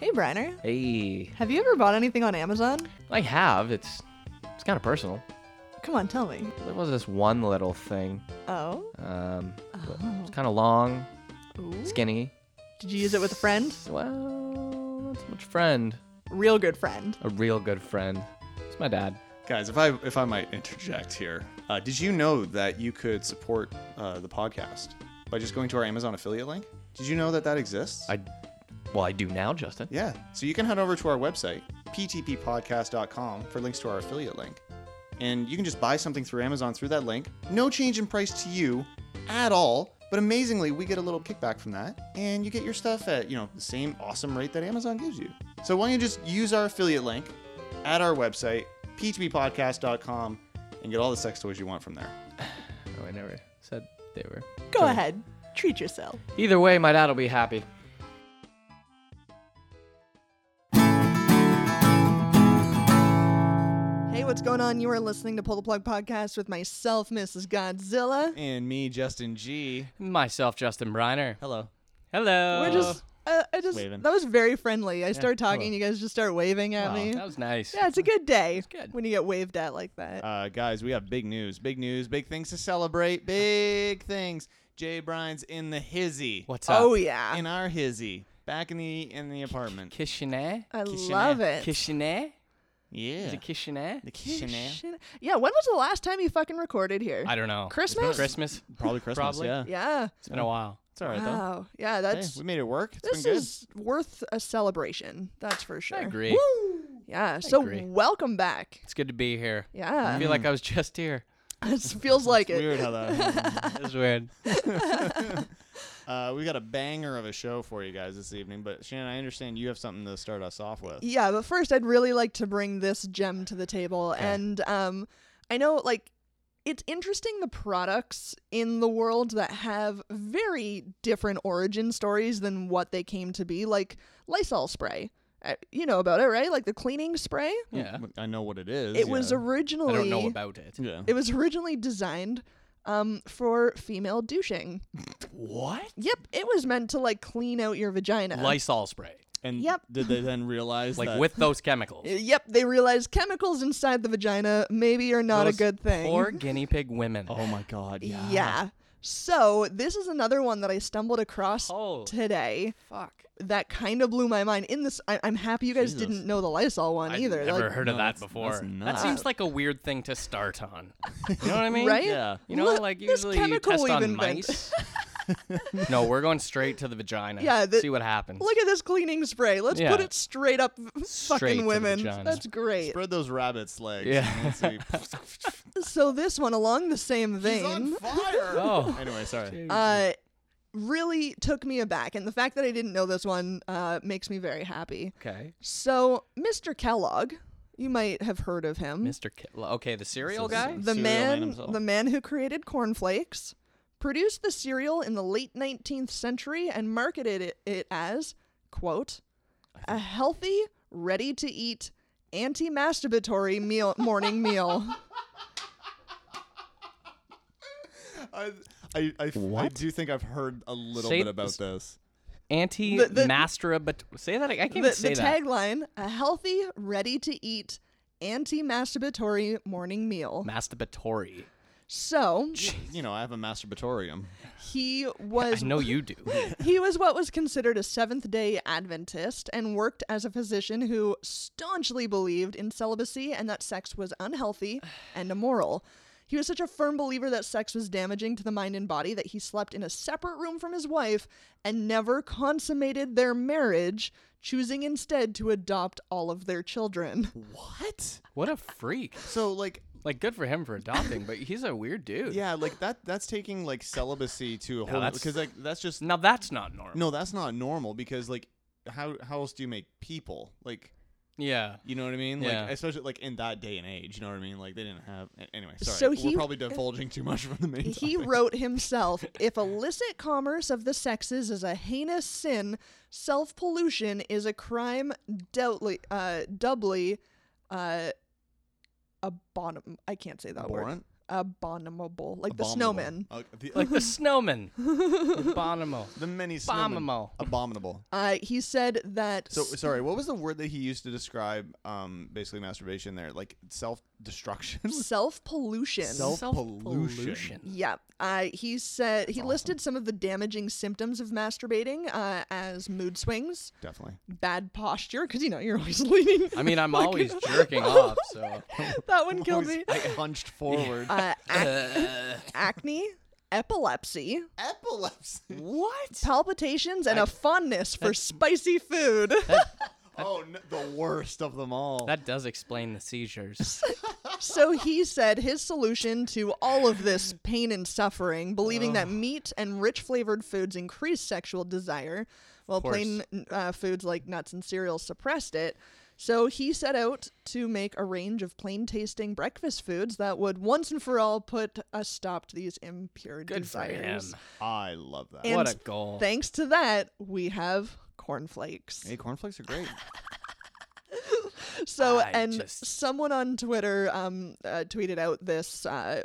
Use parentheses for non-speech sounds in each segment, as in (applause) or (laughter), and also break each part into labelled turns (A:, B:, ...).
A: Hey, Briner.
B: Hey,
A: Have you ever bought anything on Amazon?
B: I have. It's it's kind of personal.
A: Come on, tell me.
B: There was this one little thing.
A: Oh.
B: Um, but
A: Oh.
B: it's kind of long,
A: Ooh.
B: skinny.
A: Did you use it with a friend?
B: Well, not so much friend.
A: Real good friend.
B: A real good friend. It's my dad.
C: Guys, if I if I might interject here, uh, did you know that you could support uh, the podcast by just going to our Amazon affiliate link? Did you know that that exists?
B: I, well, I do now, Justin.
C: yeah. So you can head over to our website ptppodcast.com for links to our affiliate link, and you can just buy something through Amazon through that link. No change in price to you at all. But amazingly, we get a little kickback from that, and you get your stuff at you know the same awesome rate that Amazon gives you. So why don't you just use our affiliate link at our website ptppodcast.com and get all the sex toys you want from there.
B: Oh, I never said they were.
A: Go
B: Sorry.
A: ahead. Treat yourself.
B: Either way, my dad will be happy.
A: Hey, what's going on? You are listening to Pull the Plug Podcast with myself, Mrs. Godzilla.
C: And me, Justin G.
D: Myself, Justin Briner.
C: Hello.
D: Hello.
A: We're just, uh, I just,
C: Waving.
A: that was very friendly. I start talking,
B: hello.
A: you guys just start waving at
D: Wow,
A: me.
D: that was nice.
A: Yeah, it's a good day
D: good.
A: when you get waved at like that.
C: Uh, guys, we have big news, big news, big things to celebrate, big things. Jay Bryan's in the hizzy,
D: What's up?
A: oh, yeah.
C: in our hizzy, back in the in the apartment.
D: Kishinay?
A: I
C: Kishinay.
A: love it.
D: Kishinay? Is
C: Yeah,
D: it Kishinay?
C: the kitchen.
A: Kishin- Yeah, when was the last time you fucking recorded here?
D: I don't know.
A: Christmas?
D: Christmas?
C: Probably Christmas.
D: Probably.
C: Yeah,
A: yeah.
D: It's been a while.
C: it's all right though.
A: Wow. Yeah,
C: Hey,
A: that's
C: we made it work. It's
A: this
C: been good.
A: is worth a celebration. That's for sure.
D: agree.
A: Yeah. So
D: agree.
A: welcome back. (laughs)
D: It's good to be here. I
A: Yeah.
D: feel like I was (laughs) just here.
A: it feels like
C: It's
A: it.
C: weird
A: (laughs)
C: how that.
D: That's weird.
C: (laughs) uh, we got a banger of a show for you guys this evening, but Shannon, I understand you have something to start us off with.
A: Yeah, but first I'd really like to bring this gem to the table and um I know like it's interesting the products in the world that have very different origin stories than what they came to be like Lysol spray. Uh, You know about it, right? Like the cleaning spray.
D: Yeah.
C: I know what it is.
A: It was
C: yeah.
A: originally
D: I don't know about it.
C: Yeah.
A: It was originally designed um, for female douching.
D: What?
A: Yep, it was meant to like clean out your vagina.
D: Lysol spray.
C: And
A: Yep.
C: did they then realize
D: Like
C: that
D: with
C: (laughs)
D: those chemicals.
A: Yep, they realized chemicals inside the vagina maybe are not
D: Those
A: a good thing.
D: Poor guinea pig women.
C: Oh my god. Yeah.
A: yeah. So this is another one that I stumbled across
D: Holy
A: today
D: Oh. fuck.
A: that kind of blew my mind. In this, I- I'm happy you guys
C: Jesus.
A: didn't know the Lysol one
D: I've
A: either.
D: never
A: Like,
D: heard of
C: No,
D: that
C: that's-
D: before.
C: that's
D: That
C: nuts.
D: seems like a weird thing to
A: (laughs)
D: start on. You know what I mean?
A: Right?
C: Yeah.
D: You know,
A: Look,
D: like
A: this
D: usually you
A: chemical
D: test
A: we've
D: on
A: invented.
D: mice. no, we're going straight to the vagina.
A: Yeah, the-
D: see what happens.
A: Look at this cleaning spray. Let's
D: Yeah.
A: put it straight up (laughs)
D: Straight to the
A: fucking women.
D: vagina.
A: That's great.
C: Spread those rabbits' legs.
D: Yeah. (laughs)
C: and let's see.
A: So this one, along the same vein,
D: (laughs)
C: fire.
D: Oh.
C: Anyway, sorry.
A: (laughs) uh, really took me aback. And the fact that I didn't know this one uh, makes me very happy.
D: okay,
A: So, Mr. Kellogg, you might have heard of him.
D: Mr. Ki- okay, the cereal
C: So this
D: guy.
C: is-
A: The
C: Cereal man
A: man,
C: himself.
A: the man who created Corn Flakes, produced the cereal in the late 19th century and marketed it, it as, quote, a healthy, ready to eat, anti masturbatory meal, morning meal.
C: I, I, I, I
D: What?
C: do think I've heard a little
D: Say
C: bit about
D: this-
C: this.
D: Anti
A: The- the-
D: mastra, but say that ag- (laughs) I
A: The,
D: can't even say
A: the
D: that.
A: tagline, a healthy, ready to eat, anti masturbatory morning meal.
D: Masturbatory.
A: So
C: You know, I have a masturbatorium.
A: he was
D: (laughs) I know you do. (laughs)
A: (laughs) he was what was considered a Seventh Day Adventist and worked as a physician who staunchly believed in celibacy and that sex was unhealthy and immoral. He was such a firm believer that sex was damaging to the mind and body that he slept in a separate room from his wife and never consummated their marriage, choosing instead to adopt all of their children.
C: What?
D: what a freak!
C: So like,
D: Like, good for him for adopting, but he's a weird dude.
C: yeah, like that. That's taking like celibacy to a whole
D: that's-
C: because like that's just
D: Now that's not normal.
C: no, that's not normal because like how how else do you make people like
D: Yeah.
C: you know what I mean
D: Yeah.
C: like especially like in that day and age you know what I mean like they didn't have a- anyway sorry
A: So
C: we're
A: he-
C: probably divulging too much from the main
A: He
C: topic.
A: wrote himself If illicit commerce of the sexes is a heinous sin, self pollution is a crime doubly, uh, doubly uh, abomin- I can't say that word.
C: Abhorrent?
A: abominable, like the
C: Abominable. Uh,
A: snowman.
C: Okay, the,
D: (laughs) Like the
C: (laughs)
D: snowman. (laughs) Bonimo.
C: the many snowmen.
D: Abominable.
C: Abominable.
A: Uh, he said that
C: So sorry, what was the word that he used to describe um basically masturbation there? Like self (laughs)
A: (laughs)
C: destruction?
A: self pollution.
C: Self-pollution.
A: Yeah. Uh, he said he listed some of the damaging symptoms of masturbating uh, as mood swings,
C: Definitely.
A: bad posture, because you know you're always (laughs) leaning.
D: I mean,
C: (laughs)
D: I'm always jerking off, so.
A: (laughs) that one killed me.
C: I (laughs) hunched forward.
D: (laughs)
A: Uh, ac- acne, epilepsy,
C: Epilepsy.
D: What?
A: palpitations, and a fondness for spicy food.
C: (laughs) Oh, no, the worst of them all.
D: That does explain
A: (laughs)
D: the seizures.
A: so he said his solution to all of this pain and suffering, believing that meat and rich flavored foods increased sexual desire, while
D: course.
A: plain uh, foods like nuts and cereals suppressed it. So he set out to make a range of plain tasting breakfast foods that would once and for all put a stop to these impure
D: Good for him.
A: desires.
C: I love that.
A: And-
D: What a goal.
A: Thanks to that, we have cornflakes.
C: hey, cornflakes are great.
A: So
D: I
A: and
D: just-
A: someone on Twitter um uh, tweeted out this uh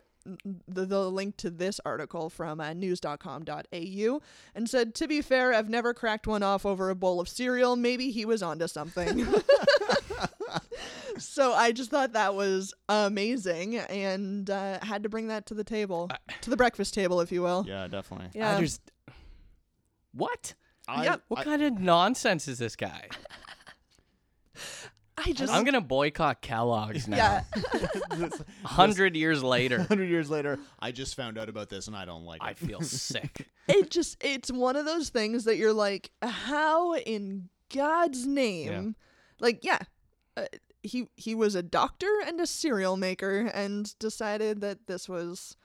A: the, the link to this article from uh, news.com.au and said to be fair I've never cracked one off over a bowl of cereal maybe he was onto something (laughs) so I just thought that was amazing and uh, had to bring that to the table to the breakfast table if you will
C: (laughs) yeah, definitely.
A: yeah
D: I just. What?
C: I,
A: Yep.
D: What
C: I-
D: kind of nonsense is this guy?
A: I (laughs) just
E: (laughs)
D: (laughs) I'm gonna
A: (laughs)
D: boycott (laughs) Kellogg's now.
A: yeah
D: A hundred years
C: (laughs)
D: later,
C: 100 years later, I just found out about this and I don't like
D: I
C: it.
D: feel sick.
A: it just it's one of those things that you're like how in god's name like yeah uh, he he was a doctor and a serial maker and decided that this was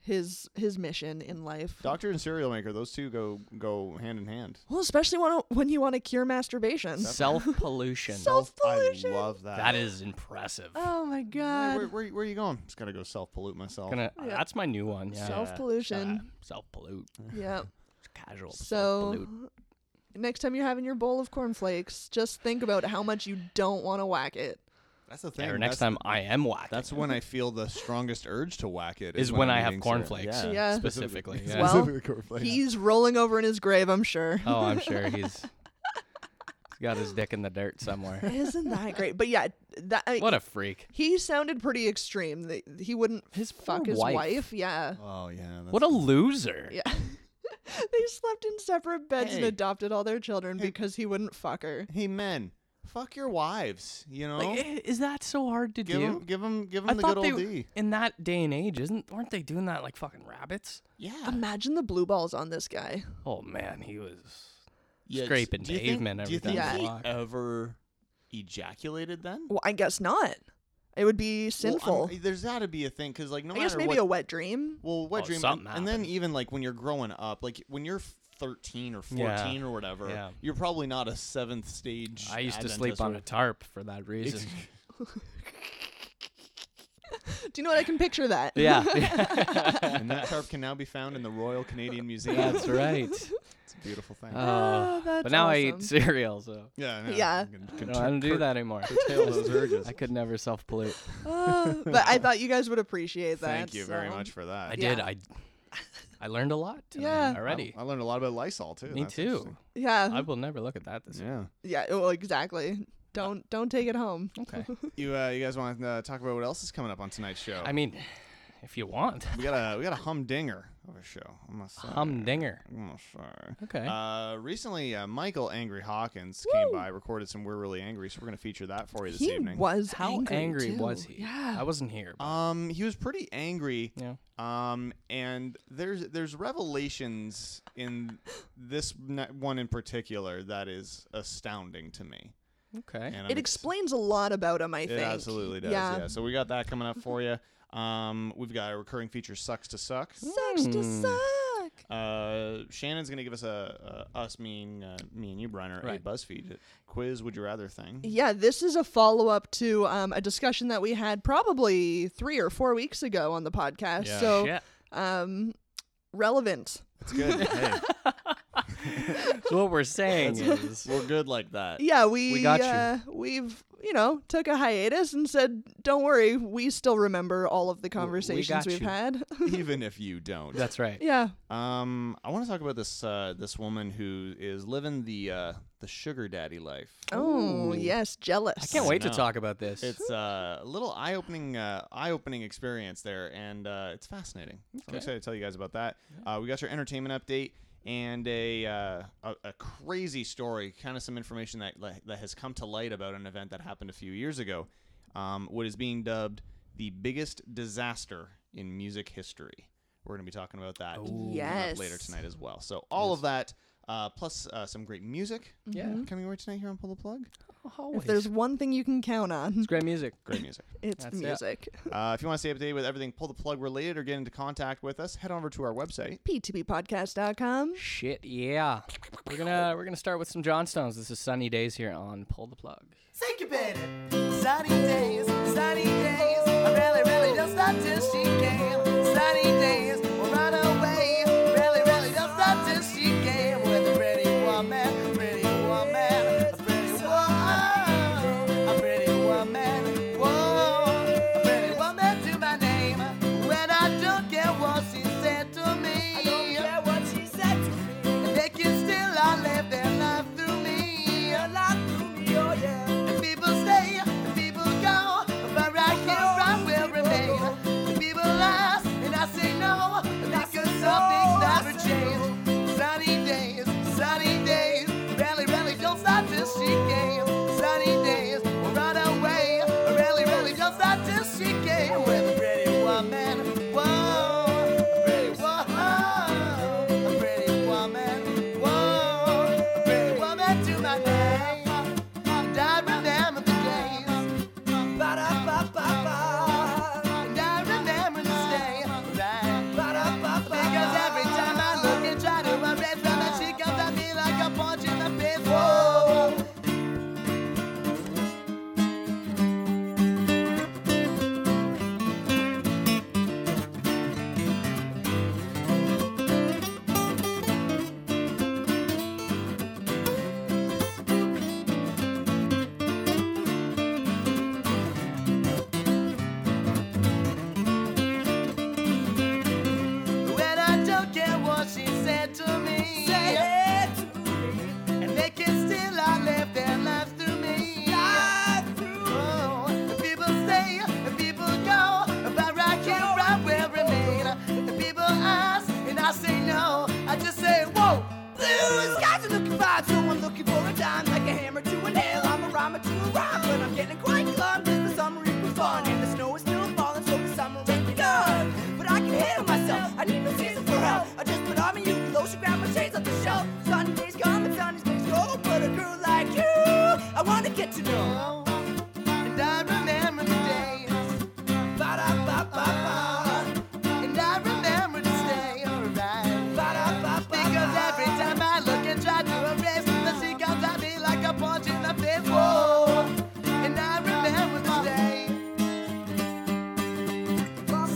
A: his his mission in life
C: (laughs) Doctor and serial maker, those two go go hand in hand.
A: well especially when, when you want to cure masturbation
D: Self
C: (laughs)
D: pollution.
A: Self- Pollution.
C: I love that.
D: that is impressive.
A: (laughs) oh my
C: Hey,
A: god
C: Uh, Where, where, where are you going? Just gotta go self pollute myself.
D: Gonna, That's my new one. Yeah.
A: Self pollution.
D: Self
C: (laughs)
D: pollute.
A: (laughs) yeah
D: Casual.
A: so
D: self-pollute.
A: next time you're having your bowl of cornflakes just think about how much you don't want to whack it
C: That's the thing.
D: Or next
C: that's,
D: time I am whacked.
C: That's when I feel the strongest urge to whack it.
D: Is when
C: I'm
D: I have
C: eating cereal.
D: cornflakes.
C: Yeah.
A: Yeah.
D: specifically. yeah.
A: Well,
C: Specifically (laughs) cornflakes.
A: he's rolling over in his grave i'm sure
D: oh, I'm sure he's, he's got his dick in the dirt somewhere.
A: (laughs) Isn't that great? But yeah, that I,
D: What a freak.
A: he sounded pretty extreme. That he wouldn't
D: His
A: fuck
D: poor
A: his wife.
D: wife.
A: Yeah,
C: Oh yeah. That's
D: What a loser.
A: yeah. (laughs) they slept in separate beds and
C: Oh, Hey.
A: adopted all their children because he wouldn't fuck her.
C: Hey men, fuck your wives. You know,
D: Like, i- is that so hard to
C: give
D: do?
C: them, give them, give
D: I
C: them the
D: thought
C: good old
D: they
C: D.
D: in that day and age isn't weren't they doing that like fucking rabbits?
C: Yeah.
A: Imagine the blue balls on this guy.
D: Oh man, he was
C: yeah it's-
D: scraping
C: do you think-
D: pavement
C: Do you
D: every
C: think
A: time
D: he
C: he
D: walked.
C: ever ejaculated then?
A: Well, I guess not. It would be sinful.
C: Well, I'm- there's got to be a thing because like no
A: I guess
C: matter
A: maybe
C: what.
A: a wet dream.
C: well, wet
D: Oh,
C: dream, and,
D: something
C: and then
D: happened.
C: even like when you're growing up, like when you're 13 or 14
D: Yeah.
C: or whatever,
D: Yeah.
C: you're probably not a seventh stage.
D: I used to
C: Adventist
D: sleep
C: or
D: on a tarp for that reason.
C: (laughs)
A: (laughs)
D: (laughs)
A: Do you know what? I can picture that. (laughs)
D: yeah.
C: and that tarp can now be found in the Royal
D: (laughs)
C: Canadian Museum.
D: That's right.
C: It's a beautiful thing.
D: Oh,
A: Ah, that's
D: but now I
A: awesome.
D: eat cereal, so
C: yeah,
A: Yeah.
C: you can- can
D: no, I don't do
C: cur-
D: that anymore.
C: curtail
D: (laughs)
C: those urges.
D: I could never self pollute.
A: (laughs) Uh, but I thought you guys would appreciate that.
C: Thank you very
A: so-
C: much for
D: I
C: that.
A: Yeah.
D: did. I I learned a lot tonight
A: Yeah.
D: already.
C: I learned a lot about Lysol too.
D: Me
C: That's
D: too.
C: interesting.
A: Yeah,
D: I will never look at that this
C: Yeah.
A: yeah. Well, exactly. Don't don't take it home. (laughs)
D: Okay.
C: You uh, you guys want to uh, talk about what else is coming up on tonight's show?
D: I mean, if you want.
C: we got a we got a humdinger of a show. I'm gonna say.
D: Humdinger.
C: I'm not sure.
D: Okay.
C: Uh, recently, uh, Michael Angry Hawkins came by, recorded some "We're Really Angry," so we're gonna feature that for you this
A: he
C: evening.
A: was
D: How angry,
A: too.
D: was he?
A: Yeah.
D: I wasn't here. but-
C: Um, he was pretty angry.
D: yeah.
C: Um, and there's there's revelations in this ne- one in particular that is astounding to me.
D: Okay.
C: And I'm
A: it
C: ex-
A: explains a lot about him, I
C: It
A: think.
C: absolutely does. Yeah. So we got that coming up for you. Um, we've got a recurring feature, "Sucks to Suck."
A: Sucks to
D: Hmm.
A: suck.
C: Uh, Shannon's gonna give us a, a us mean uh, me and you, Brian, are a
D: Right.
C: BuzzFeed quiz. Would you rather thing?
A: Yeah, this is a follow up to um, a discussion that we had probably three or four weeks ago on the podcast.
C: Yeah.
A: So
D: Shit.
A: um, relevant.
C: It's good. hey.
D: (laughs) So what we're saying is,
F: We're good like that.
A: yeah, we,
B: uh, We got you.
A: uh, we've you know took a hiatus and said, don't worry, we still remember all of the (laughs) conversations
B: got
A: we have
B: you.
A: had. (laughs)
C: even if you don't.
B: That's right.
A: yeah,
C: Um, I want to talk about this uh, this woman who is living the uh, the sugar daddy life.
A: Oh yes, jealous.
D: I can't wait to talk about this.
C: It's uh, a little eye opening uh, eye opening experience there, and uh, it's fascinating. So I'm excited to tell you guys about that. Uh, we got your entertainment update and a uh, a, a crazy story, kind of some information that li- that has come to light about an event that happened a few years ago. Um, what is being dubbed the biggest disaster in music history. We're going to be talking about that coming up
A: Yes.
C: later tonight as well. So all of that. Uh, plus uh, some great music
B: Yeah.
C: coming your way tonight here on Pull the Plug.
A: Mm-hmm. If there's one thing you can count on,
B: It's great music.
C: Great music.
A: (laughs) it's
B: That's it.
A: music.
C: Uh, if you want to stay updated with everything pull the plug related or get into contact with us, head over to our website.
A: PTBpodcast.com.
D: Shit, yeah. We're gonna we're gonna start with some Johnstones. This is Sunny Days here on Pull the Plug.
E: Think about it. Sunny days, sunny days. I really, really don't stop till she came. Sunny days will run away. Really, really don't stop till she came. With a pretty woman, pretty woman, a pretty woman, a pretty woman. Whoa, a pretty woman to my name. When I don't care what she said to me. I don't care what she said to me. And they can still all live their life through me. Their life through me, oh yeah. And people stay, and people go. But right here I will remain. And people ask, and I say no. Because something's never changed. Sunny days, sunny days. Really, really don't stop till she came. Sunny days will run away. Really, really don't stop till she came. With a pretty woman, whoa. A pretty woman, a pretty woman, whoa. A pretty woman to my name. And I remember the days. And I remember the day. Because every time I look and try to erase them, and she comes at me like a punch in the face. Whoa. When I don't care what she said to me. And they can still all live their lives through me. Oh, and people stay, and people go. But right here, I will remain. And people ask, and I say no. I just say, whoa. Blue skies are looking fine, so I'm looking for a dime. Like a hammer to a nail, I'm a rhymer to a rhyme. But I'm getting quite glum, 'cause the summer equals fun. And the snow is still falling, so the summer ain't begun. But I can handle myself, I need no season for help. I just put on my youth, lotion, grab my shades off the shelf. Sunny days come and sunny days go. But a girl like you, I wanna get to know. And I remember the days. Ba-da-ba-ba-ba. And I remember to stay alright. Because every time I look and try to erase, the she comes at me like a punch in the face. Whoa. And I remember to stay.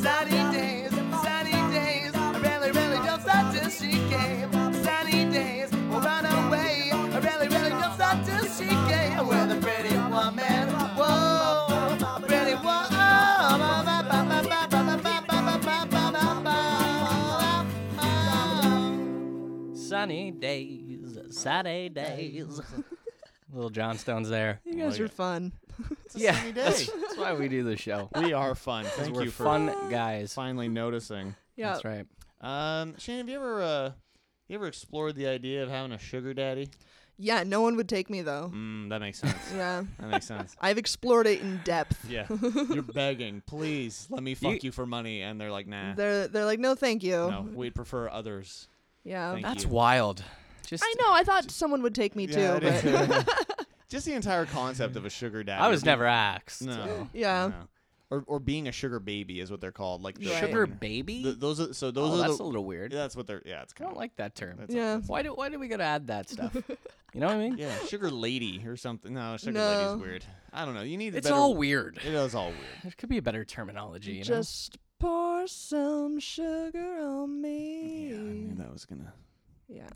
E: Sunny days, sunny days. I really, really don't stop till she came. Sunny days will run away. I really, really don't stop till she came. With a pretty woman, whoa, pretty woman.
D: Sunny days, Sunny days. Little Johnstones there.
A: You guys are fun. (laughs)
C: It's a
D: Yeah,
C: sunny day.
D: That's, that's why we do the show.
C: we
D: (laughs)
C: are fun. Thank
D: We're
C: you for
D: fun guys.
C: finally noticing.
A: Yeah.
D: That's right.
C: Um, Shane, have you ever uh, you ever explored the idea of having a sugar daddy?
A: Yeah, no one would take me though.
C: Mm, that makes sense.
A: (laughs) Yeah.
C: that makes sense.
A: I've explored it in depth.
C: (laughs) Yeah, you're begging, please let me fuck you, for money, and they're like,
A: (laughs)
C: nah,
A: They're they're like, no, thank you.
C: no, we'd prefer others.
A: Yeah.
C: Thank
D: That's
C: you.
D: wild. Just
A: I know. I thought someone would take me
C: Yeah,
A: too,
C: it
A: but (laughs)
C: is. (laughs) Just the entire concept of a sugar daddy.
D: I was
C: Be-
D: never asked.
C: No.
A: yeah.
C: no. Or, or being a sugar baby is what they're called. Like the
A: Right.
D: Sugar
C: thing.
D: baby?
C: Th- those are so
D: oh,
C: those are
D: that's
C: the,
D: a little weird.
C: Yeah, that's what they're. Yeah, it's
D: I
C: kind
D: don't
C: of
D: like that term.
C: That's
A: Yeah.
D: Why do why do we gotta add
A: (laughs)
D: that stuff? you know what I mean?
C: yeah, sugar lady or something. No, sugar
A: No.
C: lady's weird. I don't know. You need.
D: It's
C: better,
D: all weird.
C: It is all
D: (laughs)
C: weird.
D: There could be a better terminology, you know?
A: Just pour some sugar on me.
C: that was gonna.
A: Yeah.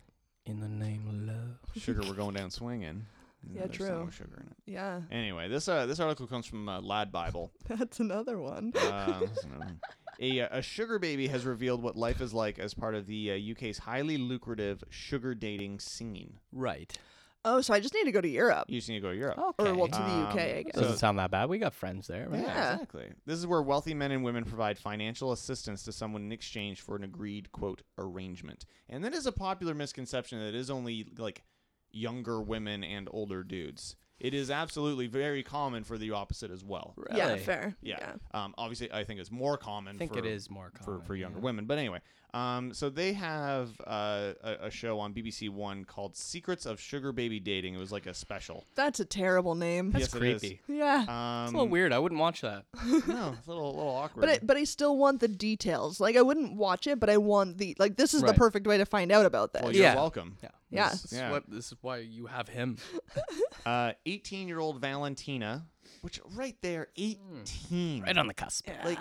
D: In the name of love.
C: Sugar, we're going down swinging.
A: Yeah,
C: There's some
A: true.
C: with sugar in it.
A: Yeah, (laughs)
C: Anyway, this uh, this article comes from uh, Lad Bible.
A: that's another one.
C: Uh, that's another one. a, uh, a sugar baby has revealed what life is like as part of the uh, UK's highly lucrative sugar dating scene.
D: Right.
A: (laughs) Oh, so I just need to go to Europe.
C: You just need to go to Europe.
D: Okay.
A: Or, well, to the
C: Um,
A: UK, I guess.
C: so-
D: Doesn't sound that bad. We got friends there, right?
C: Yeah,
A: Yeah.
C: exactly. This is where wealthy men and women provide financial assistance to someone in exchange for an agreed quote arrangement. And that is a popular misconception that it is only like younger women and older dudes. It is absolutely very common for the opposite as well.
D: Really?
A: Yeah, fair.
C: Yeah. Um, obviously, I think it's more common.
D: I think
C: for,
D: it is more common.
C: for, for younger
D: yeah.
C: women. But anyway, um, so they have uh, a, a show on BBC One called "Secrets of Sugar Baby Dating." It was like a special.
A: That's a terrible name.
C: That's
D: creepy.
A: yeah.
C: Um,
D: It's a little weird. I wouldn't
A: (laughs)
D: watch that.
C: No, it's a little, little awkward.
A: but I, but I still want the details. Like I wouldn't watch it, but I want the like. This is the
D: Right.
A: perfect way to find out about this.
C: well, you're
D: Yeah.
C: welcome.
D: Yeah.
A: Yeah.
D: This, is
C: Yeah.
D: what- this is why you have him.
C: (laughs) Uh, 18 year old Valentina, which right there, 18.
D: Right on the cusp.
A: Like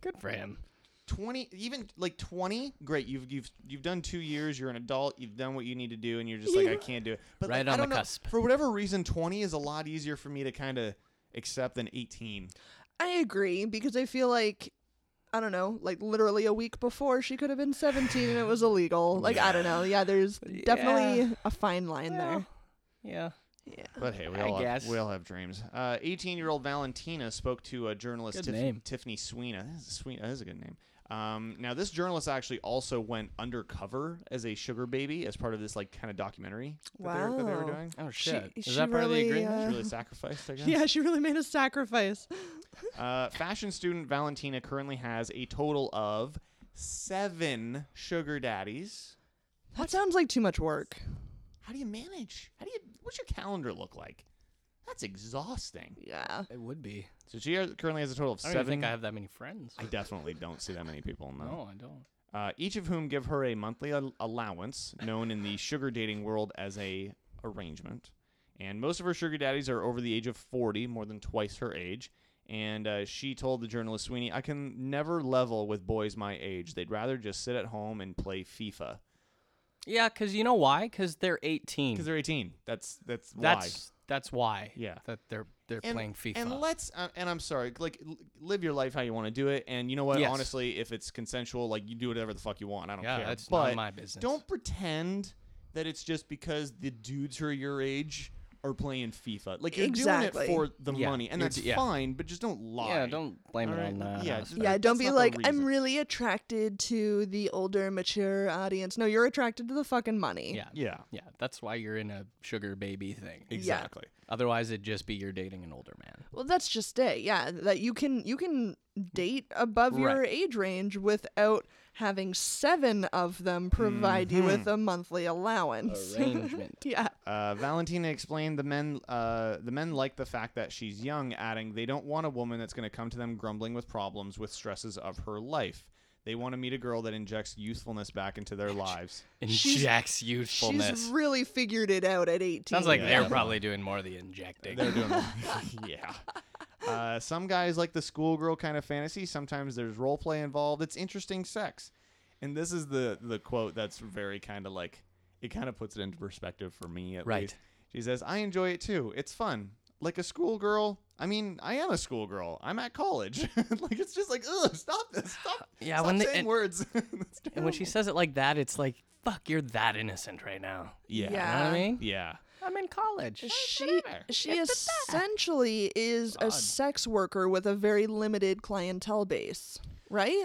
D: Good for him.
C: 20, even like 20. Great, you've you've you've done two years. You're an adult. You've done what you need to do, and you're just
D: (laughs)
C: like, I can't do it. But like,
D: Right
C: I
D: on the
C: don't know,
D: cusp.
C: For whatever reason, 20 is a lot easier for me to kind of accept than 18.
A: I agree because I feel like I don't know, like literally a week before she could have been 17 and it was illegal. Like I don't know. Yeah, there's definitely a fine line there.
D: Yeah.
C: But hey, we
D: I
C: all, have,
D: guess.
C: we all have dreams. Uh, 18-year-old Valentina spoke to a journalist,
D: Good
C: Tiff-
D: name.
C: Tiffany Sweena. That is, a sweet, that is a good name. Um, now, this journalist actually also went undercover as a sugar baby as part of this like kind of documentary that, they were, that they were
A: Wow.
C: doing.
D: Oh shit.
A: She-
D: is
A: she
D: that part
A: really,
D: of the agreement?
A: uh,
C: She really sacrificed, I
A: (laughs)
C: guess.
A: Yeah, she really made a sacrifice.
C: Uh, fashion student Valentina currently has a total of seven sugar daddies.
A: That sounds like too much work.
C: How do you manage? How do you? What's your calendar look like? That's exhausting.
A: Yeah.
D: It would be.
C: So she has- currently has a total of
D: I don't even
C: seven.
D: think I have that many friends.
C: I definitely don't see that many people. No.
D: no, I don't.
C: uh, each of whom give her a monthly al- allowance, known in the sugar dating world as a arrangement. And most of her sugar daddies are over the age of 40, more than twice her age. And uh, she told the journalist Sweeney, "I can never level with boys my age. They'd rather just sit at home and play FIFA
D: Yeah, because you know why? Because they're 18.
C: because they're 18. That's that's, why."
D: that's that's why.
C: Yeah.
D: That they're they're
C: and,
D: playing FIFA.
C: And let's uh, and I'm sorry, like l- live your life how you want to do it. And you know what?
D: Yes.
C: Honestly, if it's consensual, like you do whatever the fuck you want. I don't
D: Yeah,
C: care.
D: that's not
C: but
D: my business.
C: Don't pretend that it's just because the dudes who are your age are playing FIFA. Like you're
A: Exactly.
C: doing it for the
D: Yeah,
C: money, and
D: you're
C: that's
D: d- yeah.
C: fine. But just don't lie.
D: yeah, don't blame
C: All
D: it
C: right,
D: on
C: like,
D: that.
C: yeah,
D: that's
C: just-
D: fair.
A: Yeah, don't
C: That's
A: be
C: not the
A: like I'm
C: reason."
A: really attracted to the older, mature audience. No, you're attracted to the fucking money.
D: yeah.
C: Yeah.
D: Yeah. That's why you're in a sugar baby thing.
C: Exactly.
D: Otherwise, it'd just be you're dating an older man.
A: Well, that's just it. Yeah, that you can you can date above your
D: Right.
A: age range without having seven of them provide you with a monthly allowance. (laughs)
D: Mm-hmm. Arrangement.
A: yeah.
C: Uh, Valentina explained the men uh, the men like the fact that she's young, adding they don't want a woman that's going to come to them grumbling with problems with stresses of her life. They want to meet a girl that injects youthfulness back
D: (laughs)
C: into their lives.
D: Injects youthfulness.
A: She's really figured it out at 18.
D: Sounds like
C: Yeah.
D: they're probably doing more of the injecting. (laughs)
C: They're doing (laughs) yeah. Uh, some guys like the schoolgirl kind of fantasy. Sometimes there's role play involved. It's interesting sex, and this is the the quote that's very kind of like it kind of puts it into perspective for me at
D: Right.
C: least. She says, "I enjoy it too. It's fun, like a schoolgirl. I mean, I am a schoolgirl. I'm at college. like it's just like, ugh, stop this, stop.
D: (laughs) Yeah,
C: stop
D: when they-
C: saying
D: and-
C: words. (laughs) That's
D: and when she
C: terrible.
D: says it like that, it's like, fuck, you're that innocent right now.
C: yeah,
A: Yeah.
C: yeah,
D: You know what I mean?
C: yeah,
D: I'm in college.
A: she she essentially is a sex worker with a very limited clientele base, right?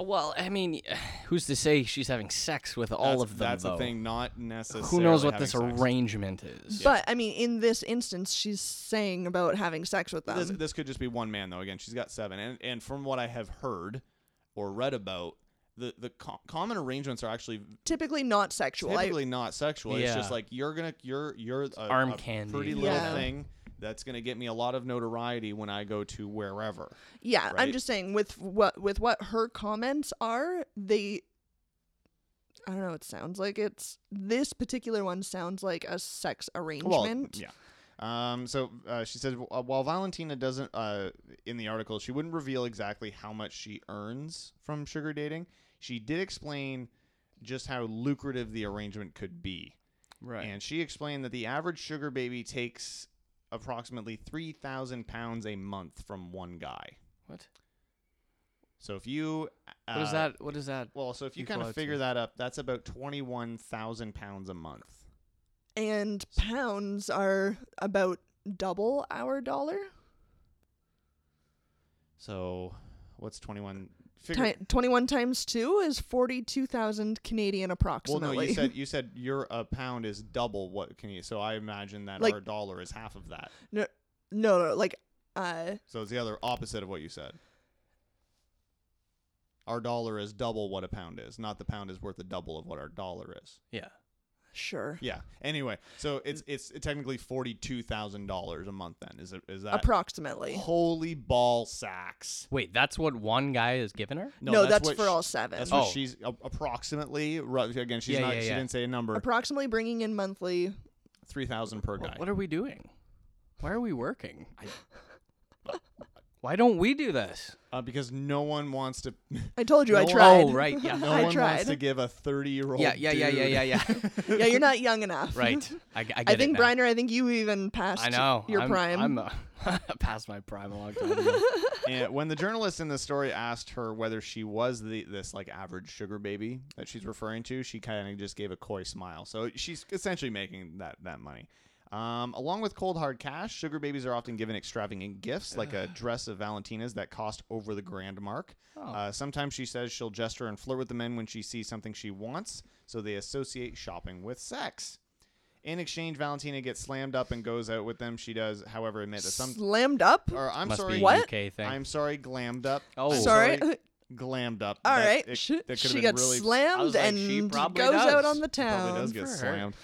D: Well, I mean, (sighs) who's to say she's having sex with all
C: That's-
D: of them?
C: That's
D: though?
C: the thing. Not necessarily.
D: Who knows what
C: having
D: this
C: sex.
D: arrangement is?
A: But I mean, in this instance, she's saying about having sex with them.
C: this, this could just be one man though. Again, she's got seven, and and from what I have heard or read about, the the co- common arrangements are actually
A: typically not sexual. I-
C: typically not sexual. It's just
D: Yeah.
C: like you're gonna you're you're a,
D: arm
C: a
D: candy.
C: pretty little
A: Yeah.
C: thing that's gonna get me a lot of notoriety when I go to wherever.
A: Yeah, I'm
C: right?
A: just saying with what with what her comments are, they I don't know, it sounds like it's this particular one sounds like a sex arrangement.
C: Well, yeah. Um, so uh, she said, uh, while Valentina doesn't, uh, in the article, she wouldn't reveal exactly how much she earns from sugar dating. She did explain just how lucrative the arrangement could be.
D: Right.
C: And she explained that the average sugar baby takes approximately 3,000 pounds a month from one guy.
D: what?
C: So if you. Uh,
D: What is that? What is that?
C: Well, so if you
D: equal
C: kind of
D: out to?
C: figure that up, that's about 21,000 pounds a month.
A: And pounds are about double our dollar.
C: So what's 21?
A: Ti-
C: Figure,
A: 21 times 2 is 42,000 Canadian
C: well,
A: approximately.
C: no, you said you said your a pound is double what can you? So I imagine that
A: Like-
C: our dollar is half of that.
A: (laughs) no, no, no, like uh
C: So it's the other opposite of what you said. Our dollar is double what a pound is, not the pound is worth the double of what our dollar is.
D: Yeah.
A: sure.
C: Yeah. Anyway, so it's it's technically forty two thousand dollars a month. Then is it is that
A: Approximately.
C: holy ball sacks?
D: Wait, that's what one guy is giving her?
A: No, that's
C: what
A: for
C: sh-
A: all seven.
C: That's what
D: Oh.
C: she's a- approximately. ru- Again, she's
D: Yeah,
C: not.
D: yeah,
C: She
D: yeah.
C: didn't say a number.
A: Approximately bringing in monthly.
C: three thousand per guy.
D: What, what are we doing? Why are we working? Why don't we do this?
C: uh, because no one wants to.
A: I told you I
C: No-
A: tried.
D: Oh, right, yeah.
C: No
A: (laughs) I
C: one
A: tried.
C: wants to give a thirty-year-old.
D: yeah, yeah, yeah, yeah, yeah, yeah.
A: yeah, you're not young
C: (laughs)
A: enough.
D: (laughs) right. I, g- I get
A: I
D: it
A: think
D: now.
A: Briner, I think you even passed
D: I know.
A: your
D: I'm,
A: prime.
D: I'm
C: (laughs)
D: uh, past my prime a long time
A: (laughs)
D: ago.
C: and when the journalist in the story asked her whether she was the this like average sugar baby that she's referring to, she kind of just gave a coy smile. So she's essentially making that that money. Um, along with cold hard cash, sugar babies are often given extravagant gifts like a dress of Valentina's that cost over the grand mark.
A: Oh.
C: Uh, sometimes she says she'll gesture and flirt with the men when she sees something she wants, so they associate shopping with sex. In exchange, Valentina gets slammed up and goes out with them. She does, however, admit that some
A: Slammed up?
C: or I'm
D: Must
C: sorry,
D: be a
A: What?
D: UK thing.
C: I'm sorry, glammed up.
D: Oh.
C: I'm
A: Sorry.
C: glammed up.
A: All
C: That-
A: right.
C: it-
A: she
C: that could've
A: she
C: been
A: got
C: really-
D: I
A: slammed
D: was like,
A: and
D: she
A: goes
D: probably
A: out
D: does.
A: on the
C: Probably
A: town.
C: does get
D: for
A: (laughs)
D: her.
C: slammed.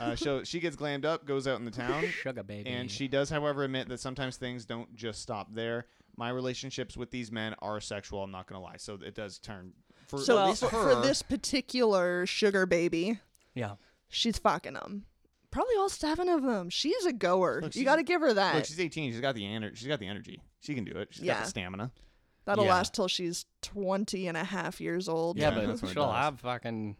C: Uh, so she gets glammed up, goes out in the town,
D: Sugar baby.
C: and she does, however, admit that sometimes things don't just stop there. My relationships with these men are sexual. I'm not gonna lie. So it does turn for
A: So
C: at least
A: for,
C: her.
A: for this particular sugar baby,
D: Yeah.
A: she's fucking them. Probably all seven of them. She's a goer. you got to give her that.
C: Look, she's 18. She's got the energy. She's got the energy. She can do it. She's got
A: Yeah.
C: the stamina.
A: That'll
D: Yeah.
A: last till she's 20 and a half years old.
D: Yeah,
C: Yeah, that's
D: but
C: what it
D: she'll
C: does.
D: have fucking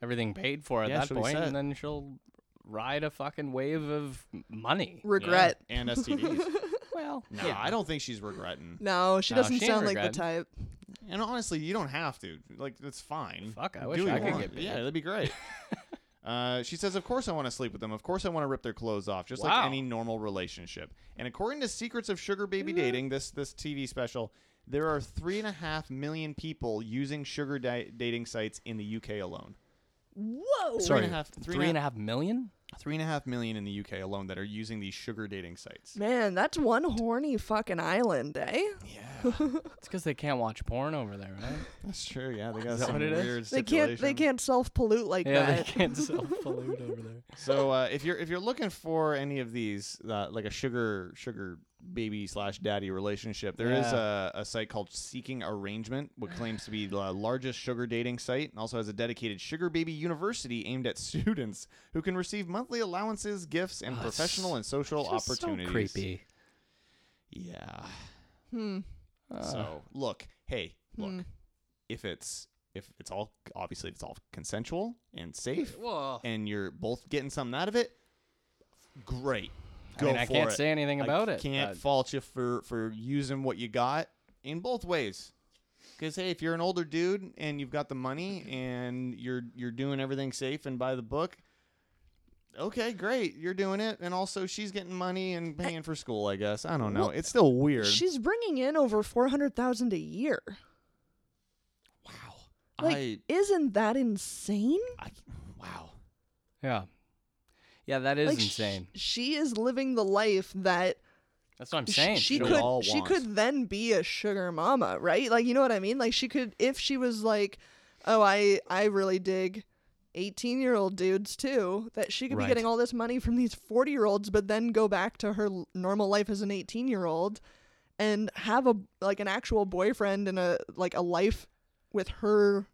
D: everything paid for at
C: Yeah,
D: that
C: that's what he
D: point,
C: said.
D: and then she'll ride a fucking wave of m- money.
A: (laughs) Regret.
C: Yeah.
A: (laughs)
C: and STDs.
D: (laughs) Well,
C: no, I don't think she's regretting.
A: No, she
D: No,
A: doesn't
D: she ain't
A: sound like the
D: regret.
A: type.
C: And honestly, you don't have to. Like, that's fine.
D: Fuck, I
C: Do
D: wish
C: what
D: I
C: you
D: could
C: want.
D: get paid.
C: Yeah, that'd
D: (laughs)
C: be great. uh, she says, "Of course, I want to sleep with them. Of course, I want to rip their clothes off, just like
D: Wow. Mm-hmm.
C: any normal relationship." And according to Secrets of Sugar Baby Dating, this this TV special, there are three and a half million people using sugar di- dating sites in the UK alone.
A: Whoa.
C: Three
D: Sorry,
C: and a half- three
D: three
C: and
D: and
C: a-
D: a half million.
C: Three and a half million in the UK alone that are using these sugar dating sites.
A: Man, that's one horny fucking island, eh?
D: It's because they can't watch porn over there, right?
C: (laughs) That's true. Yeah, they got
D: that
C: some
D: what it is?
C: weird
A: They can't they
C: stipulations.
A: can't self pollute like
D: yeah, they
A: that.
D: (laughs)
A: (laughs)
D: can't self-pollute over there.
C: So uh, if you're if you're looking for any of these, uh, like a sugar sugar baby slash daddy relationship, there is a, a site called Seeking Arrangement, which claims to be the largest sugar dating site, and also has a dedicated sugar baby university aimed at (laughs) students who can receive monthly allowances, gifts, and professional and social
D: Oh, Just so
C: opportunities.
D: creepy.
C: Yeah. Hmm. So look, hey, look, if it's if it's all obviously it's all consensual and safe,
D: Well,
C: and you're both getting something out of it, great.
D: I
C: Go
D: mean, I
C: for
D: can't
C: it.
D: say anything about
C: I
D: it,
C: Can't
D: but-
C: fault you for for using what you got in both ways. Because hey, if you're an older dude and you've got the money and you're you're doing everything safe and by the book, okay, great, you're doing it. And also, she's getting money and paying for school. I guess I don't know. it's still weird.
A: She's bringing in over 400,000 a year. Like,
C: I,
A: isn't that insane?
C: I wow.
D: yeah, yeah, that is
A: like, sh-
D: insane.
A: she is living the life that
D: That's what I'm
A: sh-
D: saying.
A: she
C: we
A: could
C: all
A: she
C: want.
A: could then be a sugar mama, right? Like you know what I mean? Like she could if she was like, "Oh, I I really dig 18-year-old dudes too." That she could be
D: Right.
A: getting all this money from these 40-year-olds but then go back to her l- normal life as an 18-year-old and have a like an actual boyfriend and a like a life with her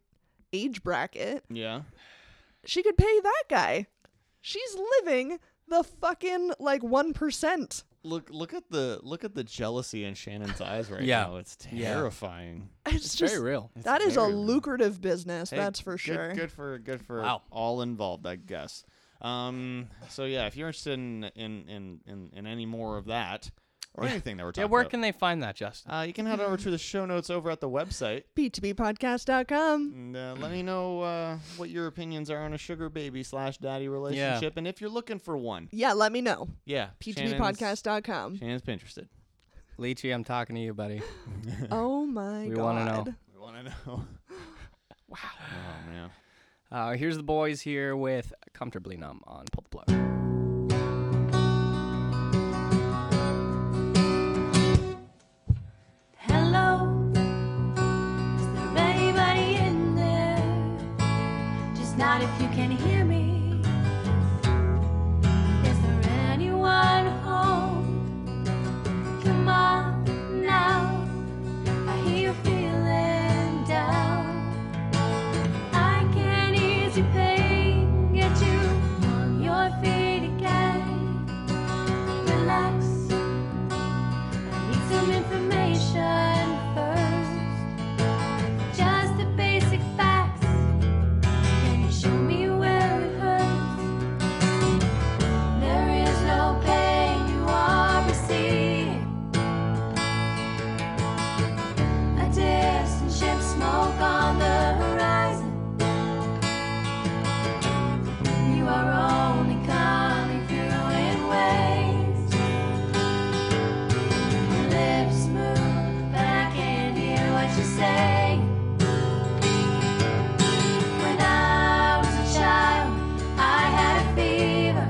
A: age bracket.
C: Yeah.
A: She could pay that guy. She's living the fucking like 1%.
F: Look look at the look at the jealousy in Shannon's eyes right
D: Yeah.
F: now. It's
D: Yeah.
F: terrifying.
A: (laughs) It's,
D: It's
A: just
D: very real.
A: that is a
F: very real.
A: lucrative business,
F: Hey,
A: that's for
F: good-
A: sure.
F: Good for good for
D: Wow.
F: all involved, I guess. Um, so yeah, if you're interested in in in, in, in any more of that or anything that we're
D: Yeah,
F: talking
D: where
F: about,
D: can they find that, Justin?
F: uh, you can head over to the show notes over at the website
A: B2Bpodcast.com.
F: and uh, let me know uh, what your opinions are on a sugar baby slash daddy relationship and if you're looking for one.
A: Yeah, let me know.
F: Yeah, Shannon's-
A: P2Bpodcast.com.
F: Shannon's Pinterested.
D: Leachy, I'm talking to you,
C: (laughs)
D: buddy.
A: (laughs) Oh my
D: We wanna know.
A: god.
F: We want to know.
A: (laughs)
F: wow. Oh man.
D: Uh, here's the boys here with Comfortably Numb on Pull the Plug.
G: Hello, is there anybody in there? Just not if you can hear me. Is there anyone home? Come on now, I hear you feeling down. I can ease your pain, get you on your feet again. Relax. I need some information first. Just the basic facts. Can you show me where it hurts? There is no pain you are receiving. A distant ship smoke on the horizon. You are only coming through in waves. Your lips move, but I can't hear what you say. When I was a child, I had a fever.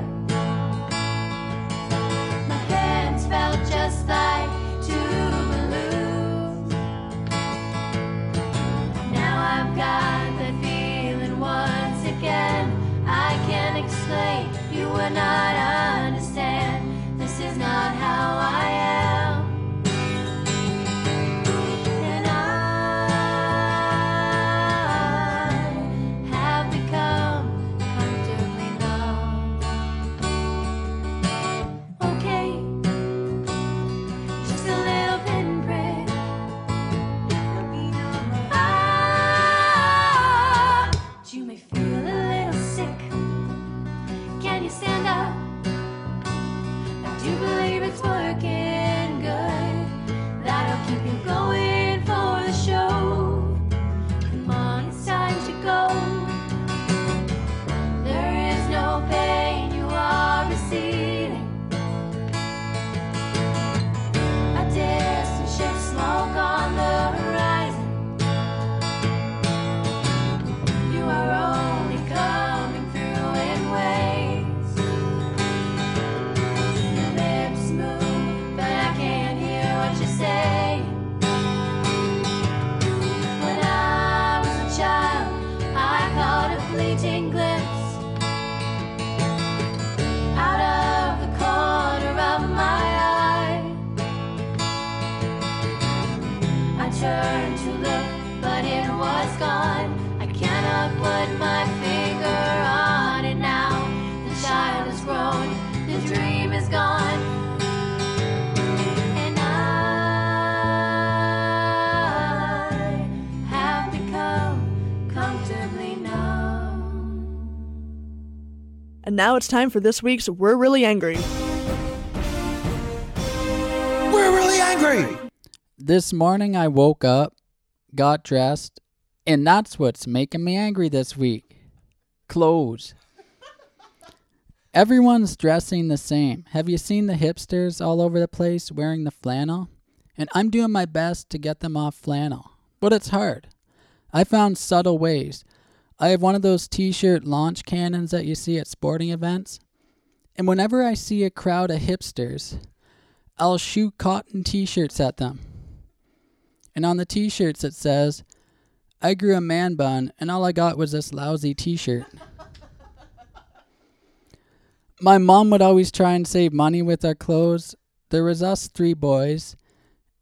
G: My hands felt just like two balloons. Now I've got that feeling once again. I can't explain, you would not understand. This is not how I am. And I have become comfortably numb. Okay, just a little pinprick. Ah, but you may feel a little sick. Can you stand up? I do believe it's working good. That'll keep you going for the show. Come on, it's time to go. There is no pain you are receiving. A distant ship smoke on the horizon. You are only coming through in waves. Your lips move, but I can't hear what you say. When I was a child, I caught a fleeting glimpse out of the corner of my eye. I turned to look, but it was gone. I cannot put my finger on it now. The child has grown, the dream is gone. And I have become comfortably numb.
A: And now it's time for this week's We're Really Angry.
H: We're really angry.
I: This morning I woke up, got dressed, and that's what's making me angry this week. Clothes. Everyone's dressing the same. Have you seen the hipsters all over the place wearing the flannel? And I'm doing my best to get them off flannel, but it's hard. I found subtle ways. I have one of those t shirt launch cannons that you see at sporting events. And whenever I see a crowd of hipsters, I'll shoot cotton t shirts at them. And on the t shirts, it says, I grew a man bun and all I got was this lousy t shirt. My mom would always try and save money with our clothes. There was us three boys,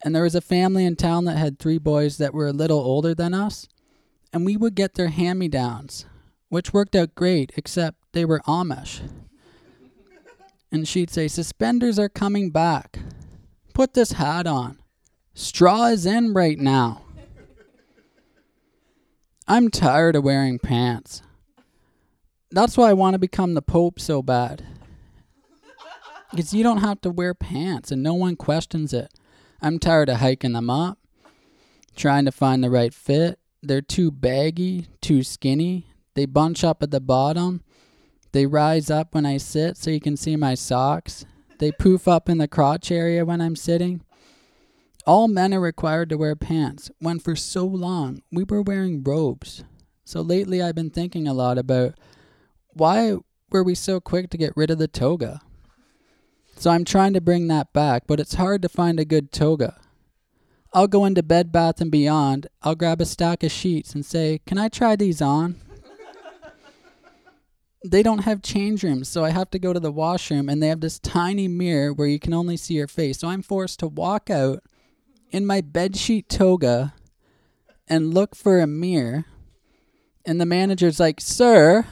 I: and there was a family in town that had three boys that were a little older than us, and we would get their hand me downs, which worked out great, except they were Amish. and she'd say, Suspenders are coming back. Put this hat on. Straw is in right now. I'm tired of wearing pants. That's why I want to become the Pope so bad. Because you don't have to wear pants and no one questions it. I'm tired of hiking them up, trying to find the right fit. They're too baggy, too skinny. They bunch up at the bottom. They rise up when I sit so you can see my socks. They poof up in the crotch area when I'm sitting. All men are required to wear pants when for so long we were wearing robes. So lately I've been thinking a lot about why were we so quick to get rid of the toga? So I'm trying to bring that back, but it's hard to find a good toga. I'll go into Bed Bath and Beyond, I'll grab a stack of sheets and say, "Can I try these on?" they don't have change rooms, so I have to go to the washroom and they have this tiny mirror where you can only see your face. So I'm forced to walk out in my bedsheet toga and look for a mirror. And the manager's like, "Sir,"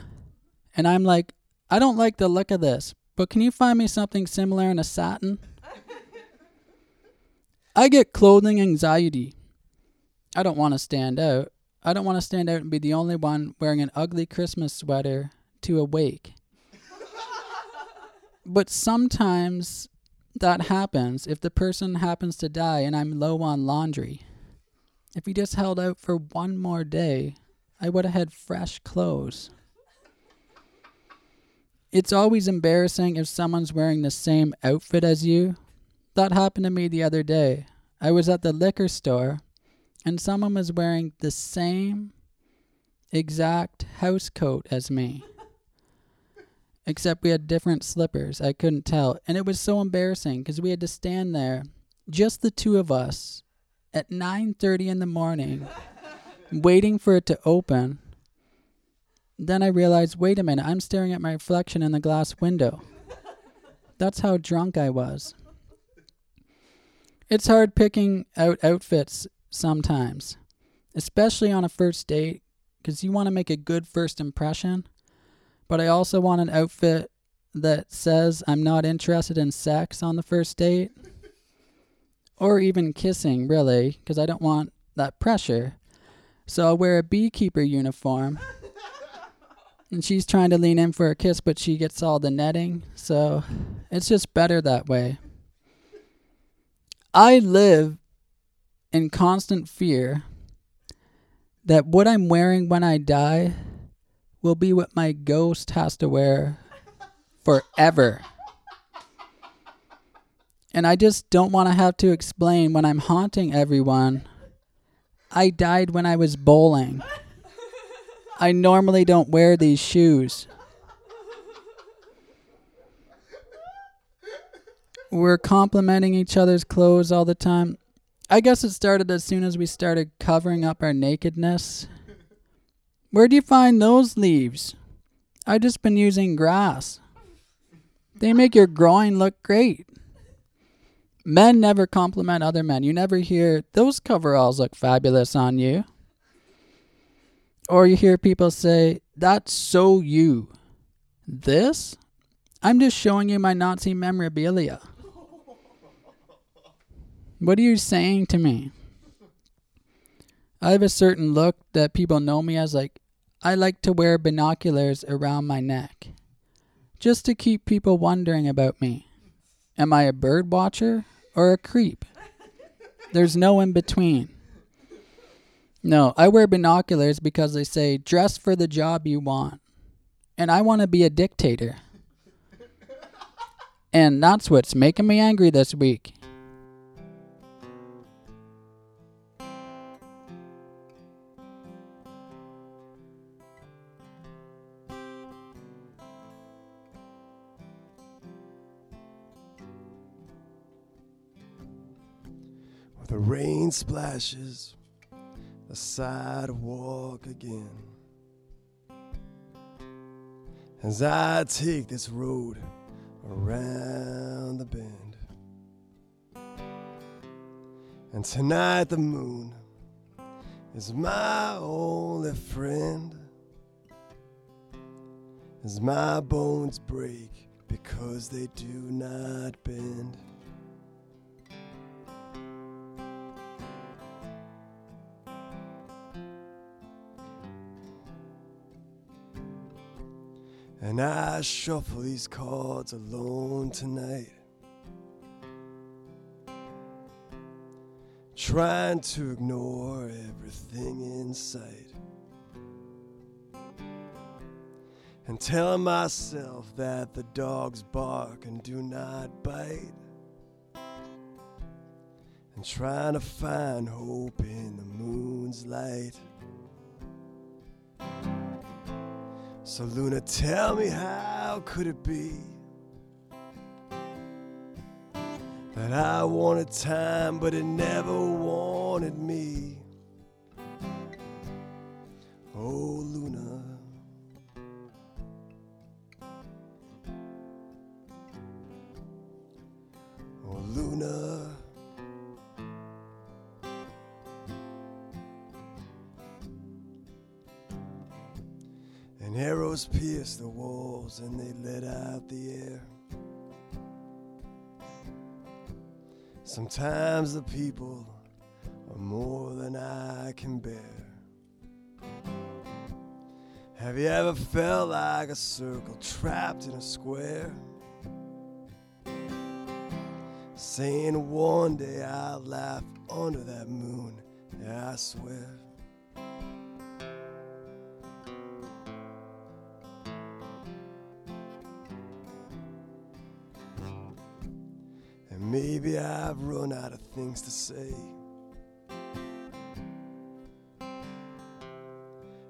I: and I'm like, "I don't like the look of this, but can you find me something similar in a satin?" I get clothing anxiety. I don't want to stand out. I don't want to stand out and be the only one wearing an ugly Christmas sweater to a wake. but sometimes that happens if the person happens to die and I'm low on laundry. If he just held out for one more day, I would have had fresh clothes. It's always embarrassing if someone's wearing the same outfit as you. That happened to me the other day. I was at the liquor store and someone was wearing the same exact house coat as me. Except we had different slippers. I couldn't tell. And it was so embarrassing because we had to stand there, just the two of us, at 9:30 in the morning (laughs) waiting for it to open. Then I realized, wait a minute, I'm staring at my reflection in the glass window. That's how drunk I was. It's hard picking out outfits sometimes, especially on a first date, because you want to make a good first impression. But I also want an outfit that says I'm not interested in sex on the first date, or even kissing, really, because I don't want that pressure. So I'll wear a beekeeper uniform. And she's trying to lean in for a kiss, but she gets all the netting. So it's just better that way. I live in constant fear that what I'm wearing when I die will be what my ghost has to wear forever. and I just don't want to have to explain when I'm haunting everyone. I died when I was bowling. I normally don't wear these shoes. We're complimenting each other's clothes all the time. I guess it started as soon as we started covering up our nakedness. Where do you find those leaves? I've just been using grass. They make your groin look great. Men never compliment other men. You never hear, those coveralls look fabulous on you. Or you hear people say, that's so you. This? I'm just showing you my Nazi memorabilia. What are you saying to me? I have a certain look that people know me as like I like to wear binoculars around my neck just to keep people wondering about me. Am I a bird watcher or a creep? There's no in between. No, I wear binoculars because they say dress for the job you want. And I want to be a dictator. And that's what's making me angry this week.
J: where the rain splashes the sidewalk again. As I take this road around the bend, and tonight the moon is my only friend. As my bones break because they do not bend. And I shuffle these cards alone tonight. Trying to ignore everything in sight. And telling myself that the dogs bark and do not bite. And trying to find hope in the moon's light. So Luna, tell me how could it be that I wanted time, but it never wanted me? Oh, Luna. Oh, Luna. And arrows pierce the walls and they let out the air. Sometimes the people are more than I can bear. Have you ever felt like a circle trapped in a square? Saying one day I'll laugh under that moon, yeah, I swear. And maybe I've run out of things to say.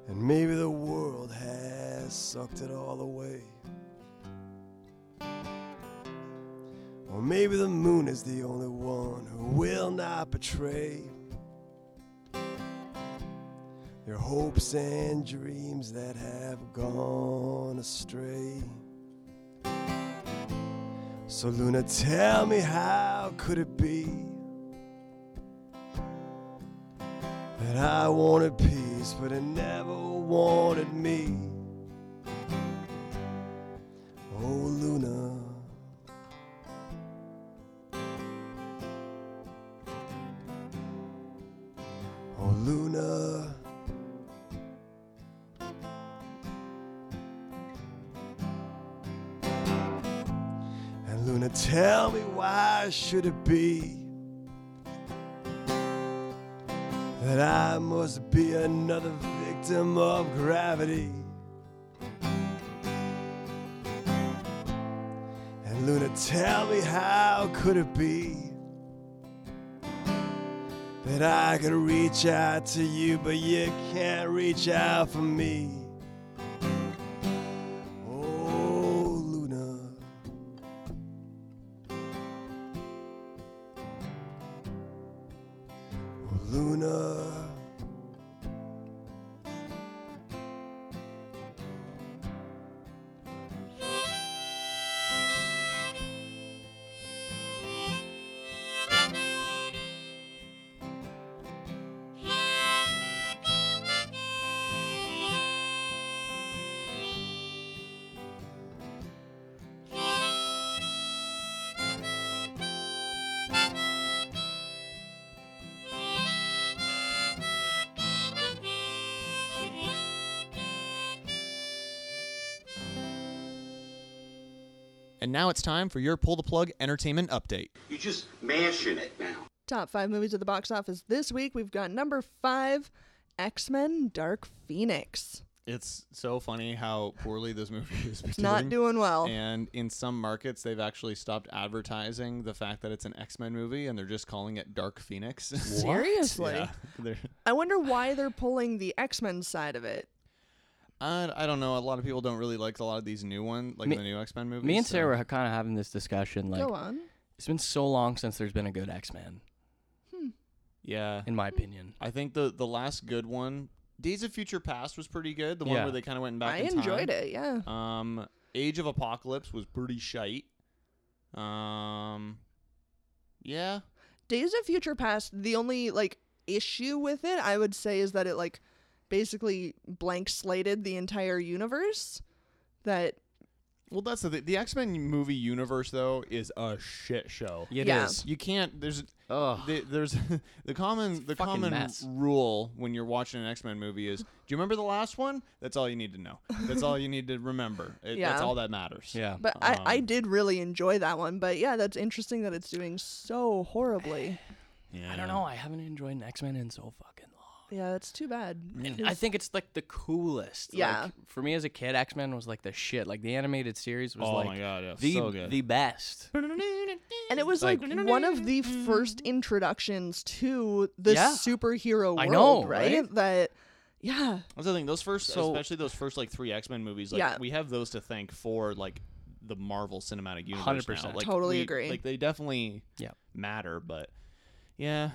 J: And maybe the world has sucked it all away. Or maybe the moon is the only one who will not betray your hopes and dreams that have gone astray. So, Luna, tell me how could it be that I wanted peace, but it never wanted me? Oh, Luna. Oh, Luna. And Luna, tell me why should it be that I must be another victim of gravity? And Luna, tell me how could it be that I could reach out to you, but you can't reach out for me? Oh, Luna. Luna.
C: And now it's time for your pull the plug entertainment update.
K: You just mashing it now.
A: Top five movies at the box office this week. We've got number five, X Men Dark Phoenix.
C: It's so funny how poorly this movie is. It's
A: not doing well.
C: And in some markets, they've actually stopped advertising the fact that it's an X Men movie, and they're just calling it Dark Phoenix. (laughs)
A: Seriously?
C: Yeah, they're-
A: I wonder
F: (sighs)
A: why they're pulling the X Men side of it.
C: I, I don't know. A lot of people don't really like a lot of these new ones, like
D: Me-
C: the new X Men movies.
D: Me and
C: so-
D: Sarah were kind of having this discussion. Like,
A: Go on.
D: it's been so long since there's been a good X Men,
C: Yeah,
D: in my opinion.
C: I think the the last good one, Days of Future Past, was pretty good. The one
D: Yeah.
C: where they kind of went back.
A: I
C: in
A: enjoyed
C: time.
A: it, yeah.
C: Um, Age of Apocalypse was pretty shite. Um, yeah.
A: Days of Future Past, the only like issue with it, I would say, is that it like basically blank slated the entire universe. That
C: Well, that's the thing. the X Men movie universe though is a shit show.
A: It Yeah. is.
C: You can't. There's. The, there's (laughs) the common the
L: fucking
C: common
L: mess.
C: rule when you're watching an X Men movie is do you remember the last one? That's all you need to know. That's all you need
A: (laughs)
C: to remember. It, That's
A: Yeah.
C: all that matters. Um, Yeah.
A: But I,
D: Um,
A: I did really enjoy that one. But yeah, that's interesting that it's doing so horribly.
D: I don't know. (sighs) I haven't enjoyed an X Men in so fucking
A: Yeah, it's too bad.
D: And I think it's like the coolest.
A: Yeah.
D: Like, for me as a kid, X Men was like the shit. Like the animated series was
C: Oh
D: like
C: my God, yeah,
D: the
C: so good.
D: the best.
A: And it was like,
D: Like-
A: one of the first introductions to the
D: Yeah.
A: superhero world,
C: I know,
A: right?
C: right?
A: That, yeah,
C: That's the thing. Those first,
A: So-
C: especially those first like three X Men movies, like
A: Yeah.
C: we have those to thank for like the Marvel Cinematic Universe. now.
D: 100%.
C: Like,
A: Totally
C: we-
A: agree.
C: Like they definitely
D: Yep.
C: matter, but yeah,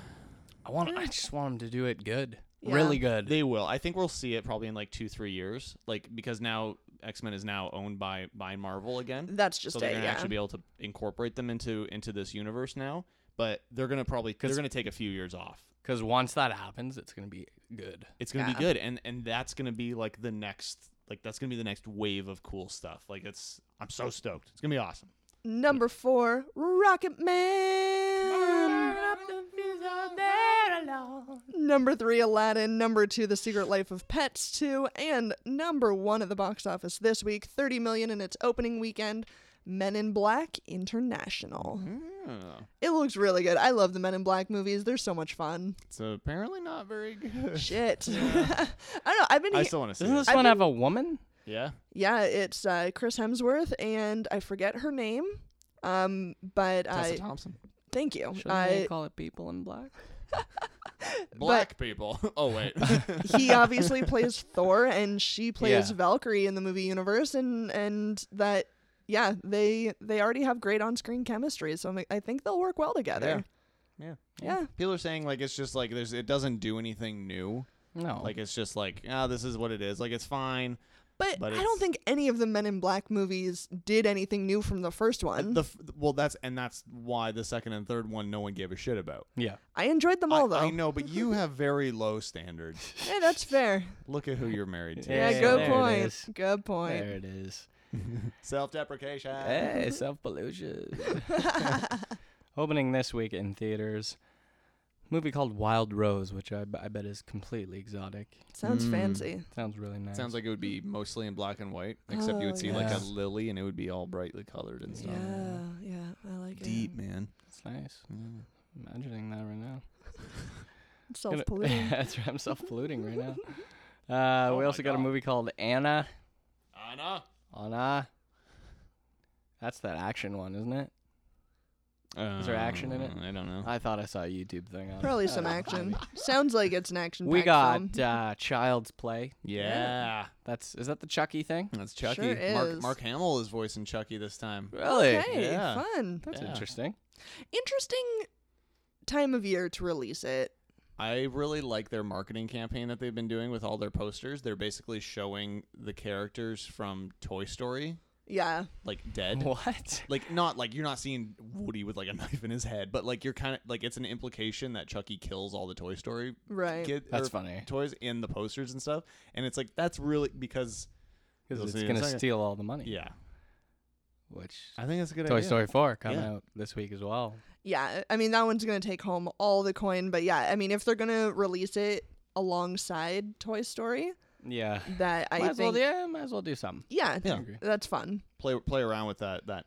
D: I want. I just want them to do it good.
A: Yeah.
D: Really good.
C: they will. I think we'll see it probably in like two, three years, like because now X Men is now owned by by Marvel again.
A: That's just
C: so they're
A: it,
C: gonna
A: yeah.
C: actually be able to incorporate them into into this universe now. But they're gonna probably they're gonna take a few years off.
D: Because once that happens, it's gonna be good.
C: It's gonna
A: Yeah.
C: be good, and and that's gonna be like the next like that's gonna be the next wave of cool stuff. Like it's I'm so stoked. It's gonna be awesome.
A: Number four, Rocket Man. Number three, Aladdin. Number two, The Secret Life of Pets 2. And number one at the box office this week, 30 million in its opening weekend, Men in Black International. It looks really good. I love the Men in Black movies. They're so much
C: (laughs)
A: fun.
C: It's apparently not very good.
A: Shit. (laughs) I don't know. I've been.
C: I
A: he-
C: still want to see
D: Doesn't
C: it.
D: this one have a woman?
C: Yeah.
A: yeah, it's uh, Chris Hemsworth and I forget her name. Um, but I
C: Thompson.
A: thank you.
D: Shouldn't they
A: I,
D: call it people in black?
C: Black people. (laughs) Oh wait.
A: (laughs) he
C: (laughs)
A: obviously plays Thor and she plays
C: Yeah.
A: Valkyrie in the movie universe and and that yeah, they they already have great on-screen chemistry, so I'm, like, I think they'll work well together.
C: Yeah.
A: Yeah.
C: People are saying like it's just like there's it doesn't do anything new.
D: No.
C: Like it's just like ah this is what it is. Like it's fine.
A: But,
C: But
A: I
C: it's-
A: don't think any of the Men in Black movies did anything new from the first one.
C: The f- well that's and that's why the second and third one no one gave a shit about.
D: yeah.
A: I enjoyed them all though.
C: I, I know, but
A: (laughs)
C: you have very low standards.
A: Yeah, that's fair.
C: Look at who you're married to.
A: Yeah,
D: Yeah,
A: good
D: there it
A: point.
D: is.
A: Good point.
D: There it is.
C: (laughs) Self-deprecation.
D: Hey, self pollution. Um,
A: (laughs)
D: (laughs) Opening this week in theaters. Movie called Wild Rose, which I, b- I bet is completely exotic.
A: Sounds fancy.
D: Sounds really nice.
C: Mm. Sounds like it would be mostly in black and white, except you
A: Oh,
C: would see like
D: yeah.
C: a lily and it would be all brightly colored and stuff.
A: Yeah, yeah, I like
C: Deep, man.
D: It's nice. Imagining that right
A: (laughs)
D: now.
A: it.
D: Gonna-
A: Self-polluting.
D: (laughs) That's right. I'm self polluting right
A: (laughs)
D: now. Uh, we
C: Oh my
D: also got a
C: God.
D: movie called Anna.
C: Anna.
D: Anna. That's that action one, isn't it? Is there action in it?
C: Uh, I don't know.
D: I thought I saw a YouTube thing on it.
A: Probably some action. Sounds like it's an action.
D: We got uh, Child's Play.
C: Yeah.
D: That's is that the uh, Chucky thing?
C: That's Chucky.
A: Sure
C: Mark
A: is.
C: Mark Hamill is voicing Chucky this time.
D: Really?
A: Okay,
C: Yeah.
A: fun.
D: That's
C: Yeah.
D: interesting.
A: Interesting time of year to release it.
C: I really like their marketing campaign that they've been doing with all their posters. They're basically showing the characters from Toy Story
A: Yeah.
C: like dead.
D: What?
C: Like not like you're not seeing Woody with like a (laughs) knife in his head, but like you're kind of like it's an implication that Chucky kills all the Toy Story
A: Right.
C: kid
D: That's
C: or
D: funny.
C: toys in the posters and stuff. And it's like that's really because
D: Because
C: You'll
D: it's
C: see in a
D: gonna
C: second.
D: steal all the money.
C: yeah,
D: Which
C: I think that's a good
D: Toy
C: idea.
D: Story Four coming
C: Yeah.
D: out this week as well.
A: Yeah. I mean, that one's going to take home all the coin. But yeah, I mean, if they're going to release it alongside Toy Story,
D: Yeah.
A: that I
D: might as well.
A: think.
D: Yeah. Might as well do something.
A: yeah.
C: Yeah.
D: agree.
A: That's fun.
C: Play play around with that that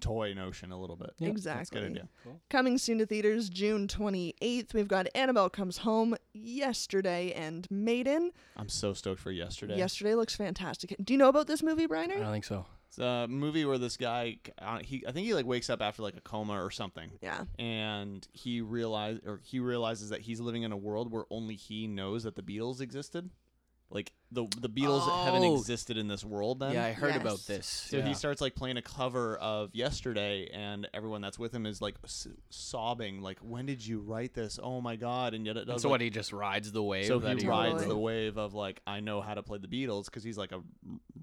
C: toy notion a little bit. That's a
A: exactly.
C: good idea.
A: Coming soon to theaters June 28th, we've got Annabelle Comes Home yesterday and Maiden.
C: I'm so stoked for yesterday.
A: Yesterday looks fantastic. Do you know about this movie,
D: I
A: Briner?
D: don't think so.
C: It's a movie where this guy, uh, he I think he like wakes up after like a coma or something,
A: Yeah.
C: and he realize or he realizes that he's living in a world where only he knows that the Beatles existed. Like the the Beatles haven't
D: Oh.
C: existed in this world then.
D: yeah, I heard about
A: Yes.
D: this.
C: So
D: yeah.
C: he starts like playing a cover of Yesterday, and everyone that's with him is like s- sobbing, like, "When did you write this? Oh my god!" And yet it
D: And
C: does.
D: so
C: like,
D: what? He just rides the wave.
C: so
D: that
C: he
A: he
C: rides
A: wrote?
C: the wave of like I know how to play the Beatles because he's like a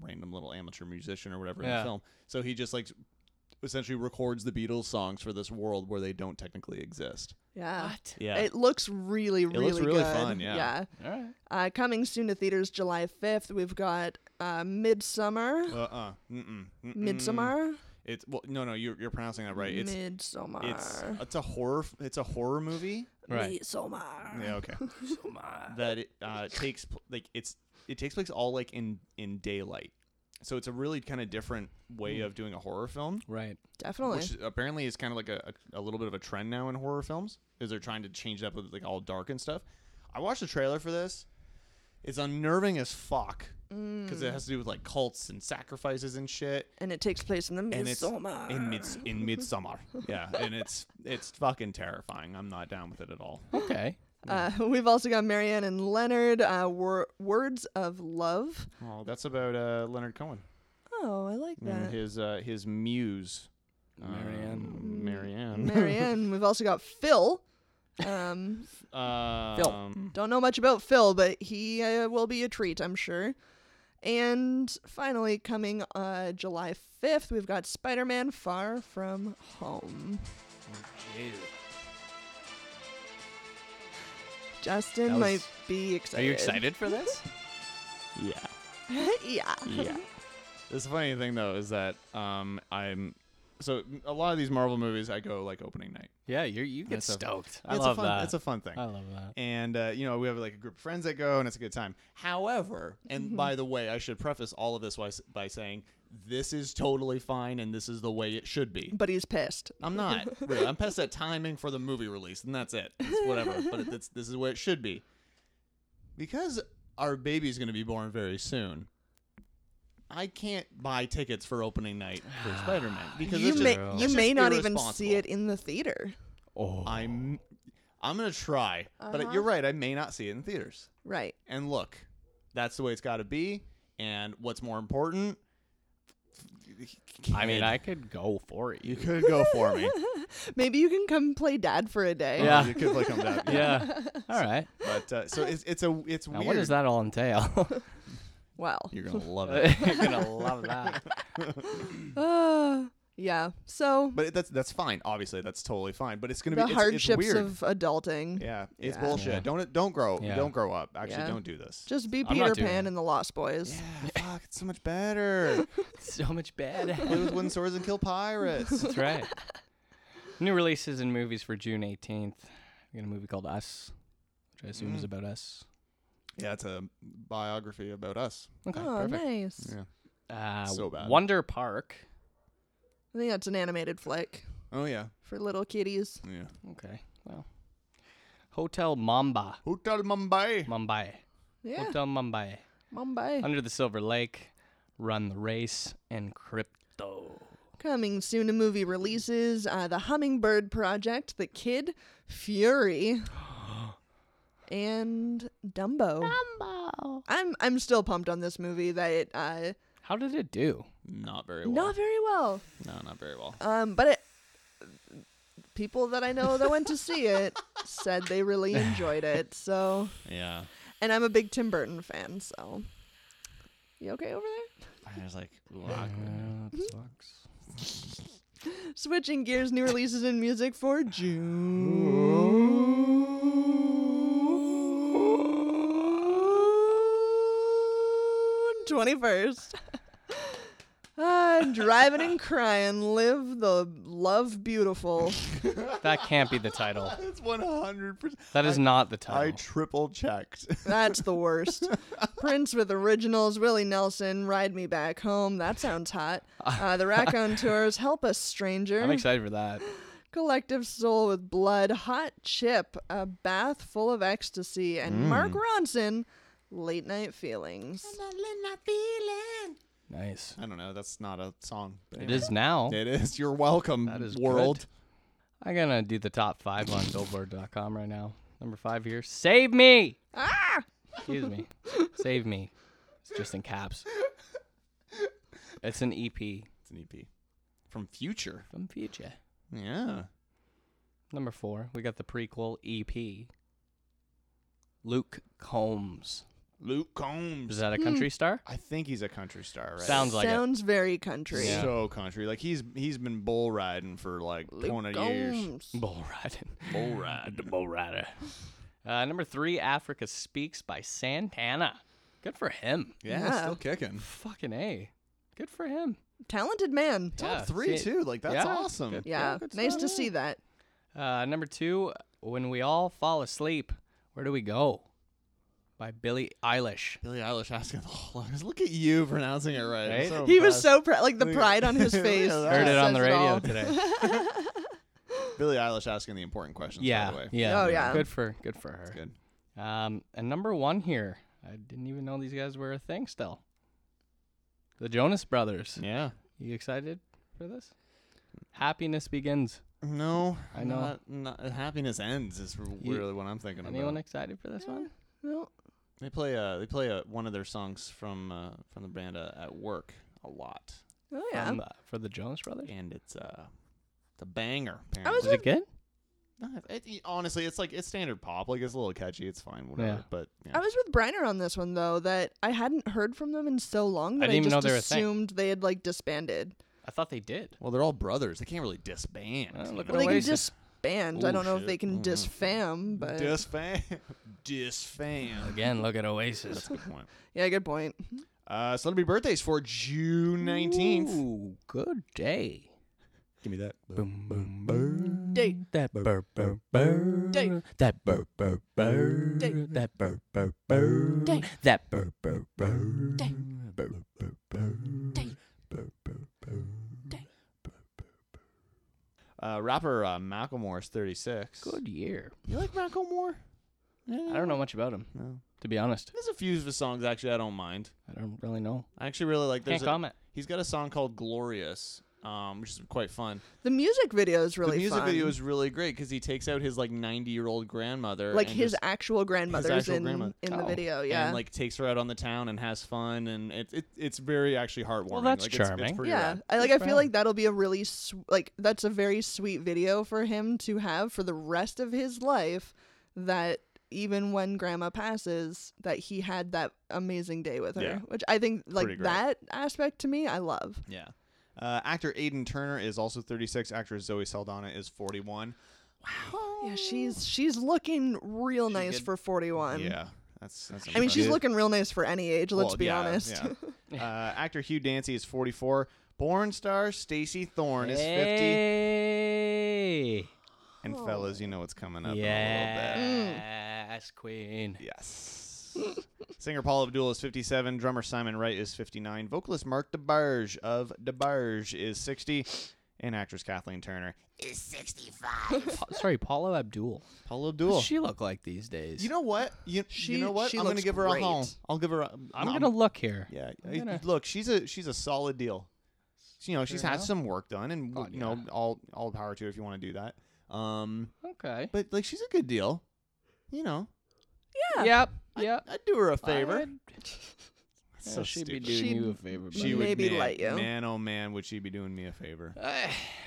C: random little amateur musician or whatever in the
D: Yeah.
C: film. So he just like essentially records the Beatles songs for this world where they don't technically exist.
A: Yeah.
G: What?
C: Yeah.
A: It looks really,
C: It
A: really
C: looks really
A: good.
C: fun, yeah.
A: Yeah. Uh, coming soon to theaters July 5th, we've got uh, Midsummer.
C: Uh uh. Mm-mm. Mm-mm.
A: Midsummer?
C: It's well, no, no. You're you're pronouncing that right. It's
A: Midsummer.
C: It's it's a horror. f- It's a horror movie.
A: Midsummer.
C: Yeah. Okay. that it uh, takes pl- like it's it takes place all like in in daylight, so it's a really kind of different way of doing a horror film.
D: Right.
A: Definitely.
C: Which apparently is kind of like a, a, a little bit of a trend now in horror films, is they're trying to change it up with like all dark and stuff. I watched the trailer for this. It's unnerving as fuck because
A: Mm.
C: it has to do with like cults and sacrifices and shit.
A: and it takes place in the
C: And it's
A: midsummer.
C: in mid in midsummer,
A: (laughs)
C: yeah, and it's it's fucking terrifying. I'm not down with it at all.
D: Okay.
A: Uh, (laughs) we've also got Marianne and Leonard, uh, wor- Words of Love.
C: Oh, that's about uh, Leonard Cohen.
A: Oh, I like
C: and
A: that.
C: his uh, his muse, Marianne. Marianne.
A: Marianne. We've also got Phil. (laughs) Um,
C: (laughs) Um,
A: Mm. don't know much about Phil, but he uh, will be a treat, I'm sure. And finally, coming uh, July 5th, we've got Spider Man Far From Home. Justin
G: That was-
A: might be excited.
G: Are you excited
A: (laughs)
G: for this?
C: Yeah.
A: yeah.
C: Yeah. This funny thing though is that um I'm so a lot of these Marvel movies I go like opening night.
D: Yeah, you you get
C: That's a-
D: stoked. I
C: it's
D: love
C: a fun,
D: that. Uh-huh.
C: It's a fun thing.
D: I love that.
C: And uh, you know we have like a group of friends that go and it's a good time. However, and by the way, I should preface all of this by, s- by saying this is totally fine and this is the way it should be.
A: But he's pissed.
C: I'm
A: (laughs)
C: not really. I'm pissed at timing for the movie release, and that's it. It's whatever. but it, it's, this is where it should be. Because our baby's going to be born very soon, I can't buy tickets for opening night
A: (sighs)
C: for Spider Man because
A: You
C: it's
A: may,
C: just,
A: you
C: it's
A: may
C: just
A: not even see
C: irresponsible.
A: it in the theater. (laughs)
D: Oh,
C: I'm I'm gonna try,
A: Uh-huh.
C: but you're right. I may not see it in theaters.
A: Right.
C: And look, that's the way it's got to be. And what's more important?
D: I mean,
C: kid,
D: I could go for it.
C: (laughs) you (laughs) could go for
D: (laughs)
C: me.
A: Maybe you can come play dad for a day.
D: Yeah.
C: you could play come down.
D: (laughs) yeah. All right.
C: But uh, so it's it's a it's
D: Now,
C: weird.
D: what does that all (laughs) entail?
A: (laughs) Well.
C: You're
A: (laughs)
C: gonna love it.
D: You're gonna love that.
A: Uh, yeah. So
C: (laughs) But that's that's fine. Obviously, that's totally fine. But it's gonna
A: the
C: be it's, it's
A: hardships
C: weird.
A: of adulting.
C: yeah, it's
A: Yeah.
C: bullshit.
D: Yeah.
C: Don't don't grow
D: Yeah.
C: don't grow up. Actually,
A: Yeah.
C: don't do this.
A: Just be
D: I'm
A: Peter
D: not doing
A: Pan
D: it.
A: and the Lost Boys.
C: yeah, fuck, it's so much
D: (laughs)
C: better.
D: so much bad.
C: Play
A: (laughs)
C: with wooden swords and kill pirates.
D: That's (laughs) right. New releases and movies for June 18th. We got a movie called Us, which I assume is
C: Mm.
D: about us.
C: yeah, it's a biography about us.
D: Okay,
A: oh,
D: perfect.
A: nice.
C: Yeah.
D: Uh,
C: So bad.
D: Wonder Park.
A: (laughs) I think that's an animated flick
C: Oh yeah,
A: for little kitties.
C: yeah.
D: Okay, well. Hotel Mamba,
C: Hotel Mumbai.
D: Mumbai.
A: Yeah.
D: Hotel Mumbai.
A: Mumbai.
D: Under the Silver Lake, Run the Race, and Crypto.
A: Coming soon to movie releases uh, The Hummingbird Project, The Kid,
D: (gasps)
A: Fury, and Dumbo. Dumbo. I'm I'm still pumped on this movie. That it, uh,
D: How did it do?
C: Not very well.
A: not very well,
C: No, not very well.
A: um, but it, people that I know that went to see
D: (laughs)
A: it said they really enjoyed it. So,
C: Yeah.
A: and I'm a big Tim Burton fan. So, you okay over there?
C: I was like, ooh,
A: Mm-hmm.
D: sucks.
A: Switching gears, new releases in music for June twenty
D: (laughs)
A: first. Ah, driving and crying, live the love beautiful.
D: That can't be the title.
C: that's one hundred percent.
D: That is not the title.
C: I triple checked.
A: That's the worst. Prince with originals, Willie Nelson, Ride Me Back Home. That sounds
D: (laughs)
A: hot. Uh, the Raccoon Tours, Help Us Stranger.
D: I'm excited for that.
A: Collective Soul with Blood, Hot Chip, A Bath Full of Ecstasy, and
C: Mm.
A: Mark Ronson, Late Night Feelings.
D: Nice.
C: I don't know. That's not a song. but
D: It is now.
C: (laughs) It is. You're welcome,
D: That is
C: world.
D: good. I'm gonna do the top five on Billboard.com right now. Number five here. Save me. Ah. Excuse
C: (laughs)
D: me. Save me. It's just in caps. It's an e EP
C: It's an EP from Future.
D: from Future.
C: Yeah.
D: Number E four, we got the prequel EP. Luke Combs.
C: Luke Combs.
D: Is that a country star?
C: I think he's a country star, right?
D: Sounds like it.
A: Hmm. Sounds very country.
C: So country. Like he's he's been bull riding for like twenty years.
A: Combs.
D: Bull riding.
C: Bull ride.
D: The (laughs) bull rider. Uh, number three, Africa Speaks by Santana. Good for him.
C: Yeah,
A: Yeah.
C: still kicking.
D: Fucking A. Good for him.
A: Talented man.
C: Top
D: Yeah,
C: three
D: see-
C: too. Like that's
D: yeah,
C: awesome.
D: good.
A: Yeah.
D: good
A: nice
D: stuff.
A: to see that.
D: Uh, number two, When We All Fall Asleep, Where Do We Go? By Billie Eilish.
C: Billie Eilish asking the whole lines. Look at you pronouncing it right. I'm
D: Right?
C: so
A: He was
C: impressed.
A: so proud. Like the pride on his
C: (laughs) Look at
A: face.
C: that.
D: Heard
A: just
D: it on the
A: says
D: radio
A: all.
D: today.
C: (laughs) Billie Eilish asking the important questions.
D: yeah,
C: By the way.
D: yeah.
A: Oh, yeah.
D: Good for good for her.
C: Good.
D: Um, and number one here, I didn't even know these guys were a thing still. The Jonas Brothers.
C: Yeah.
D: You excited for this? Happiness begins.
C: No,
D: I know.
C: Not, not, happiness ends is r-
D: You-
C: really what I'm thinking
D: Anyone
C: about.
D: excited for this one?
A: Well,
C: they play uh, they play uh, one of their songs from uh, from the band uh, at work a lot,
A: oh yeah.
D: Um, uh, for the Jonas Brothers.
C: and it's uh, it's a banger.
A: I was
C: Apparently.
D: Is it good?
C: No, it- it- honestly, it's like it's standard pop. Like it's a little catchy. It's fine, whatever.
D: Yeah.
C: But yeah.
A: I was with Briner on this one though that I hadn't heard from them in so long that I,
D: didn't even
A: just
D: know they were a thing.
A: assumed they had like disbanded.
D: I thought they did.
C: well, they're all brothers. They can't really disband.
D: Uh,
C: you
D: look at
C: know?
A: Well, they can
D: Oasis.
A: disband. I
C: Oh,
A: don't know if
C: shit.
A: they can disfam,
C: Mm-hmm.
A: but
C: disfam, disfam.
D: Again, look at Oasis.
C: (laughs) That's a good point.
A: yeah, good point.
C: Uh, celebrity birthdays for June nineteenth.
D: Ooh, good day.
M: Give me that.
D: Boom, boom, boom.
A: Day,
D: That burr, burr, burr.
A: Day.
D: That burr, burr, burr.
A: Day.
D: That burr, burr, burr.
J: Day.
D: That burr, burr, burr.
J: Day.
D: Burr, burr, burr.
J: Day.
D: Burr, burr, burr.
C: Uh, rapper uh, Macklemore's thirty six.
D: Good year.
C: You like Macklemore?
D: I don't know much about him,
C: No.
D: to be honest.
C: There's a few of his songs actually I don't mind.
D: I don't really know.
C: I actually really like. There's
D: Can't
C: a-
D: comment.
C: He's got a song called "Glorious," um, which is quite fun.
A: The music video is really
C: the music
A: fun.
C: video is really great because he takes out his like 90 year old grandmother,
A: like
C: and
A: his
C: just-
A: actual grandmother's
C: actual
A: in
C: grandma.
A: in the
D: Oh.
A: video. Yeah,
C: and like takes her out on the town and has fun, and it, it it's very actually heartwarming.
D: that's
C: like, it's- It's,
D: charming.
C: pretty
A: yeah.
C: rad.
A: I like. I
D: Good for
A: feel like that'll be a really s like that's a very sweet video for him to have for the rest of his life. That even when grandma passes, that he had that amazing day with her,
C: Yeah.
A: which I think
C: Pretty
A: like
C: great.
A: that aspect to me, I love.
C: Yeah. Uh, actor Aidan Turner is also 36. Actress Zoe Saldana is 41.
A: Yeah, she's she's looking real nice
C: good.
A: for forty one.
C: Yeah, that's that's.
A: I mean, she's
C: impressive.
A: looking real nice for any age. Let's
C: Well,
A: be
C: yeah,
A: honest.
C: yeah. uh, actor Hugh Dancy is 44. Born star Stacy Thorne is 50.
D: Hey.
C: And fellas, you know what's coming up in a little bit.
A: Mm.
D: Yes, Queen.
C: Yes. Singer Paul Abdul is 57. Drummer Simon Wright is 59. Vocalist Mark DeBarge of DeBarge is 60. And actress Kathleen Turner.
E: (laughs)
D: Pa- Sorry, Paula Abdul.
C: Paul
D: What
C: Abdul.
D: does she look like these days?
C: you know what? You,
A: She-
C: you know what?
A: she
C: I'm gonna
A: looks
C: give her a
A: great.
C: home. I'll give her. A,
D: I'm gonna look here.
C: Yeah.
D: I'm
C: I-
D: gonna-
C: Look, she's a she's a solid deal. She- You know, she's had
D: enough.
C: some work done, and
D: Oh,
C: you know,
D: yeah.
C: all all power to her if you want to do that. Um,
D: Okay.
C: but like, she's a good deal. You know,
A: Yeah.
D: Yep. Yep.
C: I'd do her a favor. (laughs)
D: So she'd be
C: stupid.
D: doing
A: She'd-
D: you a favor.
C: She
D: She
C: would
A: Maybe
C: man,
A: let you.
C: Man, oh man, would she be doing me a favor?
D: Uh,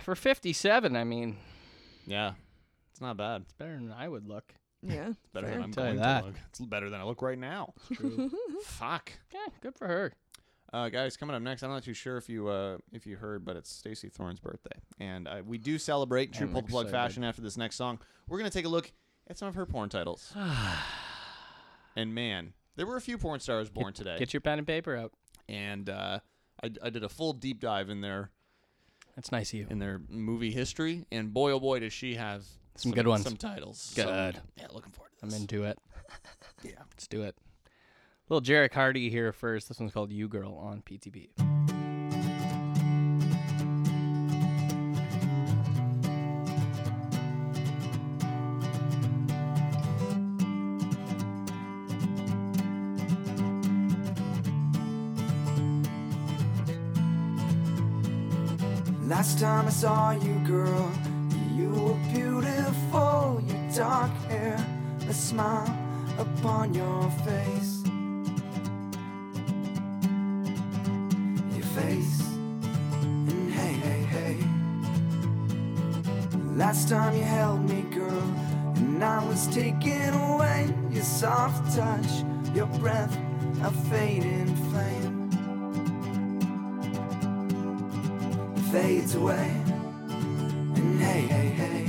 D: for 57. I mean,
C: Yeah, it's not bad.
D: it's better than I would look.
A: Yeah.
C: It's better than I'm
D: Tell you
C: going
D: that.
C: to look. It's better than I look right now. (laughs) Fuck.
D: Yeah, good for her.
C: Uh, guys, coming up next, I'm not too sure if you uh, if you heard, but it's Stacy Thorne's birthday, and uh, we do celebrate in true
D: I'm
C: pull the plug
D: excited.
C: fashion. After this next song, we're gonna take a look at some of her porn titles.
D: (gasps)
C: and man, there were a few porn stars born today,
D: Get your pen and paper out.
C: and uh, I, I did a full deep dive in their
D: That's nice of you.
C: in their movie history, and boy oh boy does she have
D: Some good ones.
C: some titles. So,
D: Good.
C: yeah, looking forward to
D: I'm
C: this.
D: into
C: (laughs)
D: it. yeah, let's do it. Little Jarek Hardy here first. This one's called "You Girl" on PTB.
K: Last time I saw you, girl, you were beautiful. Your dark hair, the smile upon your face. Your face. And hey, hey, hey. Last time you held me, girl, and I was taken away. Your soft touch your breath a fading flame fades away. And hey, hey, hey.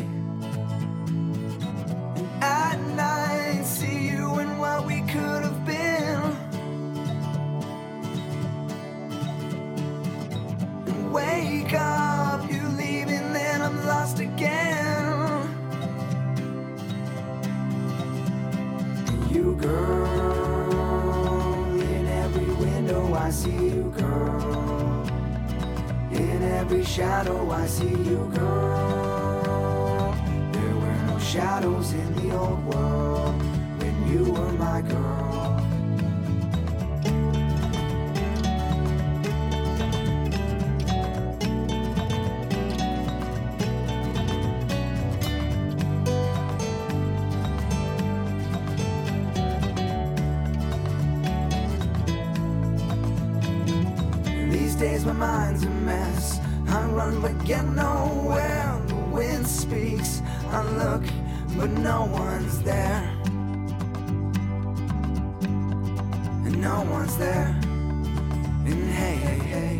K: And at night, see you in what we could have been. And wake up, you leaving, then I'm lost again. You girl, in every window I see you girl. In every shadow I see you girl. There were no shadows in the old world when you were my girl. These days my mind's a mess. I run but get nowhere. The wind speaks. I look, but no one's there. And no one's there. And hey, hey, hey.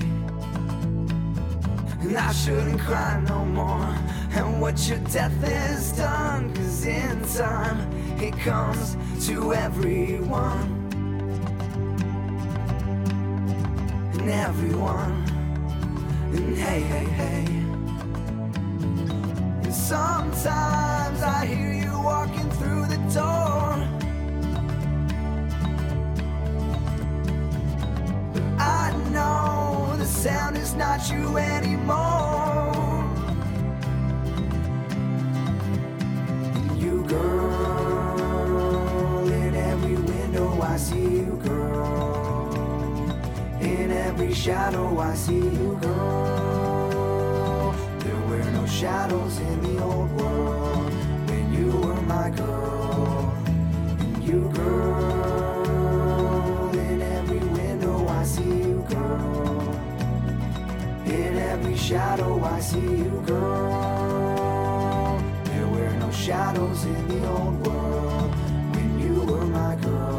K: And I shouldn't cry no more. And what your death is done. Cause in time, it comes to everyone. and everyone. And hey, hey, hey. And sometimes I hear you walking through the door. But I know the sound is not you anymore. And you, girl, in every window I see you, girl. In every shadow I see you girl. There were no shadows in the old world when you were my girl. And you girl. In every window I see you girl. In every shadow I see you girl. There were no shadows in the old world when you were my girl.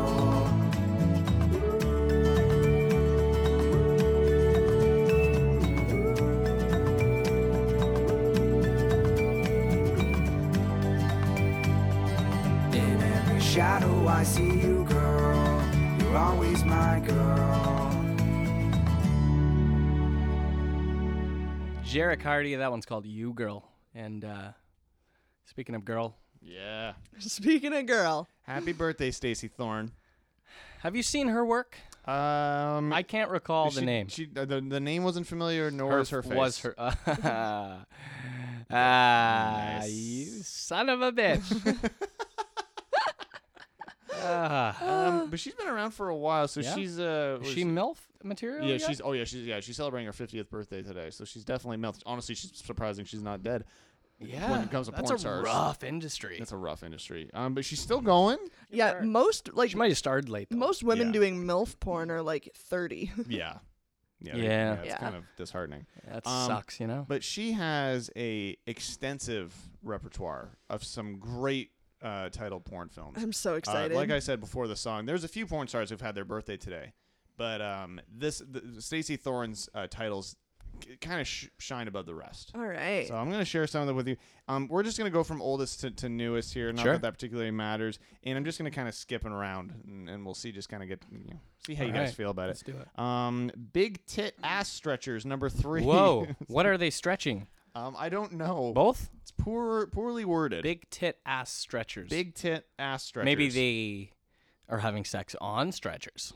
K: In every shadow I see you, girl. You're always my girl.
D: Jarek Hardy, that one's called You Girl. And uh, speaking of girl,
C: Yeah.
A: (laughs) Speaking of girl,
C: Happy birthday, Stacy Thorne.
D: have you seen her work?
C: Um,
D: I can't recall the
C: she-
D: name.
C: She uh, the, the name wasn't familiar, nor was her
D: f-
C: face.
D: Was her. (laughs)
C: (laughs)
D: Ah, (laughs) you son of a
C: (laughs)
D: bitch. Ah,
C: Um, but she's been around for a while, so
D: Yeah?
C: she's uh,
D: is
C: was-
D: she MILF material?
C: yeah,
D: yet?
C: she's oh yeah, she's yeah, she's celebrating her 50th birthday today, so she's definitely melted. Honestly, she's surprising she's not dead.
D: Yeah.
C: when it comes to
D: that's
C: porn
D: a
C: stars.
D: rough industry.
C: That's a rough industry. Um, but she's still going.
A: (laughs) yeah, most like
D: she might have started late. Though.
A: most women
C: Oh, Yeah.
A: doing milf porn are like thirty. (laughs)
C: Yeah, yeah,
D: Yeah.
C: It's
A: Yeah.
C: kind of disheartening.
D: that
C: um,
D: sucks, you know.
C: But she has a extensive repertoire of some great uh, titled porn films.
A: I'm so
C: Uh,
A: excited.
C: like I said before the song, there's a few porn stars who've had their birthday today, but um, this the, Stacey Thorne's uh, titles kind of sh- shine above the rest.
A: All right.
C: So I'm going to share some of them with you. Um, we're just going to go from oldest to, to newest here. Not
D: Sure.
C: that that particularly matters. And I'm just going to kind of skip it around, and, and we'll see. Just kind of get you know, see how you guys
D: Alright,
C: feel about
D: let's
C: it.
D: do it.
C: Um, big tit ass stretchers number three. (laughs)
D: Whoa, what are they stretching?
C: um, I don't know.
D: Both
C: It's poor, poorly worded.
D: big tit ass stretchers.
C: big tit ass stretchers.
D: Maybe they are having sex on stretchers,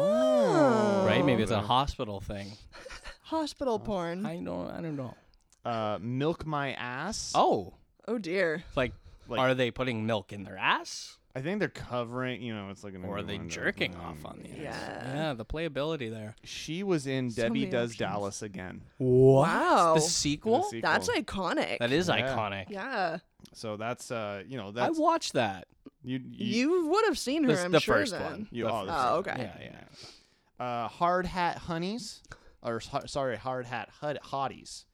A: Oh.
D: right? Maybe it's a hospital thing.
A: Hospital porn.
D: Oh, I don't. I don't know.
C: uh, milk my ass.
D: Oh,
A: oh dear.
D: like,
C: Like-
D: are they putting milk in their ass,
C: I think they're covering. You know, it's like an.
D: or are they
C: innuendo.
D: jerking
C: Um,
D: off on the?
A: yeah.
D: Ass? Yeah, the playability there.
C: She was in Debbie
A: many
C: Does
A: options.
C: Dallas again. (laughs)
A: Wow.
D: The sequel.
C: The
A: That's
C: sequel.
A: iconic.
D: that is
C: Yeah.
D: iconic.
A: Yeah.
C: so that's uh you know
D: I
C: that's
D: watched that.
C: you you,
A: You would have seen her,
D: The,
A: I'm
D: the
A: sure.
D: first
A: then.
D: one.
C: you-
D: The
C: oh,
D: first-
C: that's-
A: Oh, okay.
D: yeah, yeah.
C: uh hard hat honeys or s- sorry hard hat hud hotties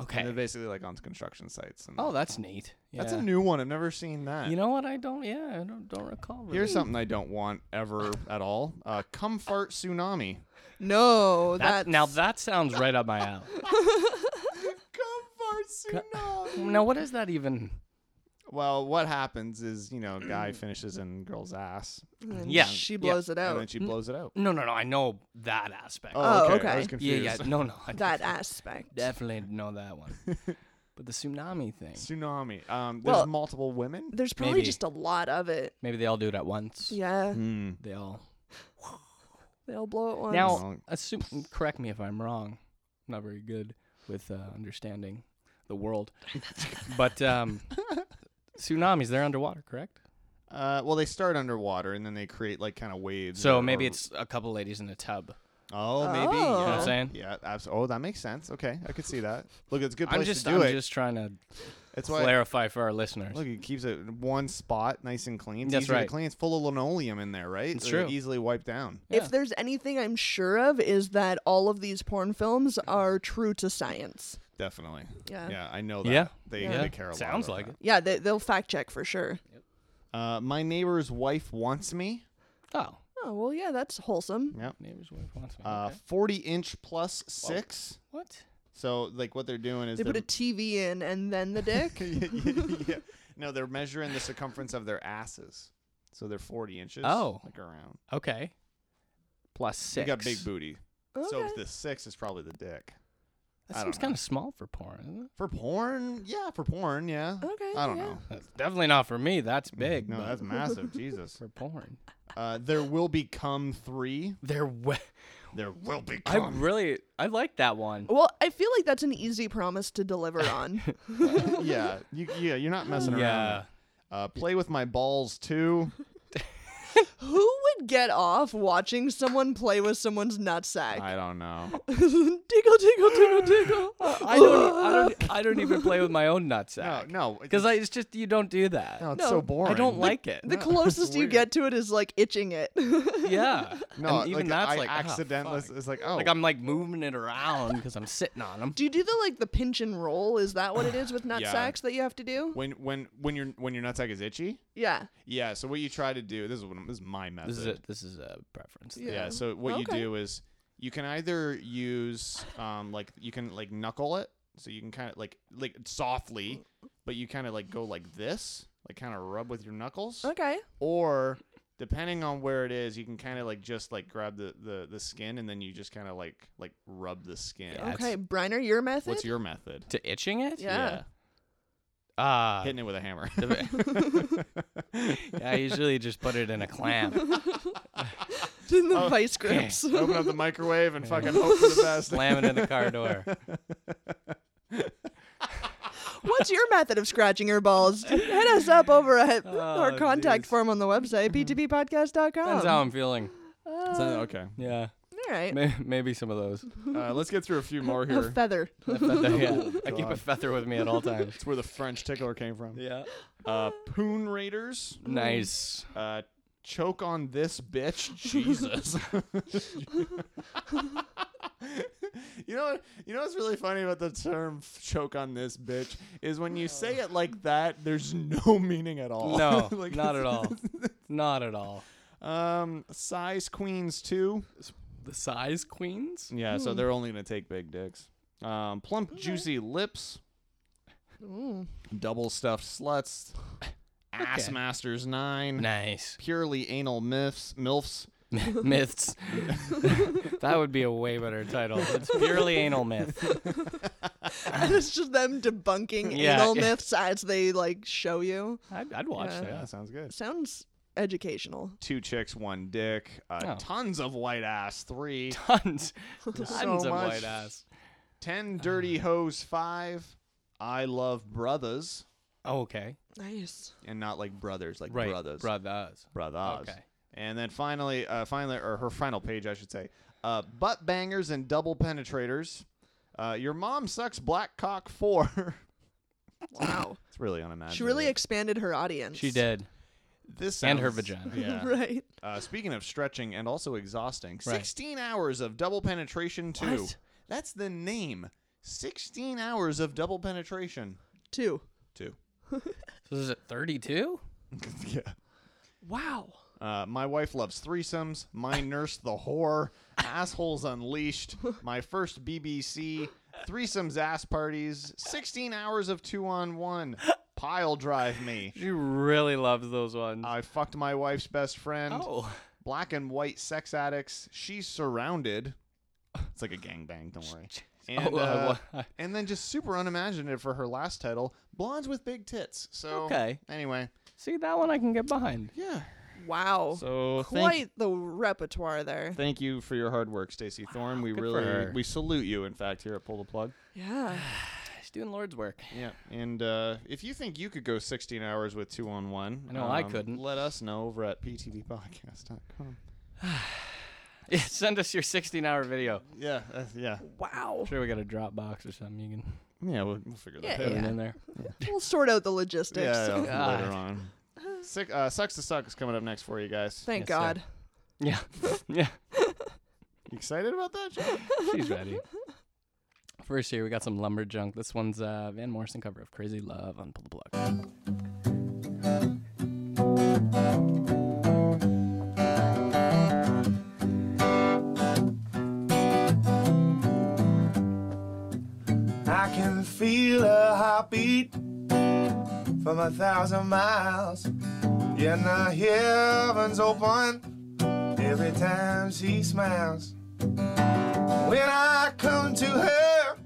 D: Okay.
C: And they're basically like on construction sites. And
D: oh, that's neat. Yeah.
C: Mm. that's a new one. I've never seen that.
D: You know what? I don't. Yeah, I don't, don't recall. Really.
C: Here's something I don't want ever at all. Uh, comfort tsunami.
A: No,
D: that,
A: Oh, that's
D: now that sounds right up my alley.
C: Comfort tsunami.
D: now, what is that even?
C: well, what happens is you know,
D: (clears throat)
C: guy finishes in girl's ass,
A: and
D: yeah,
A: she
D: yeah.
A: blows it
C: and
A: out.
C: then she blows it out.
D: No, no, no. I know that aspect.
A: Oh,
C: I
A: okay.
C: was
D: yeah,
C: confused.
D: (laughs) yeah. No, no.
A: (laughs)
D: I
A: that aspect.
D: definitely know that
C: (laughs)
D: one. but the tsunami thing.
C: Tsunami. Um, there's
A: Well-
C: multiple women.
A: There's probably
D: Maybe.
A: just a lot of it.
D: Maybe they all do it at once.
A: Yeah,
C: Mm.
D: They all.
A: they'll blow it once.
D: Now,
C: Wrong.
D: assume, correct me if I'm wrong. I'm not very good with uh, understanding
A: (laughs)
D: the world. but um, tsunamis, they're underwater, correct?
C: Uh, well, they start underwater and then they create like kind of waves.
D: So
C: or-
D: maybe
C: or-
D: it's a couple ladies in a tub.
C: Oh, maybe.
A: Oh. You know what
D: You know
A: I'm
D: what I'm
C: yeah.
D: saying?
C: Yeah, absolutely. Oh, that makes sense. Okay, I could see that. Look, it's a good place
D: I'm just,
C: to do
D: I'm
C: it.
D: just trying to
C: That's why.
D: clarify for our listeners.
C: Look, it keeps it in one spot nice and clean. It's
D: That's
C: easier to
D: right.
C: clean. It's full of linoleum in there, right?
D: It's
C: They're
D: true.
C: Easily wiped down.
D: Yeah.
A: If there's anything I'm sure of is that all of these porn films are true to science.
C: Definitely.
A: Yeah.
C: Yeah, I know that.
D: Yeah.
C: They,
D: Yeah.
C: they care a lot.
D: Sounds
C: about
D: like
C: that.
D: it.
A: Yeah, they, they'll fact check for sure.
C: Uh, my neighbor's wife wants me.
D: Oh,
A: Oh well, yeah, that's wholesome.
C: Yep.
D: neighbor's wife wants me.
C: Uh,
D: Okay.
C: 40 inch plus six.
D: What?
C: So, like, what they're doing is
A: They put
C: they're-
A: a TV in and then the dick.
C: (laughs)
A: (laughs)
C: yeah. No, they're measuring the circumference of their asses. So they're 40 inches.
D: Oh.
C: Like around.
D: Okay. Plus six.
C: You got big booty. So
A: Okay.
C: the six is probably the dick. I
D: That
C: don't
D: seems
C: know.
D: kind of small for porn. Isn't it?
C: For porn? Yeah, for porn, yeah.
A: Okay,
C: I don't
A: yeah.
C: know.
D: That's definitely not for me. That's big.
C: No,
D: but
A: (laughs)
C: that's massive. Jesus.
D: for porn.
C: Uh, there will (laughs) become three.
D: They're we-
C: There will
D: I
C: become.
D: really I like that one.
A: Well, I feel like that's an easy promise to
C: (laughs)
A: deliver on.
C: yeah, you, yeah, you're not messing around.
D: Yeah.
C: Uh, play with my balls too.
A: Who would get off watching someone play with someone's
D: (laughs)
A: nutsack?
C: (laughs) I don't know.
A: tickle, tickle, tickle,
C: (laughs)
A: tickle.
D: I don't,
C: e-
A: (laughs)
D: I don't I don't even play with my own
C: No,
D: nutsack.
C: no,
D: Cuz I it's just you don't do that.
C: No, it's so boring.
D: I don't like (laughs) it.
A: The closest you
C: weird.
A: get to it is like itching it. (laughs)
D: yeah.
C: No,
D: and even
C: like,
D: that's
C: I
D: like ah,
C: accidentally.
D: fuck.
C: it's like oh,
D: like I'm like moving it around cuz I'm sitting on them.
A: do you do the like the pinch and roll? Is that what it is
D: (sighs)
A: with nut
C: Yeah.
A: sacks that you have to do?
C: when when when your when your nutsack is itchy.
A: Yeah.
C: Yeah. So what you try to do. This is what I'm- this is my method.
D: This is a this is a preference.
A: Yeah.
C: Yeah. So what
A: Okay.
C: you do is you can either use um like you can like knuckle it, so you can kind of like like softly, but you kind of like go like this, like kind of rub with your knuckles,
A: Okay.
C: or depending on where it is, you can kind of like just like grab the the the skin and then you just kind of like like rub the skin.
D: Yeah. That's-
A: okay, Briner, your method.
C: What's your method?
D: To itching it?
A: yeah.
D: Ah.
C: Hitting it with
A: (laughs)
C: a hammer. (laughs)
D: I usually just put it in a clamp,
A: In the vice grips.
C: Oh,
A: (laughs)
C: Open up the microwave and fucking hope for the best.
D: slam it in the car
C: (laughs)
D: door.
A: What's your method of scratching your balls? Hit us up over
D: (laughs)
A: at
D: Oh,
A: our contact form on the website,
D: Mm-hmm.
C: Um,
D: Depends how
A: ptppodcast.com.
D: I'm feeling.
C: okay.
D: Yeah.
A: All right.
D: May- Maybe some of those.
C: Uh, let's get through a few more
A: A
C: here.
A: feather.
D: (laughs) A feather, yeah. I keep a feather with me at all times.
C: That's where the French tickler came from.
D: Yeah.
C: Uh, Poon Raiders.
D: Nice.
C: Uh, choke on this bitch. (laughs) Jesus. you know what? You know what's really funny about the term "choke on this bitch" is when you say it like that, there's no (laughs) meaning at all.
D: No,
C: (laughs) Like,
D: not at all.
C: (laughs)
D: Not at all.
C: Um, size queens too.
D: The size queens? Hmm.
C: Yeah, so they're only gonna take big dicks. Um, plump, juicy lips. Double stuffed
D: (laughs)
C: sluts. Ass
D: Okay.
C: masters nine.
D: Nice.
C: Purely anal myths. Milfs.
D: (laughs)
C: (laughs)
D: Myths. (laughs) that would be a way better title. It's purely anal myth.
A: (laughs) And it's just them debunking
D: Yeah,
A: anal
D: yeah.
A: myths as they like show you.
D: I'd, I'd watch
A: Yeah.
D: that.
C: sounds good.
A: Sounds educational.
C: Two chicks, one dick. Uh,
D: Oh.
C: Tons of white ass. Three.
D: (laughs)
C: (laughs)
D: Tons. Tons of
C: much.
D: white ass.
C: Ten dirty hoes. Five. I love brothers,
D: Oh, okay.
A: Nice.
C: and not like brothers, like
D: Right.
C: brothers.
D: Brothers.
C: brothers.
D: Okay.
C: And then finally, uh, finally, or her final page, I should say, uh, butt bangers and double penetrators. Uh, your mom sucks black cock (laughs) four.
A: Wow.
C: it's really unimaginable.
A: she really expanded her audience. (laughs)
D: She did.
C: this
D: And her
C: sounds- (laughs)
D: vagina.
C: Yeah.
A: Right.
C: uh, speaking of stretching and also exhausting,
D: Right.
C: sixteen hours of double penetration too.
D: What?
C: That's the name. 16 hours of double penetration.
A: Two.
C: Two.
D: So is it
C: (laughs)
D: 32?
C: yeah.
A: Wow.
C: Uh, my wife loves threesomes.
D: (laughs)
C: My nurse, the whore. Assholes unleashed. My first BBC. Threesomes, ass parties. 16 hours of two on one. Pile drive me.
D: (laughs) She really loves those ones.
C: I fucked my wife's best friend.
D: oh.
C: Black and white sex addicts. She's surrounded. It's like a gangbang, don't worry. And,
D: Oh, uh,
C: uh,
D: wha-
C: and then just super unimaginative for her last title, Blondes with Big Tits. So,
D: Okay.
C: anyway.
D: See, that one I can get behind.
C: Yeah.
A: Wow.
C: So, thank
A: Quite the repertoire there.
C: Thank you for your hard work, Stacey Thorne. We
D: good for
C: really
D: her.
C: we salute you, in fact, here at Pull the Plug.
A: Yeah.
D: (sighs) She's doing Lord's work.
C: Yeah, and uh, if you think you could go 16 hours with two on one, um,
D: I know I couldn't.
C: Let us know over at ptvpodcast.com.
D: (sighs) Yeah, Send us your 16 hour video.
C: Yeah, uh, yeah,
A: Wow.
D: sure we got a Dropbox or something. You can
C: yeah. We'll, we'll figure that
A: Yeah,
C: out
D: put it
A: yeah.
D: in there.
A: We'll sort out the logistics.
C: yeah,
A: (laughs)
C: yeah,
D: God. (laughs)
C: later on. Sick, uh, Sucks to suck is coming up next for you guys.
A: Thank
D: Yes, sir.
A: God.
D: Yeah.
C: (laughs)
D: yeah.
C: You excited about that? Joe?
D: (laughs) She's ready.
C: (laughs)
D: First here, we got some lumber junk. This one's uh, Van Morrison cover of Crazy Love on Pull the Plug.
H: I can feel a heartbeat from a thousand miles. And the heavens open every time she smiles. When I come to her,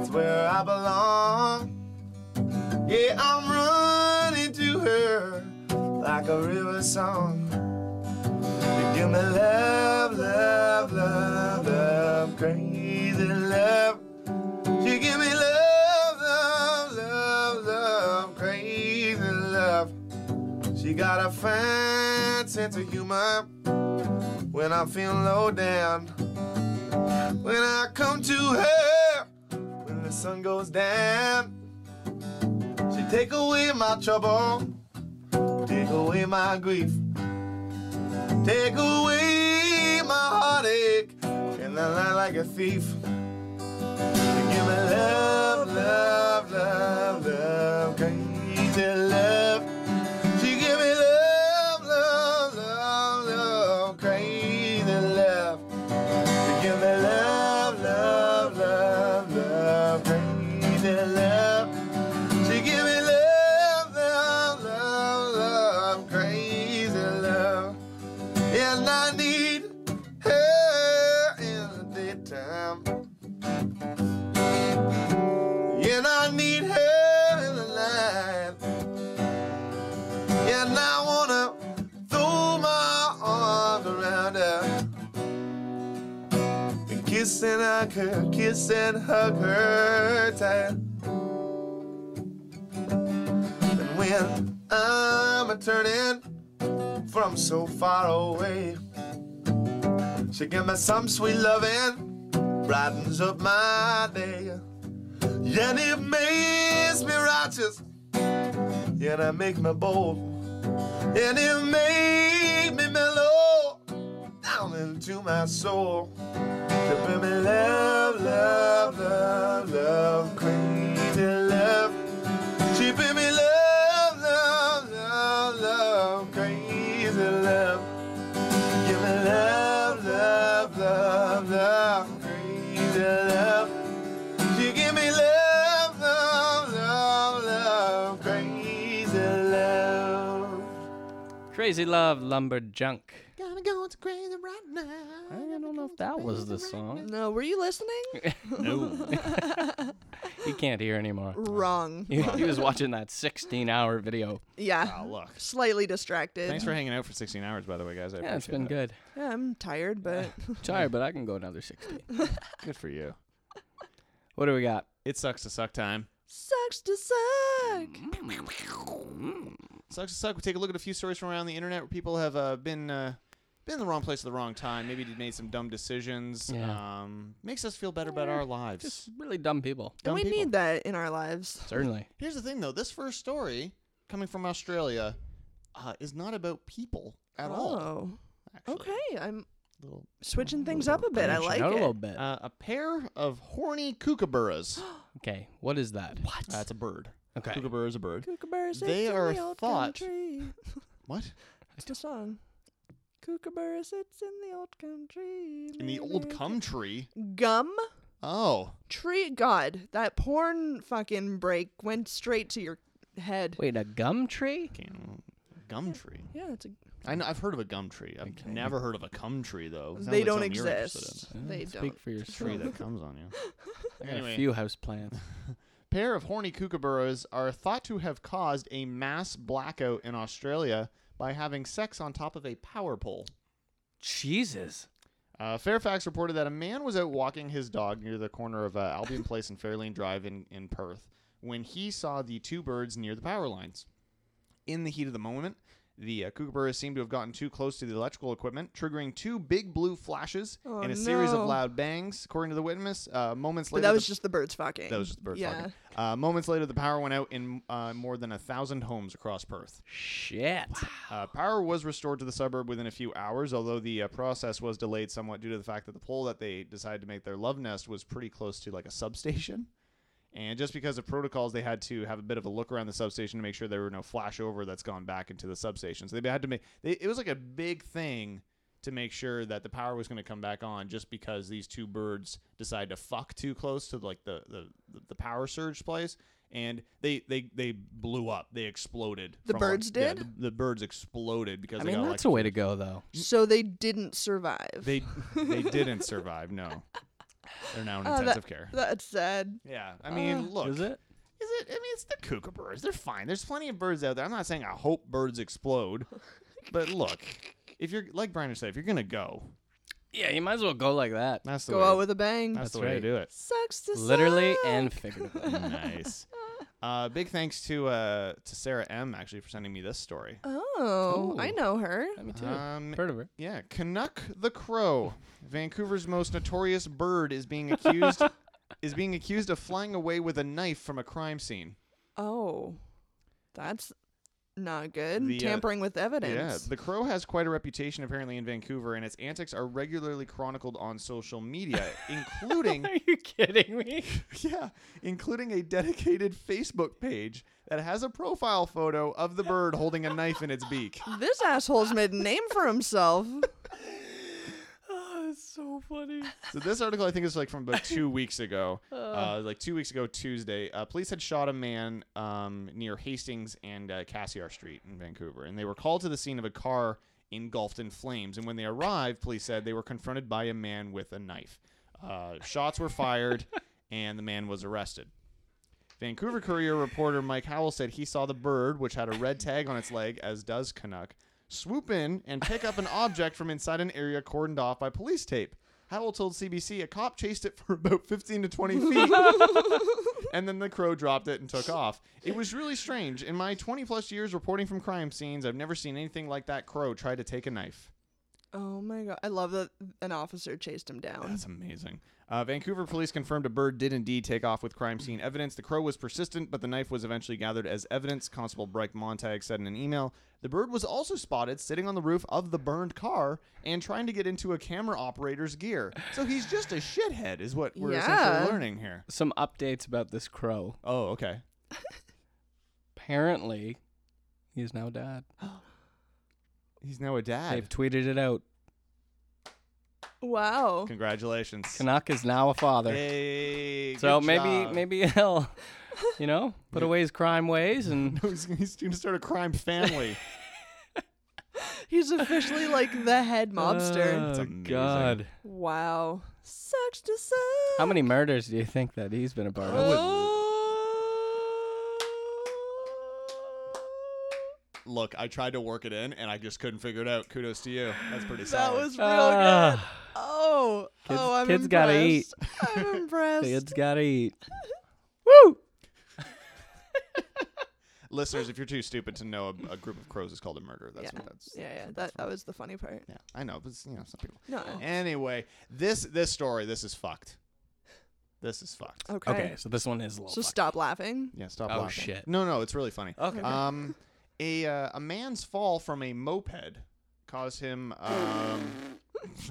H: it's where I belong. Yeah, I'm running to her like a river song. You give me love, love, love, love, crazy love. You give me love, love, love, love, crazy love. She got a fine sense of humor when I feel low down. When I come to her, when the sun goes down, she take away my trouble, take away my grief, take away my heartache, and I lie like a thief. Give me love, love, love, love, crazy love. She give me love, love, love, love, crazy love. She give me love, love, love, love, crazy love. She give me love, love, love, love, crazy love. And I need her in the daytime. And I need her in the life. And I wanna throw my arms around her. And kiss and hug her, kiss and hug her tight. And when I'm a turning from so far away, she give me some sweet loving, brightens up my day. And it makes me righteous. And it makes me bold. And it makes me mellow down into my soul. To bring me love, love, love, love, crazy love. She bring me love, love, love, love, crazy love. Give me love, love, love, love, crazy love. You give me love, love, love, love, crazy love.
D: Crazy Love, Lumber Junk.
N: Gotta go, it's crazy right now.
D: I don't know if that was the song.
A: No, were you listening?
D: (laughs)
A: (laughs)
D: He can't hear
C: (laughs)
D: anymore.
A: Wrong.
D: (laughs) He, he was Ah, watching that 16 hour video.
A: Yeah.
C: Ah, look.
A: Slightly distracted.
C: Thanks for hanging out for 16 hours, by the way, guys. I
D: Yeah, it's
C: appreciate
D: been
C: that.
D: good.
A: Yeah, I'm tired, but
D: (laughs) Tired, but I can go another 16.
C: (laughs) Good for you.
D: What do we got?
C: It sucks to suck time.
A: (laughs) sucks to suck.
D: Mm,
C: Sucks to suck. We take a look at a few stories from around the internet where people have uh, been uh, been in the wrong place at the wrong time. Maybe they made some dumb decisions.
D: Yeah.
C: Um, makes us feel better about our lives.
D: Just really dumb people.
A: And
C: Dumb
A: we
C: people.
A: need that in our lives.
D: Certainly.
C: Here's the thing, though. This first story, coming from Australia, uh, is not about people at all.
A: Oh.
C: Actually.
A: Okay. I'm
C: little
A: Switching things up a bit. I like
D: Out a little
A: it.
D: bit.
C: uh, a pair of horny kookaburras.
D: (gasps) okay, what is that? What?
C: That's a bird.
D: Okay.
C: Kookaburra is a bird.
A: Kookaburras.
C: They
A: it's in
C: are
A: the old
C: thought-
A: Country.
C: (laughs) What?
A: It's the song. Kookaburra sits in the old country.
C: In the old cum tree.
A: gum
C: Oh.
A: tree. God, that porn fucking break went straight to your head.
D: Wait, a gum tree?
C: Gum tree.
A: Yeah, it's a,
C: I know, I've heard of a gum tree. I've never heard of a cum tree though. Sounds
A: they
C: like
A: don't
C: something you're interested
A: exist.
C: in.
A: They
D: Speak
A: don't.
D: for
C: Tree
D: yourself.
C: that
A: (laughs)
C: comes on you.
D: I got
C: Anyway.
D: a few house plants.
C: pair of horny kookaburras are thought to have caused a mass blackout in Australia by having sex on top of a power pole.
D: Jesus.
C: Uh, Fairfax reported that a man was out walking his dog near the corner of uh, Albion Place and Fairlane Drive in, in Perth when he saw the two birds near the power lines. In the heat of the moment, the uh, kookaburras seemed to have gotten too close to the electrical equipment, triggering two big blue flashes
A: Oh,
C: and a series of
A: no.
C: loud bangs, according to the witness. Uh, moments
A: But
C: later,
A: that
C: the-
A: was just the birds fucking.
C: that was just the bird
A: yeah.
C: fucking. Uh, moments later, the power went out in uh, more than a thousand homes across Perth.
D: Shit.
C: Uh, power was restored to the suburb within a few hours, although the uh, process was delayed somewhat due to the fact that the pole that they decided to make their love nest was pretty close to like a substation. And just because of protocols, they had to have a bit of a look around the substation to make sure there were no flashover that's gone back into the substation. So they had to make they, it was like a big thing to make sure that the power was going to come back on, just because these two birds decided to fuck too close to like the the, the power surge place, and they they they blew up, they exploded.
A: The
C: from-
A: birds
C: yeah,
A: did?
C: the- the birds exploded because
D: I
C: they
D: mean,
C: got
D: that's a way to go, though.
A: So they didn't survive.
C: Oh. they
D: (laughs)
C: they didn't survive. No, they're now in
A: Oh, that-
C: intensive care.
A: That's sad.
C: Yeah, I mean, look,
D: Is it?
C: Is it? I mean, it's the kookaburras. They're fine. There's plenty of birds out there. I'm not saying I hope
D: (laughs)
C: birds explode, but look, if you're like Brian said, if you're gonna go,
D: Yeah, you might as well go like that.
C: that's the
A: Go
C: way.
A: out with a bang.
C: that's, the
D: That's
C: way to
D: right.
C: do it.
A: Sucks to
D: Literally
A: suck.
D: and figuratively.
C: (laughs) nice. Uh, big thanks to uh, to Sarah M actually for sending me this story.
A: Oh, I
D: Ooh.
A: know her.
D: Me too.
C: Um,
D: Heard of her.
C: Yeah, Canuck the crow, Vancouver's most notorious bird, is being
D: (laughs)
C: accused is being accused of flying away with a knife from a crime scene.
A: Oh, that's not good.
C: The, uh,
A: Tampering with
C: Yeah,
A: evidence.
C: the crow has quite a reputation apparently in Vancouver, and its antics are regularly chronicled on social media, including
D: Are you kidding me?
C: (laughs) yeah, including a dedicated Facebook page that has a profile photo of the bird holding a knife in its beak.
A: This asshole's made a name for himself.
D: Oh, that's so funny.
C: So this article I think is like from about two weeks ago. Uh, like two weeks ago Tuesday, uh, police had shot a man um, near Hastings and uh, Cassiar Street in Vancouver, and they were called to the scene of a car engulfed in flames. And when they arrived, police said they were confronted by a man with a knife. Uh, shots were fired, and the man was arrested. Vancouver Courier reporter Mike Howell said he saw the bird, which had a red tag on its leg, as does Canuck, swoop in and pick up an object from inside an area cordoned off by police tape. Howell told CBC a cop chased it (laughs) for about 15 to 20 feet, and then the crow dropped it and took off. It was really strange. In my 20 plus years reporting from crime scenes, I've never seen anything like that crow try to take a knife.
A: (laughs) Oh my god. I love that an officer chased him down.
C: That's amazing. Uh, Vancouver police confirmed a bird did indeed take off with crime scene evidence. The crow was persistent, but the knife was eventually gathered as evidence. Constable Breck Montag said in an email the bird was also spotted sitting on the roof of the burned car and trying to get into a camera operator's gear. So he's just a shithead, is what (laughs) we're
A: Yeah.
C: essentially learning here.
D: Some updates about this crow.
C: Oh, okay.
D: (laughs) Apparently, he is now dead.
C: (gasps) He's now a
D: They've
C: dad.
D: tweeted it out.
A: Wow.
C: Congratulations.
D: Canuck is now a father.
C: Hey,
D: so
C: good
D: maybe
C: job.
D: maybe (laughs) he'll, you know, put away his crime ways and
C: (laughs) he's, he's going to start a crime family.
A: (laughs) He's officially like the head (laughs) mobster.
D: Oh,
C: amazing.
D: God.
A: wow. Sucks to suck.
D: How many murders do you think that he's been a part
A: Oh,
D: of?
C: Look, I tried to work it in and I just couldn't figure it out. Kudos to you. That's pretty
A: That
C: solid.
A: was real good.
D: Ah,
A: Oh.
D: Kids-
A: oh, I'm
D: kids
A: impressed.
D: gotta
C: (laughs)
A: I'm impressed.
D: kids gotta eat.
C: Listeners, if you're too stupid to know a, a group of crows is called a murder, that's
A: Yeah.
C: what that's.
A: yeah, yeah. That, that was the funny part.
C: Yeah, I know, but it's, you know, some people.
A: No.
C: Anyway, this this story, this is fucked. This is fucked.
A: Okay.
D: Okay, so this one is a little.
A: So stop laughing.
C: Yeah, stop.
D: Oh,
C: laughing.
D: shit.
C: No, no, it's really funny.
D: Okay.
C: Um, a uh, a man's fall from a moped caused him um,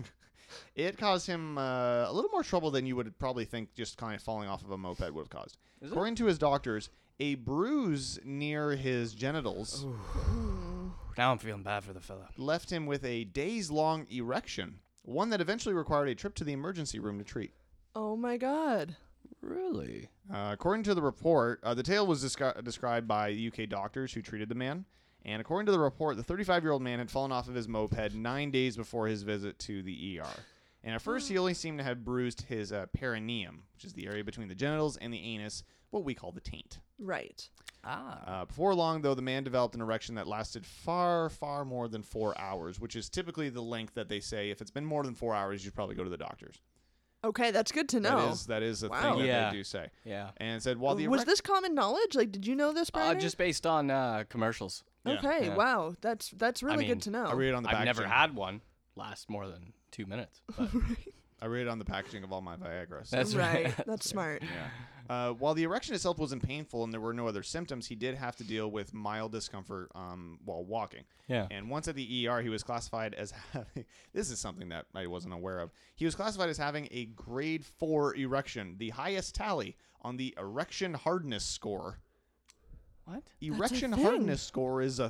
C: (laughs) It caused him uh, a little more trouble than you would probably think just kind of falling off of a moped would have caused. According to his doctors, a bruise near his
A: Oh,
C: genitals
G: Hmm.
D: Now I'm feeling bad for the fella.
C: left him with a days long erection, one that eventually required a trip to the emergency room to treat.
A: Oh my god.
D: Really?
C: Uh, according to the report, uh, the tale was descri- described by UK doctors who treated the man. And according to the report, the 35 year old man had fallen off of his moped nine days before his visit to the ER. And at first, he only seemed to have bruised his uh, perineum, which is the area between the genitals and the anus, what we call the taint.
A: Right.
D: Ah.
C: Uh, before long, though, the man developed an erection that lasted far, far more than four hours, which is typically the length that they say if it's been more than four hours, you should probably go to the doctors.
A: Okay, that's good to know.
C: That is that is a
A: Wow.
C: thing that
D: Yeah.
C: they do say.
D: Yeah.
C: And it said while the
A: was
C: erec-
A: this common knowledge? Like, did you know this,
D: Uh,
A: Brian?
D: just based on uh, commercials.
A: okay.
D: yeah.
A: Wow, that's that's really
D: mean,
A: good to know.
C: I read it on the
D: I've
C: packaging.
D: never had one last more than two
A: (laughs)
D: minutes. but
C: I read it on the packaging of all my Viagra. so-
D: that's
A: right.
D: right.
A: That's smart.
C: Uh, while the erection itself wasn't painful and there were no other symptoms, he did have to deal with mild discomfort um, while walking.
D: Yeah.
C: And once at the ER, he was classified as (laughs) having. This is something that I wasn't aware of. He was classified as having a grade four erection, the highest tally on the erection hardness score.
D: What?
C: Erection
A: thing.
C: hardness score is a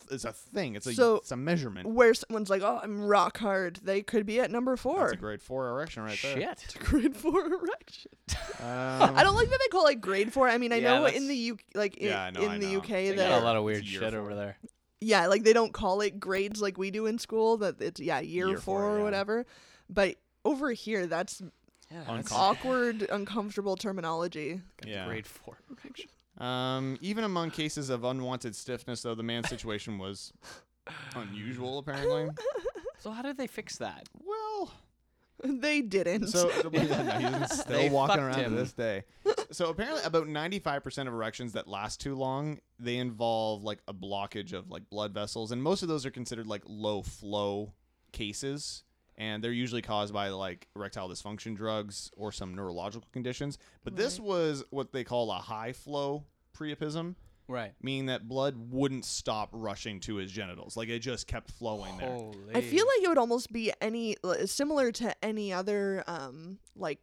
C: th- is a thing. It's a
A: So-
C: it's a measurement.
A: Where someone's like, "Oh, I'm rock hard," they could be at number four.
C: That's a grade four erection right there.
A: (laughs)
D: Shit.
A: grade four erection.
C: (laughs)
D: (laughs)
C: Um,
A: I don't like that they call it grade four. I mean, I
D: Yeah,
A: know in
D: that's-
A: the UK, like in,
C: Yeah, I know,
A: in
C: I
A: the
C: know.
A: UK,
C: They
D: They
A: that
D: got
C: there.
D: a lot of
C: It's
D: weird
C: year
D: shit
C: four.
D: over there.
A: yeah, like they don't call it grades like we do in school. That it's yeah, year,
C: Year
A: four,
C: four,
A: or
C: yeah.
A: whatever. But over here, that's awkward, uncomfortable terminology.
C: yeah.
D: Grade four erection.
C: Um, even among cases of unwanted stiffness, though, the man's situation was unusual, apparently.
D: (laughs) So how did they fix that?
C: well,
A: (laughs) they didn't.
C: so
A: (laughs)
C: (laughs)
D: (laughs)
C: he's still
D: They
C: walking
D: fucked
C: around
D: him.
C: to
D: (laughs)
C: this day. So apparently, about 95% of erections that last too long, they involve like a blockage of like blood vessels, and most of those are considered like low flow cases. And they're usually caused by like erectile dysfunction drugs or some neurological conditions. But this was what they call a high flow priapism.
D: Right.
C: meaning that blood wouldn't stop rushing to his genitals. Like it just kept flowing there.
D: Holy.
A: I feel like it would almost be any li- similar to any other um like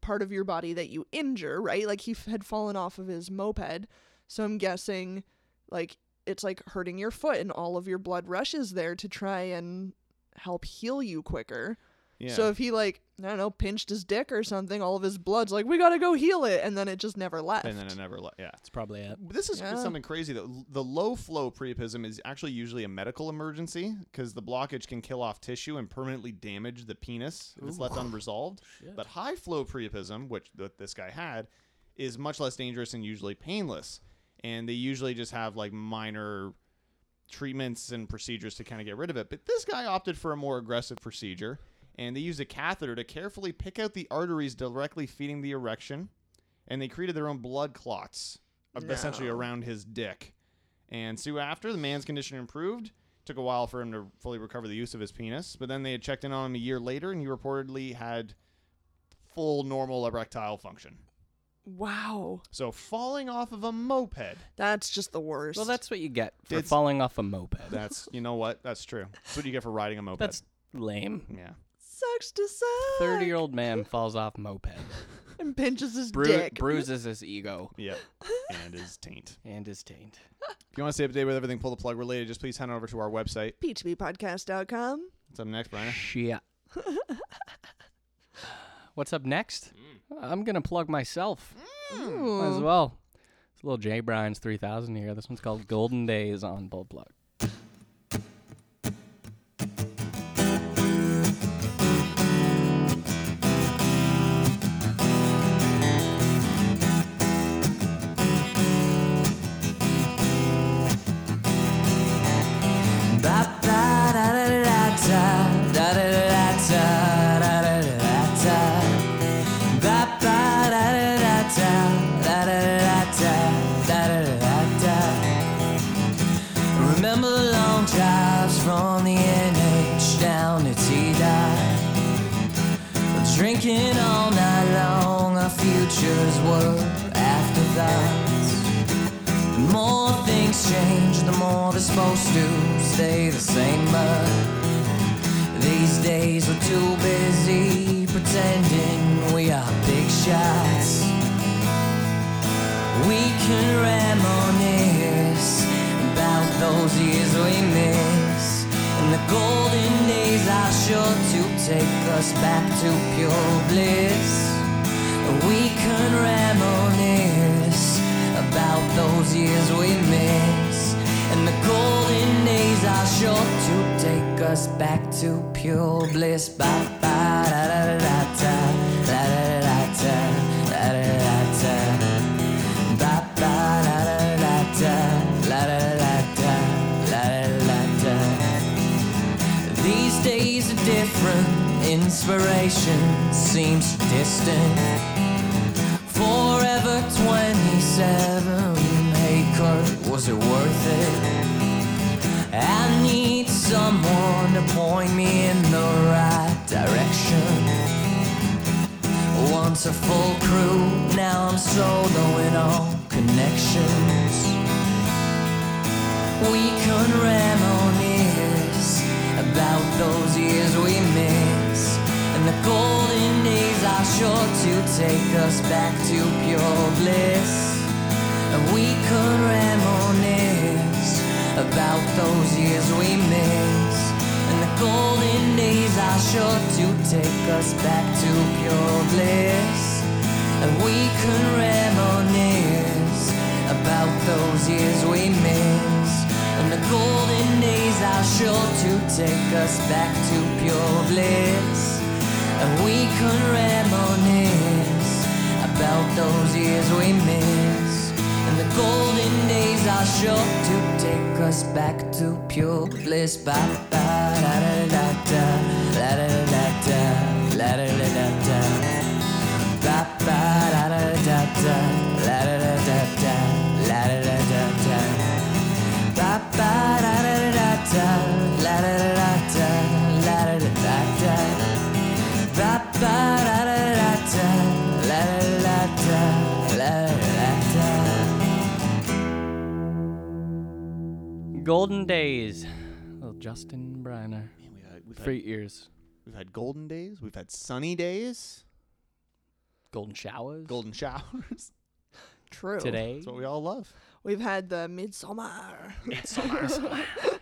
A: part of your body that you injure, right? Like he f- had fallen off of his moped, so I'm guessing like it's like hurting your foot and all of your blood rushes there to try and help heal you quicker.
C: Yeah.
A: So if he like I don't know pinched his dick or something, all of his blood's like we gotta go heal it, and then it just never left.
C: and then it never left. Yeah.
D: That's probably it.
C: This is
A: Yeah.
C: something crazy though. The low flow priapism is actually usually a medical emergency because the blockage can kill off tissue and permanently damage the penis if it's left unresolved. But high flow priapism, which th- this guy had, is much less dangerous and usually painless. And they usually just have like minor treatments and procedures to kind of get rid of it. But this guy opted for a more aggressive procedure, and they used a catheter to carefully pick out the arteries directly feeding the erection, and they created their own blood clots uh, essentially around his dick. And soon after, the man's condition improved. Took a while for him to fully recover the use of his penis, but then they had checked in on him a year later, and he reportedly had full normal erectile function.
A: wow,
C: So falling off of a moped.
A: that's just the worst.
D: Well, that's what you get for
C: It's-
D: falling off a moped.
C: That's you know what? That's true. That's what you get for riding a moped.
D: That's lame.
C: yeah.
A: sucks to suck.
D: 30 year old man falls off moped.
A: and pinches his
D: Bru-
A: dick.
D: bruises his (laughs) ego
C: Yep. and his taint.
D: and his taint.
C: If you want to stay up to date with everything pull the plug related, just please head on over to our website.
A: PTBpodcast.com.
C: What's up next, Brian?
D: Shit. What's up next?
C: Mm.
D: I'm going to plug myself as well. It's a little J. Bryan's 3000 here. This one's called Golden Days on Bull Plug.
E: (sighs) Remember the long drives from the NH down to T-Dot Drinking all night long, our futures were afterthoughts the more things change, the more they're supposed to stay the same. But
F: These days we're too busy pretending we are big shots. We can reminisce about those years we miss. And the golden days are sure to take us back to pure bliss. We can reminisce about those years we miss. And the golden days are sure to take us back to pure bliss. Ba ba da da da da da da da da da da da da Ba ba da da da da la da da da la da da da. These days are different. Inspiration seems distant. Forever 27. Hey, Kurt, was it worth it? I need someone to point me in the right direction. Once a full crew, now I'm soloing all connections. We can reminisce about those years we miss. And the golden days are sure to take us back to pure bliss. And we could reminisce about those years we miss. And the golden days are sure to take us back to pure bliss. And we could reminisce about those years we miss. And the golden days are sure to take us back to pure bliss. And we could reminisce about those years we miss. And the golden days are sure to take us back to pure bliss. Ba ba da da da da da da da da da da da da da. Ba ba da da da da da da da da da da da da da da. Ba ba da da da da da da da da da da da da da. Ba ba da da da da da da da da da da da.
D: Golden days. Little Justin Briner.
M: Man, we've, had, we've,
D: Three
M: had,
D: ears.
M: we've had golden days. We've had sunny days.
D: Golden showers.
M: Golden
D: (laughs)
M: showers.
A: True.
D: Today.
M: That's what we all love.
A: We've had the midsummer. (laughs)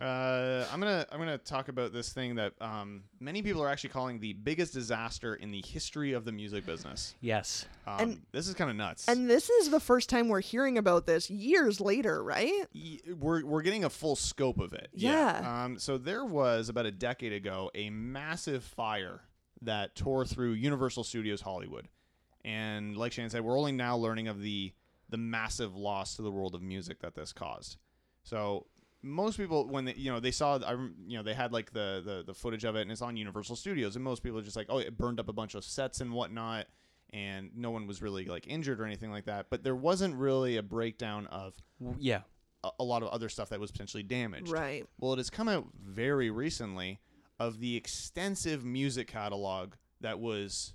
C: Uh, I'm gonna I'm gonna talk about this thing that um, many people are actually calling the biggest disaster in the history of the music business.
D: Yes.
C: Um,
A: And-
C: this is kind of nuts.
A: And this is the first time we're hearing about this years later, right?
C: Y- we're we're getting a full scope of it.
A: Yeah.
C: Um, so there was about a decade ago a massive fire that tore through Universal Studios Hollywood, and like Shannon said, we're only now learning of the the massive loss to the world of music that this caused. So most people when they you know they saw I rem- you know they had like the, the the footage of it and it's on Universal Studios and most people are just like oh it burned up a bunch of sets and whatnot and no one was really like injured or anything like that but there wasn't really a breakdown of
D: W- Yeah.
C: a, a lot of other stuff that was potentially damaged.
A: Right.
C: Well, it has come out very recently of the extensive music catalog that was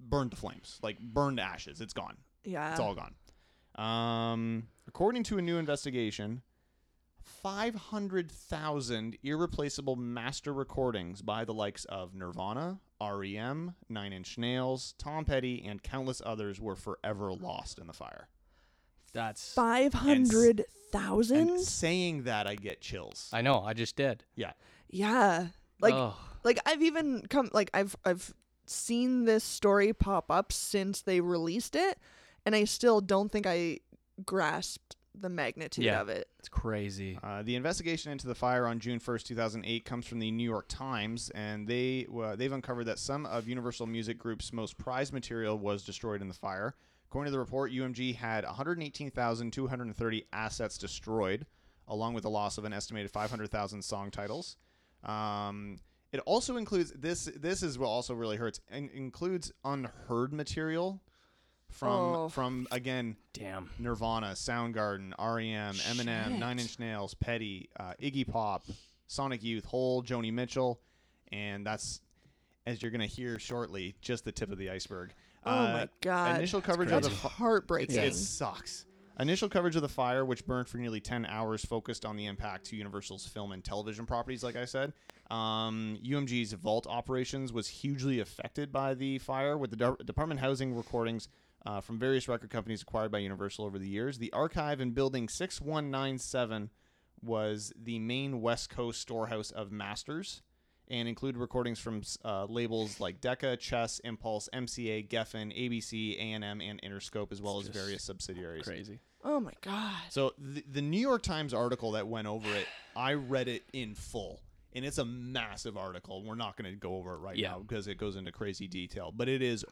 C: burned to flames, like burned to ashes. It's gone.
A: Yeah.
C: It's all gone. Um, according to a new investigation, 500,000 irreplaceable master recordings by the likes of Nirvana, REM, Nine Inch Nails, Tom Petty, and countless others were forever lost in the fire.
D: That's.
A: Five hundred thousand.
C: And saying that, I get chills.
D: I know. I just did.
C: Yeah.
A: Yeah. Like
D: oh,
A: like I've even come like I've I've seen this story pop up since they released it and I still don't think I grasped the magnitude
D: Yeah.
A: of it.
D: it's crazy.
C: Uh, the investigation into the fire on June 1st, 2008 comes from the New York Times, and they uh, they've uncovered that some of Universal Music Group's most prized material was destroyed in the fire. According to the report, UMG had 118,230 assets destroyed, along with the loss of an estimated 500,000 song titles. Um, it also includes this. This is what also really hurts. And includes unheard material from
A: Oh.
C: from again
D: Damn.
C: Nirvana, Soundgarden, REM, Eminem, Nine Inch Nails, Petty, uh, Iggy Pop, Sonic Youth, Hole, Joni Mitchell, and that's as you're gonna hear shortly, just the tip of the iceberg.
A: Oh my God.
C: Uh, Initial coverage of
A: That's
C: the fi-
A: heartbreaking.
C: it sucks. Initial coverage of the fire, which burned for nearly 10 hours, focused on the impact to Universal's film and television properties, like I said. Um, UMG's vault operations was hugely affected by the fire, with the dar- department housing recordings uh, from various record companies acquired by Universal over the years. The archive in Building 6197 was the main West Coast storehouse of masters and included recordings from uh, labels like Decca, Chess, Impulse, MCA, Geffen, ABC, A&M, and Interscope, as well as various subsidiaries.
B: Crazy.
A: Oh my god.
C: So the, the New York Times article that went over
A: (sighs)
C: it, I read it in full, and it's a massive article. We're not going to go over it right
B: Yeah.
C: now because it goes into crazy detail, but it is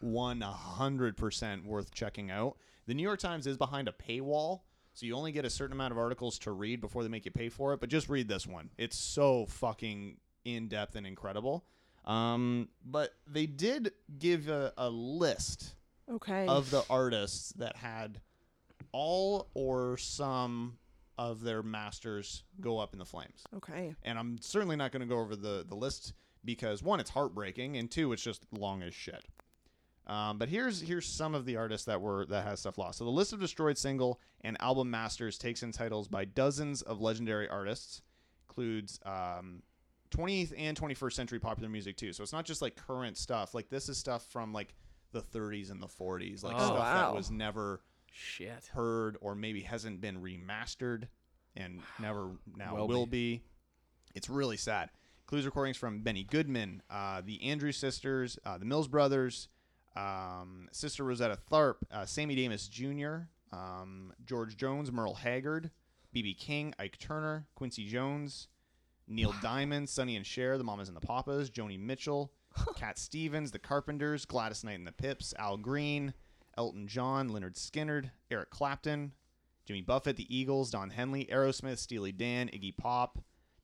C: 100% worth checking out. The New York Times is behind a paywall, so you only get a certain amount of articles to read before they make you pay for it. But just read this one; it's so fucking in depth and incredible. Um, but they did give a, a list
A: Okay.
C: of the artists that had all or some of their masters go up in the flames.
A: okay.
C: And I'm certainly not going to go over the, the list because one, it's heartbreaking, and two, it's just long as shit. Um, but here's here's some of the artists that were that has stuff lost. So the list of destroyed single and album masters takes in titles by dozens of legendary artists, includes um, 20th and 21st century popular music too. So it's not just like current stuff. Like this is stuff from like the 30s and the 40s, like
B: Oh,
C: stuff
A: wow.
C: that was never
B: Shit.
C: heard or maybe hasn't been remastered and never now
B: Will
C: will, be. It's really sad. Clues recordings from Benny Goodman, uh, the Andrews sisters, uh, the Mills brothers, um, Sister Rosetta Tharp, uh, Sammy Davis Jr., um, George Jones, Merle Haggard, B.B. King, Ike Turner, Quincy Jones, Neil Diamond, Sonny and Cher, The Mamas and the Papas, Joni Mitchell, Cat Stevens, The Carpenters, Gladys Knight and the Pips, Al Green, Elton John, Leonard Skinner, Eric Clapton, Jimmy Buffett, The Eagles, Don Henley, Aerosmith, Steely Dan, Iggy Pop,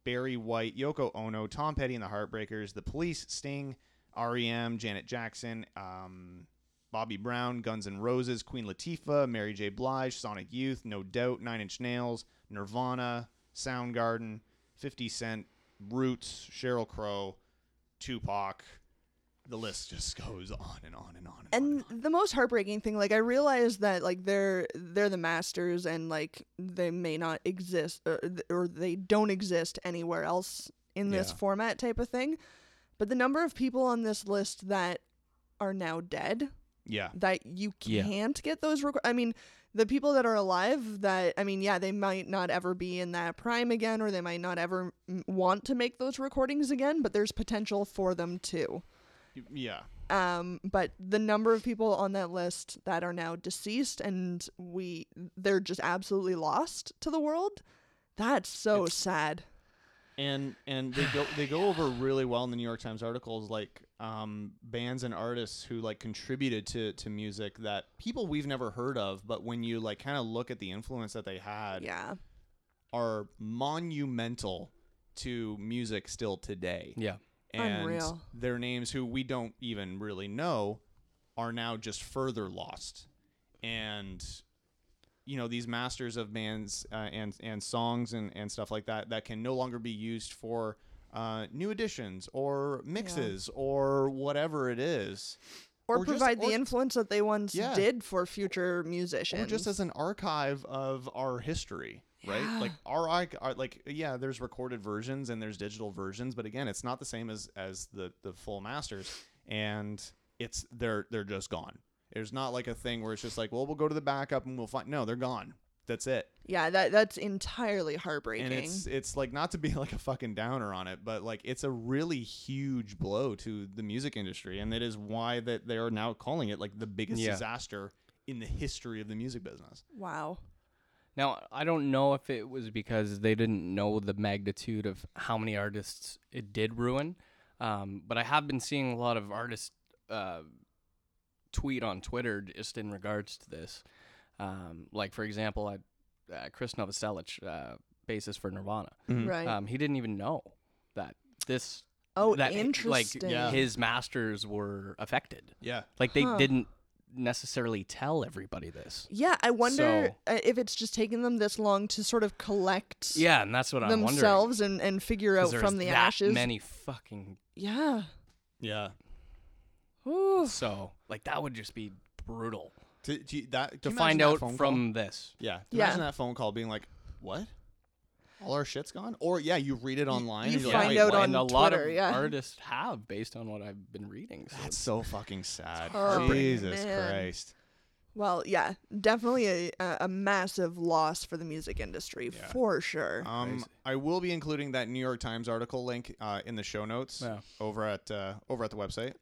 C: Barry White, Yoko Ono, Tom Petty and the Heartbreakers, The Police, Sting, REM, Janet Jackson, um, Bobby Brown, Guns N' Roses, Queen Latifah, Mary J. Blige, Sonic Youth, No Doubt, Nine Inch Nails, Nirvana, Soundgarden, 50 Cent, Roots, Cheryl Crow, Tupac. The list just (laughs) goes on and on and on. And, on.
A: And the most heartbreaking thing, like I realize that like they're they're the masters, and like they may not exist or, th- or they don't exist anywhere else in this
C: Yeah.
A: format type of thing. But the number of people on this list that are now dead
C: yeah.
A: that you
B: Yeah.
A: can't get those record I mean the people that are alive that I mean yeah they might not ever be in that prime again or they might not ever mm, want to make those recordings again but there's potential for them too
C: Yeah.
A: um but the number of people on that list that are now deceased and we they're just absolutely lost to the world that's so sad
C: and and they go they go over really well in the New York Times articles like um, bands and artists who like contributed to to music that people we've never heard of, but when you like kind of look at the influence that they had,
A: yeah
C: are monumental to music still today.
D: Yeah.
C: and
A: Unreal.
C: their names who we don't even really know are now just further lost, and you know these masters of bands uh, and and songs and and stuff like that that can no longer be used for uh, new additions or mixes or whatever it is
A: or,
C: Or just-
A: provide the
C: or-
A: influence that they once
C: Yeah.
A: did for future musicians
C: or just as an archive of our history right like our, arch- our like yeah there's recorded versions and there's digital versions but again it's not the same as as the the full masters and it's they're they're just gone there's not like a thing where it's just like well we'll go to the backup and we'll find no they're gone that's it
A: yeah that that's entirely heartbreaking
C: and it's it's like not to be (laughs) like a fucking downer on it but like it's a really huge blow to the music industry and that is why that they are now calling it like the biggest
D: Yeah.
C: disaster in the history of the music business
A: wow
D: Now, I don't know if it was because they didn't know the magnitude of how many artists it did ruin, um, but I have been seeing a lot of artists uh, tweet on Twitter just in regards to this. Um, like, for example, I, uh, Chris Novoselic, uh, bassist for Nirvana,
A: right
D: um, he didn't even know that this.
A: Oh,
D: that,
A: interesting.
D: Like,
A: Yeah.
D: his masters were affected.
C: yeah
D: Like, they
A: Huh.
D: didn't necessarily tell everybody this.
A: Yeah, I wonder
D: So-
A: uh if it's just taking them this long to sort of collect
D: Yeah, and that's what I'm wondering.
A: themselves and, and figure out
D: 'Cause
A: from
D: there's
A: the
D: that
A: ashes.
D: Many fucking
A: Yeah.
C: yeah
A: Ooh.
D: so like that would just be brutal.
C: To, to, that, can
D: to
C: you
D: find
C: imagine that
D: out
C: phone call?
D: from this.
C: Yeah. Can you
A: Yeah.
C: Imagine that phone call being like, what? All our shit's gone? Or, yeah, you read it online.
A: you
C: and you're
A: find
C: like,
A: out
C: "Wait, what?"
A: on
D: and a lot
A: Twitter,
D: of
A: yeah.
D: artists have based on what I've been reading. So
C: That's so fucking sad.
A: heartbreaking,
C: Jesus
A: man.
C: Christ.
A: Well, yeah, definitely a, a a massive loss for the music industry for sure.
C: Um, I will be including that New York Times article link uh, in the show notes
D: Yeah.
C: over at uh, over at the website.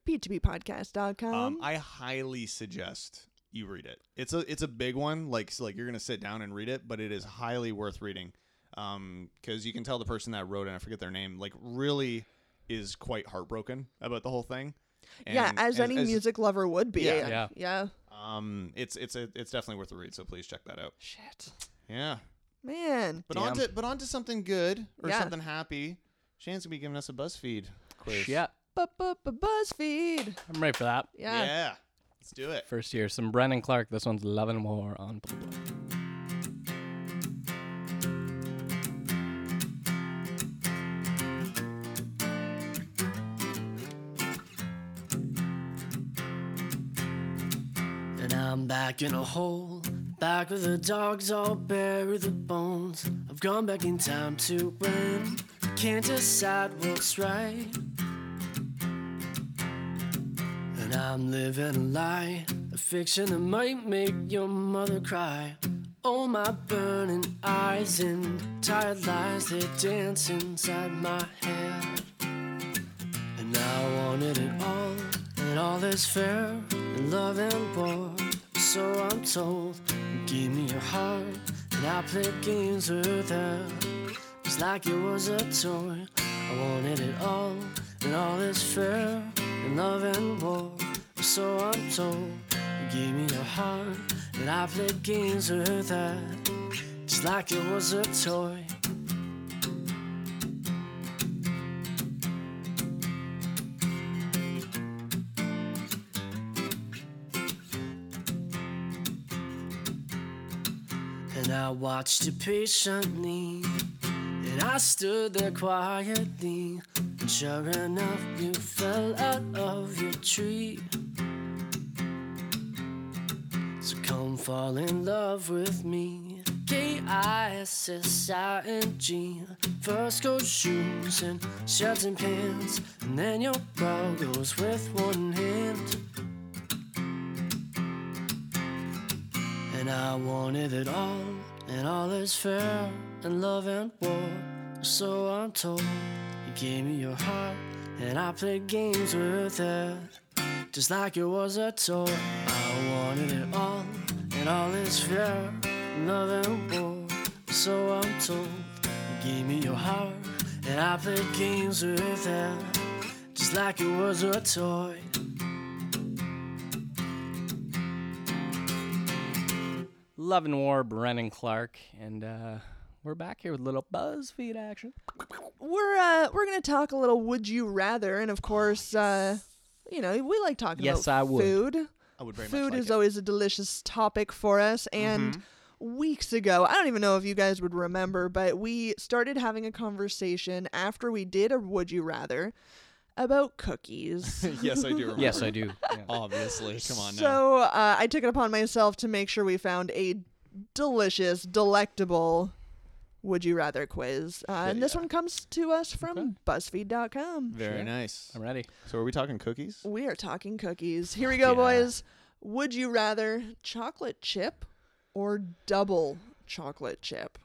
A: P2Ppodcast.com.
C: Um, I highly suggest you read it. It's a it's a big one. Like so, like you're gonna sit down and read it, but it is highly worth reading. Um, because you can tell the person that wrote it, I forget their name, like really is quite heartbroken about the whole thing.
A: yeah,
C: And
A: as, any music lover would be.
C: Yeah.
D: Yeah.
A: yeah.
C: Um, it's it's a, it's definitely worth a read. So please check that out.
A: Shit.
C: Yeah.
A: Man.
C: But on to but on to something good or
A: Yeah.
C: something happy. Shane's gonna be giving us a BuzzFeed quiz.
D: yeah,
A: Buzzfeed.
D: I'm ready for that.
A: Yeah.
C: Yeah. Let's do it. (laughs)
D: First year, some Brennan Clark. This one's Love and War on Blue Bloods.
M: And I'm back in a hole, back where the dogs all bury the bones. I've gone back in time to when I can't decide what's right. And I'm living a lie, a fiction that might make your mother cry. Oh, my burning eyes and tired lies, they dance inside my head. And I wanted it all, and all is fair in love and war. So I'm told, give me your heart, and I played games with her. It's like it was a toy. I wanted it all, and all is fair in love and war. So I'm told, give me your heart, and I played games with her. Just like it was a toy. And I watched you patiently. And I stood there quietly. And sure enough, you fell out of your tree. So come fall in love with me. K I S S I N G. First goes shoes and shirts and pants. And then your bra goes with one hand. And I wanted it all, and all is fair in love and war. So I'm told you gave me your heart, and I played games with it, just like it was a toy. I wanted it all, and all is fair in love and war. So I'm told you gave me your heart, and I played games with it, just like it was a toy.
D: Love and War, Brennan Clark, and uh, we're back here with a little BuzzFeed action.
A: We're uh we're gonna talk a little would you rather and of course uh you know, we like talking
D: Yes,
A: about
D: I would.
A: food.
C: I would very much
A: food
C: like
A: is
C: it. Mm-hmm.
A: always a delicious topic for us and weeks ago i don't even know if you guys would remember but we started having a conversation after we did a would you rather about
D: (laughs)
A: cookies
C: yes, I do. Remember.
D: Yes, I do. Yeah.
C: (laughs) Obviously, come on now.
A: so uh, i took it upon myself to make sure we found a delicious delectable would you rather quiz uh, and this one comes to us from buzzfeed.com
C: Very nice.
D: I'm ready.
C: So, are we talking cookies?
A: we are talking cookies here we go boys would you rather chocolate chip or double chocolate chip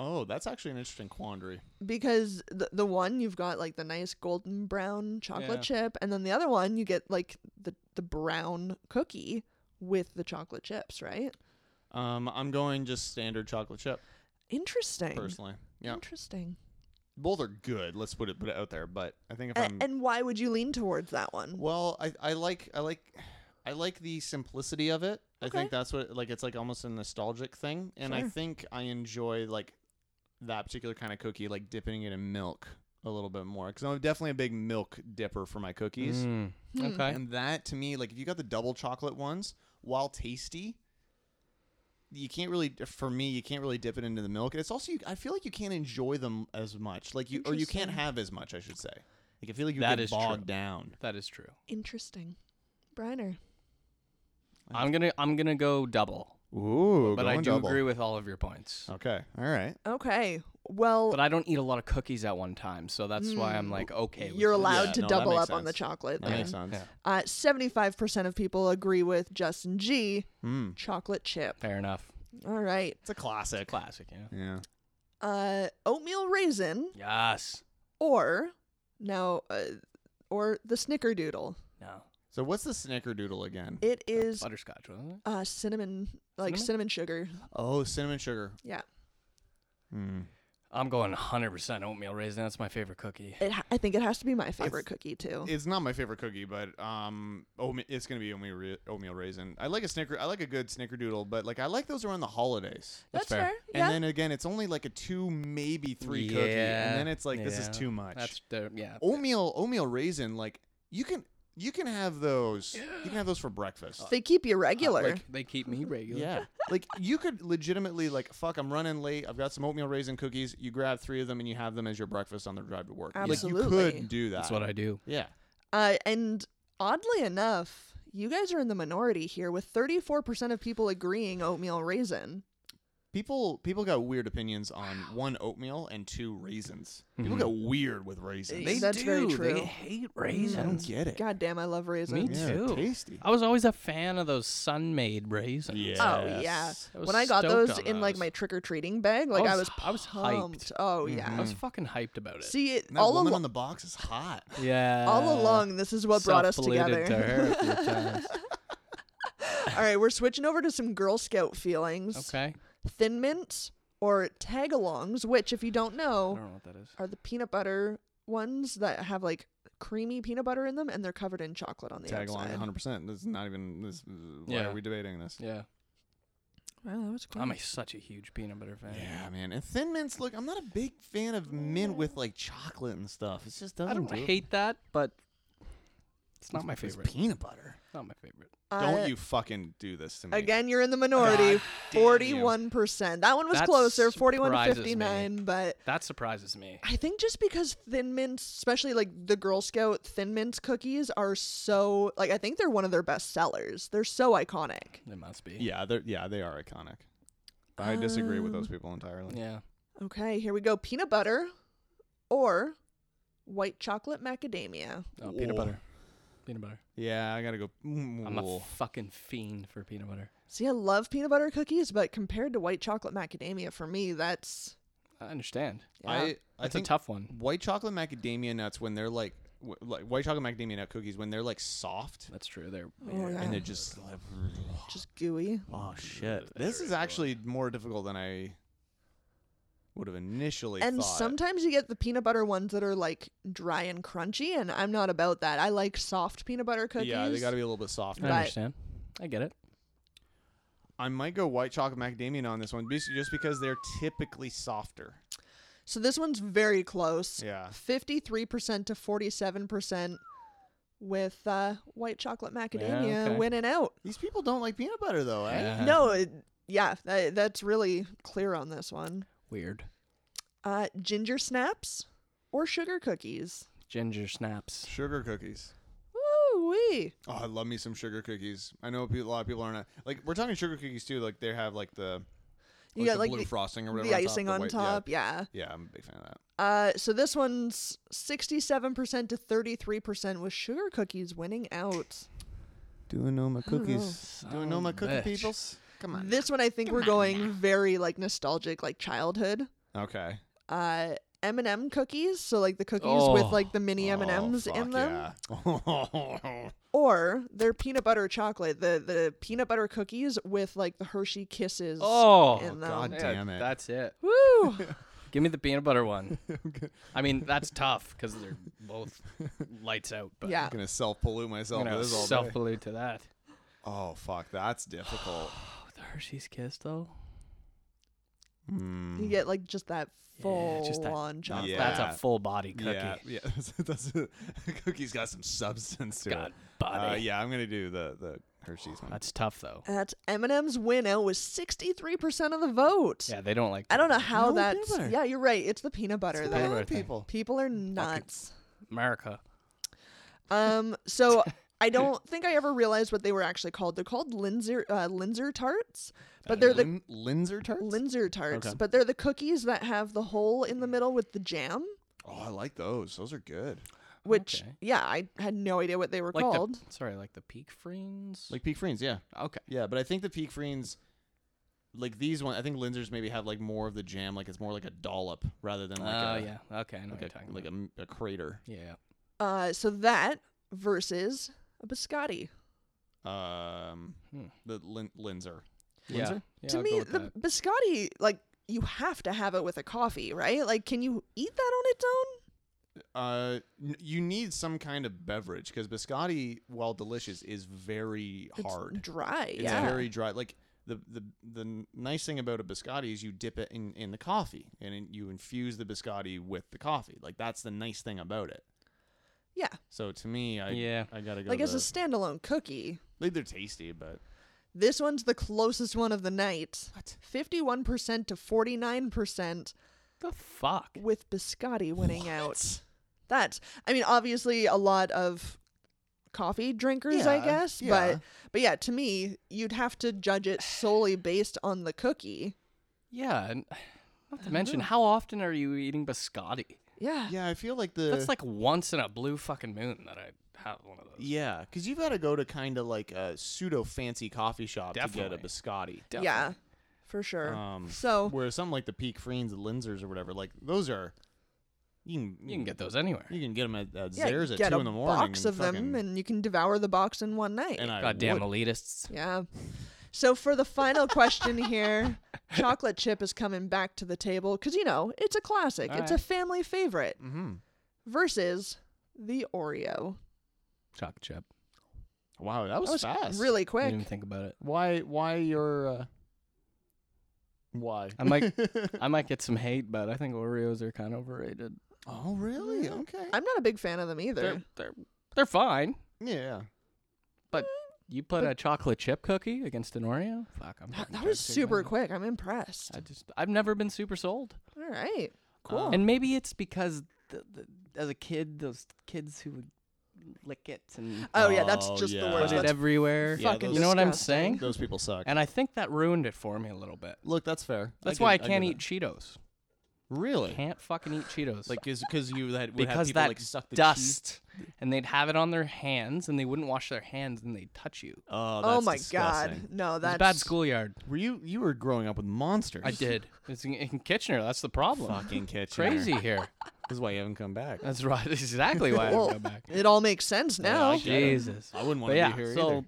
C: Oh, that's actually an interesting quandary.
A: because the, the one you've got like the nice golden brown chocolate
D: Yeah.
A: chip and then the other one you get like the the brown cookie with the chocolate chips right
C: Um, I'm going just standard chocolate chip
A: interesting
C: personally. Yeah,
A: interesting
C: both are good. Let's put it put it out there. But I think if
A: A-
C: I'm
A: and why would you lean towards that one
C: well, I, I like I like I like the simplicity of it. I
A: Okay.
C: think that's what like it's like almost a nostalgic thing, and I
A: Sure.
C: think I enjoy like that particular kind of cookie, like dipping it in milk a little bit more because I'm definitely a big milk dipper for my cookies.
D: Mm,
A: Hmm.
D: Okay.
C: And that to me, like if you got the double chocolate ones, while tasty, you can't really for me, you can't really dip it into the milk. And it's also I feel like you can't enjoy them as much. Like you or you can't
A: Interesting.
C: have as much, I should say. Like I feel like you
D: That
C: get
D: is
C: bogged
D: true.
C: down.
D: That is true.
A: interesting briner
D: I'm gonna I'm gonna go double,
O: Ooh,
D: but I
O: going
D: do
O: double.
D: agree with all of your points.
O: Okay, all right.
A: Oh. Okay. Well,
D: But I don't eat a lot of cookies at one time, so that's why I'm like okay. With
A: Hmm. you're
D: it.
A: allowed
O: Yeah,
A: to
O: no, that
A: double
O: makes
A: up on the
O: sense.
A: chocolate.
O: That
A: then.
O: makes sense.
D: Yeah.
A: Uh, 75% of people agree with Justin G.
O: Mm.
A: Chocolate chip.
D: Fair enough.
A: All right.
C: It's a classic.
D: Classic, yeah.
O: Yeah.
A: Uh, oatmeal raisin
D: Yes.
A: or now uh, or the snickerdoodle.
D: No.
C: So what's the snickerdoodle again?
A: It is
D: Butterscotch, wasn't it?
A: uh, cinnamon like
D: Cinnamon?
A: cinnamon sugar.
C: Oh, cinnamon sugar.
A: Yeah.
C: Hmm.
O: Mm.
D: I'm going 100% oatmeal raisin. That's my favorite cookie.
A: It ha- I think it has to be my favorite cookie too.
C: It's not my favorite cookie, but um, oatme- it's gonna be oatmeal, ra- oatmeal raisin. I like a snicker. I like a good snickerdoodle, but like I like those around the holidays.
A: That's,
D: fair.
A: fair. Yeah.
C: And then again, it's only like a two, maybe three cookie,
D: Yeah,
C: and then it's like this is
D: yeah.
C: too much.
D: That's the yeah.
C: oatmeal oatmeal raisin. Like you can you can have those. You can have those for breakfast.
A: they keep you regular.
D: Uh, They keep me regular.
C: Yeah. like you could legitimately like fuck I'm running late. I've got some oatmeal raisin cookies. You grab 3 of them and you have them as your breakfast on the drive to work. Like you
A: Absolutely.
C: could do that.
D: That's what I do.
C: Yeah.
A: uh, and oddly enough, you guys are in the minority here with 34% of people agreeing oatmeal raisin.
C: People people got weird opinions on one oatmeal and two raisins. People got weird with raisins.
A: They That's very
D: do.
A: true.
D: They Mm-hmm. hate raisins.
C: get it.
A: God damn, I love raisin.
D: Me
C: Yeah,
D: too.
C: tasty.
D: I was always a fan of those sun-made raisins.
A: Oh yeah.
D: I was
A: when I got
D: stoked
A: those
D: on
A: in like
D: those.
A: my trick or treating bag, like I
D: I
A: was
D: was- I was hyped.
A: pumped. Oh yeah.
D: I was fucking hyped about it.
A: See it,
C: And Mm-hmm. that
A: all
C: woman
A: alo-
C: on the box is hot.
D: yeah.
A: all along this is what brought us
D: Uh, Self-polluted
A: together.
D: To
A: (laughs)
D: her a few times.
A: all right, we're switching over to some Girl Scout feelings.
D: okay.
A: Thin mints or tagalongs, which if you don't
D: I
A: know,
D: don't know what that is.
A: are the peanut butter ones that have like creamy peanut butter in them and they're covered in chocolate on the
C: Tag along
A: outside.
C: 100%. This is not even this why
D: Yeah.
C: are we debating this?
D: Yeah.
A: Wow, that was cool.
D: I'm a, such a huge peanut butter fan.
C: Yeah, man. And thin mints, look, I'm not a big fan of mint with like chocolate and stuff. It's just doesn't
D: I don't
C: do it.
D: hate that, but it's not my
C: It's
D: favorite.
C: peanut butter.
D: Not my favorite.
A: Uh,
C: Don't you fucking do this to me.
A: Again, you're in the minority. Forty-one percent. That one was
D: That
A: closer, forty-one to
D: surprises me.
A: fifty-nine. But
D: (laughs) That surprises me.
A: I think just because Thin Mints, especially like the Girl Scout Thin Mints cookies, are so like I think they're one of their best sellers. They're so iconic.
D: It must be.
C: Yeah, they're yeah, they are iconic. I disagree with
A: Um,
C: those people entirely.
D: Yeah.
A: Okay, here we go. Peanut butter or white chocolate macadamia.
D: Oh, peanut
C: Wool.
D: butter. Peanut butter.
C: Yeah, I gotta go. Mm,
D: I'm a
C: wool.
D: fucking fiend for peanut butter.
A: See, I love peanut butter cookies, but compared to white chocolate macadamia, for me, that's
D: I understand.
C: I I
D: That's
C: think
D: a tough one.
C: white chocolate macadamia nuts when they're like w- like white chocolate macadamia nut cookies when they're like soft
D: That's true. They're
A: Oh, yeah.
C: and they're just like
A: just gooey.
C: oh shit. This is actually more difficult than I would have initially
A: and
C: thought.
A: sometimes you get the peanut butter ones that are like dry and crunchy, and I'm not about that. I like soft peanut butter cookies.
C: yeah, they gotta be a little bit softer.
D: I
A: But-
D: understand. I get it.
C: I might go white chocolate macadamia on this one, bas- just because they're typically softer.
A: So this one's very close.
C: Yeah.
A: 53% to 47% with uh, white chocolate macadamia
D: okay.
A: winning out.
C: These people don't like peanut butter though, eh?
D: Yeah.
A: No, it, yeah, tha- that's really clear on this one.
D: Weird.
A: Uh, ginger snaps or sugar cookies?
D: Ginger snaps.
C: Sugar cookies.
A: Woo wee.
C: Oh, I love me some sugar cookies. I know pe- a lot of people aren't like we're talking sugar cookies too. Like they have like the
A: You
C: like
A: got
C: the
A: like
C: blue
A: the,
C: frosting or whatever,
A: the
C: on top,
A: icing on
C: white- yeah.
A: top. Yeah.
C: Yeah. I'm a big fan of that.
A: Uh, so this one's 67% to 33% with sugar cookies winning out.
C: Do you know my
A: cookies?
C: Do you know my
D: Son
C: cookie
D: Oh, bitch.
C: peoples? Oh. Come on.
A: This one I think we're going very like nostalgic, like childhood.
C: Okay.
A: uh M&M cookies, so like the cookies
D: Oh.
A: with like the mini M&Ms
C: oh, fuck
A: in them,
C: (laughs)
D: (laughs)
C: Yeah.
A: or they're peanut butter chocolate, the the peanut butter cookies with like the Hershey Kisses
D: Oh,
A: in them.
C: God damn it.
D: That's it.
C: (laughs)
A: Woo!
D: (laughs) Give me the peanut butter one. I mean, that's tough because they're
C: (laughs)
D: both lights out. But
A: yeah.
C: I'm gonna self pollute myself
D: I'm
C: with
D: gonna
C: this all
D: self
C: day.
D: pollute to that.
C: Oh fuck, that's difficult.
D: With the Hershey's Kiss though.
C: Mm.
A: You get like just that (sighs) full
D: Yeah, just that-
A: on chocolate.
C: Yeah.
D: That's a full body cookie.
C: Yeah, yeah. (laughs) That's, that's a, cookie's got some substance to
D: God,
C: it. Uh,
D: body.
C: yeah, I'm gonna do the the Hershey's one.
D: That's tough though.
A: That's M&M's win out with 63% of the vote.
D: Yeah, they don't like.
A: I don't know how
C: No, peanut
A: that's
C: butter.
A: Yeah, you're right. It's the peanut butter
D: peanut
A: that
D: butter thing. (laughs)
C: people.
A: people are nuts.
D: America.
A: Um so I don't think I ever realized what they were actually called. They're called Linzer uh, Linzer tarts, but
D: Uh,
A: they're the
C: Lin- Linzer tarts?
A: Linzer tarts,
C: Okay.
A: but they're the cookies that have the hole in the middle with the jam.
C: oh, I like those. Those are good.
A: Which,
D: Okay.
A: yeah, I had no idea what they were
D: Like
A: called.
D: the sorry, like the peak friends.
C: Like Peak Friends, yeah.
D: okay.
C: Yeah, but I think the Peak Friends, like these ones, I think Linzers maybe have like more of the jam. Like it's more like a dollop rather than
D: Oh
C: like a,
D: yeah. Okay, I know
C: like,
D: what you're talking
C: a, like
D: about.
C: a, a crater.
D: yeah.
A: Uh, so that versus a biscotti.
C: Um,
D: Hmm.
C: The lin- Linzer.
D: Yeah.
C: Linzer?
D: yeah
A: to
D: I'll go
A: me,
D: with
A: the
D: that.
A: biscotti, like you have to have it with a coffee, right? Like, can you eat that on its own?
C: Uh, n- you need some kind of beverage because biscotti, while delicious, is very
A: It's
C: hard.
A: dry.
C: It's
A: yeah,
C: very dry. Like the, the the n- nice thing about a biscotti is you dip it in, in the coffee and in, you infuse the biscotti with the coffee. Like that's the nice thing about it.
A: yeah.
C: So to me, I
D: Yeah.
C: I gotta go.
A: Like as
C: the,
A: a standalone cookie,
C: like they're tasty, but
A: This one's the closest one of the night. What? 51% to 49%
D: the fuck.
A: with Biscotti winning out. That's I mean obviously a lot of coffee drinkers I
C: Yeah,
A: guess,
C: yeah.
A: but but yeah, to me you'd have to judge it solely based on the cookie.
D: Yeah, and (sighs) not to mention, how often are you eating biscotti?
A: Yeah.
C: yeah, I feel like the
D: That's like once in a blue fucking moon that I have one of those.
C: yeah, because you've got to go to kind of like a pseudo fancy coffee shop to get a
D: Definitely.
C: biscotti.
D: Definitely.
A: Yeah, For sure.
C: Um,
A: so
C: Whereas something like the Peak Friends, the Linzers, or whatever, like those are you can
D: You can get those anywhere.
C: You can get them at, at
A: yeah,
C: Zares at
A: get
C: two
A: a
C: in the morning.
A: box
C: and
A: of them
C: fucking-
A: and you can devour the box in one night.
C: and I
D: Goddamn
C: would.
D: elitists.
A: Yeah. So for the final question here, (laughs) chocolate chip is coming back to the table because you know it's a classic.
D: All
A: it's a
D: right.
A: family favorite.
C: Mm-hmm.
A: Versus the Oreo.
D: Chocolate chip.
C: Wow, that was,
A: That was
C: fast.
A: really
D: I
A: quick.
D: didn't even think about it.
C: Why? Why your? Uh, why?
D: I
C: (laughs)
D: might, I might get some hate, but I think Oreos are kind of overrated.
C: oh, really? Okay.
A: I'm not a big fan of them either.
D: They're they're they're fine.
C: yeah.
D: You put a chocolate chip cookie against an Oreo? Fuck, I'm.
C: (laughs)
A: That,
D: fucking
A: that was
D: joking,
A: super
D: man.
A: quick. I'm impressed.
D: I just, I've never been super sold. Um,
A: All right. Cool.
D: And maybe it's because the, the, as a kid, those kids who would lick it and
A: oh yeah, that's
C: Oh,
A: just
C: yeah.
A: the
D: put
A: worst.
D: it
A: That's
D: everywhere.
C: Yeah,
A: fucking
C: those-
D: you know what I'm
A: disgusting.
D: saying?
C: Those people suck.
D: And I think that ruined it for me a little bit.
C: Look, that's fair.
D: That's
C: get-
D: why I
C: get
D: can't
C: that.
D: eat Cheetos.
C: Really?
D: Can't fucking eat Cheetos.
C: Like, is because you that would have
D: because
C: people
D: that
C: like suck the cheese-
D: dust, and they'd have it on their hands, and they wouldn't wash their hands, and they'd touch you.
C: Oh,
A: Oh
C: that's
A: my
C: disgusting.
A: god. No,
D: It was
A: that's
D: a bad schoolyard.
C: Were you you were growing up with monsters?
D: I
C: (laughs)
D: did. It's in, in Kitchener. That's the problem.
C: Fucking kitchen.
D: Crazy here.
C: This is why you haven't come back.
D: That's right. (laughs) That's exactly why I
A: Well,
D: go back.
A: It all makes sense now.
C: I
A: Yeah,
C: get it.
D: Jesus.
C: I wouldn't want
D: But
C: to
D: yeah,
C: be here
D: so
C: either.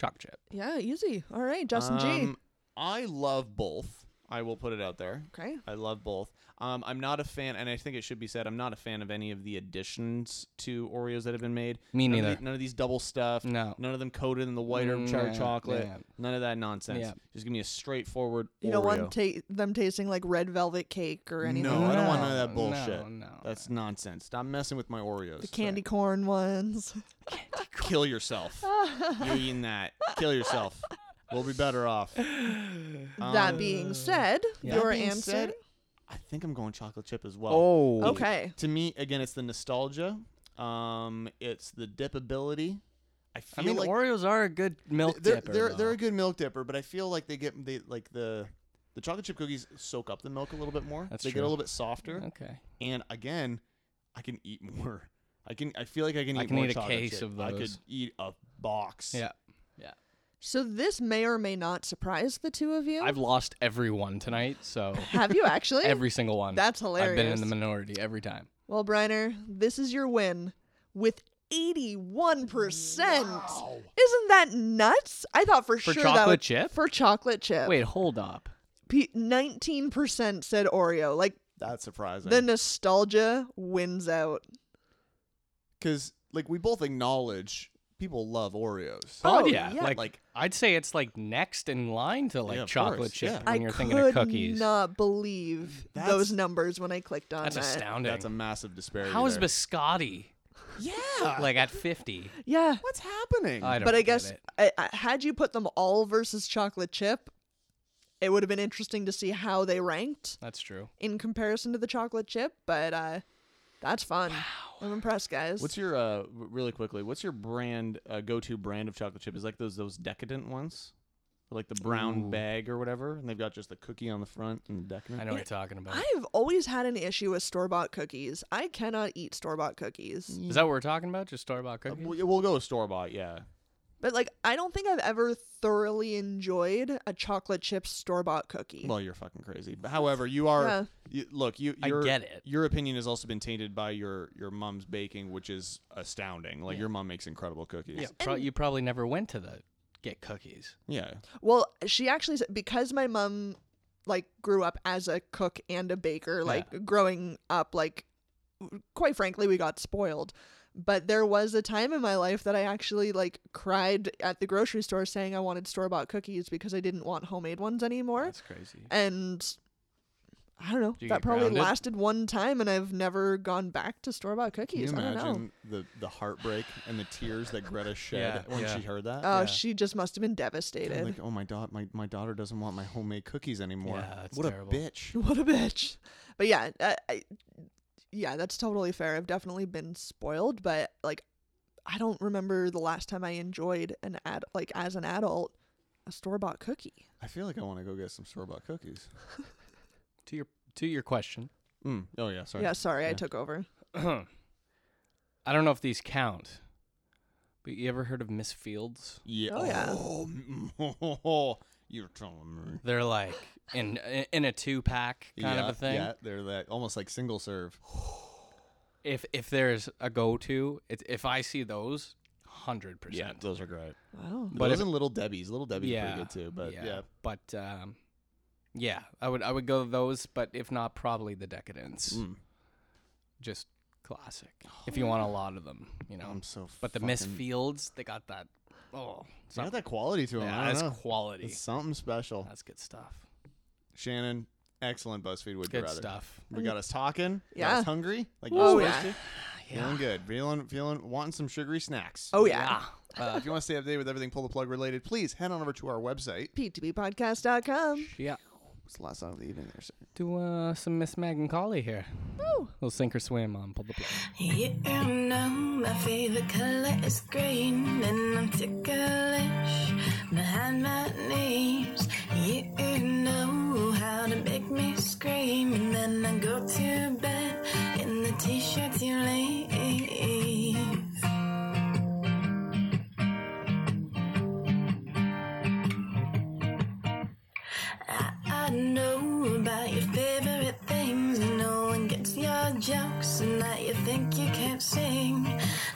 D: chalk chip.
A: easy. All right, Justin G.
C: Um, I love both. I will put it out there.
A: Okay.
C: I love both. Um, I'm not a fan, and I think it should be said, I'm not a fan of any of the additions to Oreos that have been made.
D: Me
C: none Of
D: neither.
C: the- none of these double stuff.
D: No.
C: None of them coated in the white or
D: Mm,
C: cheddar
D: yeah,
C: chocolate.
D: yeah.
C: None of that nonsense.
D: Yeah.
C: Just give me a straightforward
A: You don't
C: Oreo.
A: want ta- them tasting like red velvet cake or anything.
C: No, I don't want none of
D: No,
C: that bullshit.
D: no, no.
C: That's nonsense. Stop messing with my
A: (laughs)
C: Oreos.
A: The candy corn ones. (laughs)
C: Kill yourself. (laughs) You're eating that. Kill yourself. We'll be better off.
D: um,
C: Um,
A: that being said,
C: That
A: your
C: being
A: answer.
C: said, I think I'm going chocolate chip as well.
D: Oh.
A: Okay.
C: To me, again, it's the nostalgia. Um, it's the dipability. I
D: I
C: feel
D: mean,
C: like
D: Oreos are a good milk
C: they're,
D: dipper.
C: they're,
D: though.
C: they're a good milk dipper, but I feel like they get they like the the chocolate chip cookies soak up the milk a little bit more.
D: That's
C: they get
D: true.
C: a little bit softer,
D: okay.
C: and again, I can eat more. I can. I feel like I can eat
D: I can
C: more
D: eat a
C: chocolate
D: case
C: chip.
D: of
C: I could
D: those.
C: eat a box.
D: Yeah.
A: So this may or may not surprise the two of you.
D: (laughs) I've lost every one tonight, (laughs) so
A: Have you actually?
D: every single one.
A: That's
D: I've been in
A: hilarious.
D: the minority every time.
A: well, Briner, this is your win with 81%. Isn't that nuts? I thought for,
D: For
A: sure that
D: chocolate
A: would,
D: chip?
A: for chocolate chip.
D: Wait, hold up.
A: P- 19% said Oreo. Like
C: that's surprising.
A: the nostalgia wins out.
C: because like we both acknowledge people love Oreos.
A: Oh,
D: Oh, yeah.
A: yeah.
D: Like,
C: Like-
D: I'd say it's like next in line to like
C: Yeah, of
D: chocolate
C: course,
D: chip
C: yeah.
D: when
A: I
D: you're
A: could
D: thinking of cookies.
A: not believe
C: That's-
A: those numbers when I clicked on
D: That's
A: that.
D: astounding.
C: That's a massive disparity.
D: How is
C: there.
D: biscotti
C: yeah?
D: like at 50?
A: Yeah.
C: what's happening?
D: I don't
A: But I
D: get
A: guess
D: it.
A: I, I, had you put them all versus chocolate chip, it would have been interesting to see how they ranked.
D: that's true.
A: in comparison to the chocolate chip, but uh, that's fun. I'm impressed, guys.
C: What's your uh r- really quickly? What's your brand uh, go-to brand of chocolate chip? Is like those those decadent ones, like the brown bag or whatever, and they've got just the cookie on the front and the decadent.
D: I know what you're talking about.
A: I've always had an issue with store bought cookies. I cannot eat store bought cookies.
D: Is that what we're talking about? Just store bought cookies?
C: Uh, We'll, we'll go with store bought, yeah.
A: But like I don't think I've ever thoroughly enjoyed a chocolate chip store bought cookie.
C: Well, you're fucking crazy. But however, you are.
A: Yeah.
C: You, look, you.
D: I
C: your-
D: get it.
C: Your opinion has also been tainted by your your mom's baking, which is astounding. Like your mom makes incredible cookies.
D: Yeah, pro- you probably never went to the get cookies.
C: Yeah.
A: Well, she actually said because my mom like grew up as a cook and a baker, like growing up, like quite frankly, we got spoiled. But there was a time in my life that I actually like cried at the grocery store saying I wanted store bought cookies because I didn't want homemade ones anymore.
D: That's crazy.
A: and I don't know.
D: you
A: That
D: get
A: probably
D: grounded?
A: lasted one time, and I've never gone back to store bought
C: Can you
A: cookies. I don't know.
C: imagine the the heartbreak and the tears that Greta shed
D: Yeah,
C: when
D: yeah.
C: she heard that?
A: Oh, she just must have been devastated.
C: like, oh my daughter, my, my daughter doesn't want my homemade cookies anymore.
D: Yeah, that's
C: what
D: terrible.
C: a
A: (laughs)
C: bitch.
A: what a bitch. But yeah, I, I, yeah, that's totally fair. I've definitely been spoiled, but like, I don't remember the last time I enjoyed an ad like as an adult a store bought cookie.
C: I feel like I want to go get some store bought cookies.
D: (laughs) To your to your question,
C: Mm. Oh yeah, sorry.
A: Yeah, sorry, I
D: (clears throat)
A: took over.
D: I don't know if these count, but you ever heard of Miss Fields?
C: Yeah.
A: Oh, yeah.
C: Oh, (laughs) you're telling me.
D: They're like in in a two pack kind
C: yeah,
D: of a thing.
C: Yeah, they're that almost like single serve.
D: If if there's a go to, it's if I see those, hundred percent.
C: those are great.
A: Wow.
C: But
D: if-
C: those and Little Debbie's, Little Debbie's
D: yeah,
C: pretty good too. But yeah,
D: but um, yeah, I would I would go those, but if not, probably the Decadence.
C: Mm.
D: Just classic. if you want a lot of them, you know.
C: I'm so.
D: but the Miss
C: fucking-
D: Fields, they got that. Oh,
C: They got
D: something-
C: that quality to them.
D: yeah,
C: I
D: that's
C: don't know.
D: quality.
C: It's something special.
D: That's good stuff.
C: Shannon, excellent BuzzFeed. Would you
D: Good
C: rather?
D: stuff.
C: We got us talking. Yeah.
A: Yeah.
C: Got us hungry. Like
A: Ooh,
C: you're
A: yeah.
C: supposed
D: (sighs)
C: to. Feeling good. Feeling, feeling, wanting some sugary snacks.
A: Oh yeah.
C: Uh, if you want to stay updated with everything pull the plug related, please head on over to our website.
A: P2Bpodcast.com.
D: Yeah.
C: What's the last song of the evening there, sir?
D: Do uh, some Miss Mag and Collie here. Ooh. Little sink or swim on pull the plug.
P: You know my favorite color is green, and I'm ticklish behind my knees. You know how to make me scream, and then I go to bed in the t-shirt you leave. I, I know about your favorite things. and No one gets your jokes, and that you think you can't sing.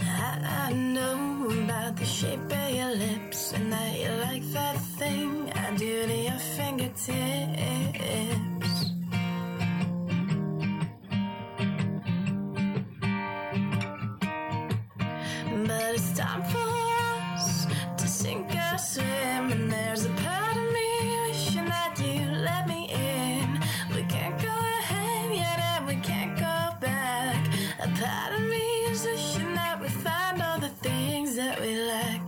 P: I, I know about the shape of your lips, and that you like that thing I do to your fingertips. But it's time for us to sink or swim. And there's a part of me wishing that you let me in. We can't go ahead yet, and we can't go back. A part of me is wishing that we find all the things that we lack.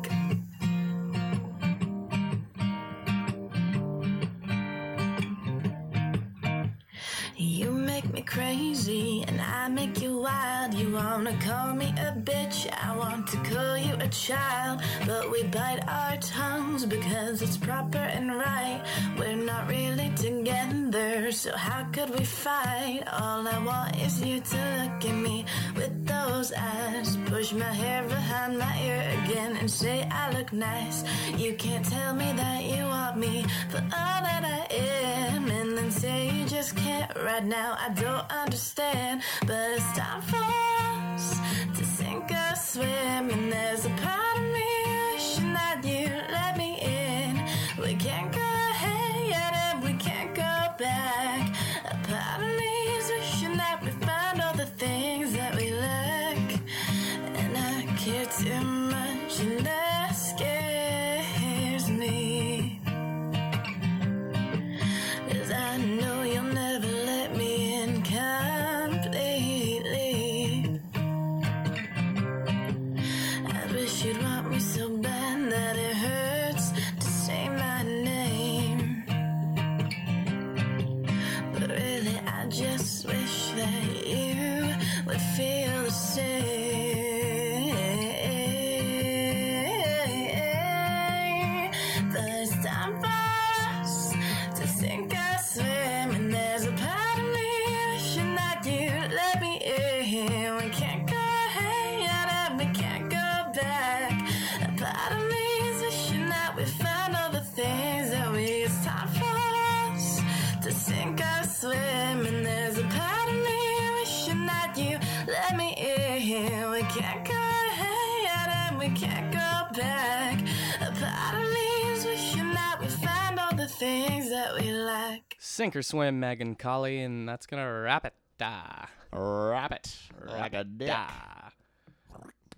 P: You make me crazy and I make you wild. You wanna call me a bitch, I want to call you a child. But we bite our tongues because it's proper and right. We're not really together, so how could we fight? All I want is you to look at me with those eyes. Push my hair behind my ear again and say I look nice. You can't tell me that you want me for all that I am. And then say you just can't right now. I don't understand, but it's time for us to sink or swim. And there's a part of me wishing that you let me in. We can't go ahead yet, and we can't go back. A part of me is wishing that we find all the things that we lack. And I care too much, and that scares me. 'Cause I know you'll never let me in completely. I wish you'd want me so bad that it hurts to say my name. But really, I just wish that you would feel the say. There's time for us to sink or swim, and there's a part of me wishing that you let me in. We can't go hang out and we can't go back. A part of me is wishing that we found all the things that we. It's time for us to sink or swim, and there's a part of me wishing that you let me in. We can't go hang out and we can't go back. A part of me is wishing that we find all the things that we lack.
D: Sink or swim, Megan Collie, and that's gonna wrap it. Da.
C: Wrap it.
D: Like a dick.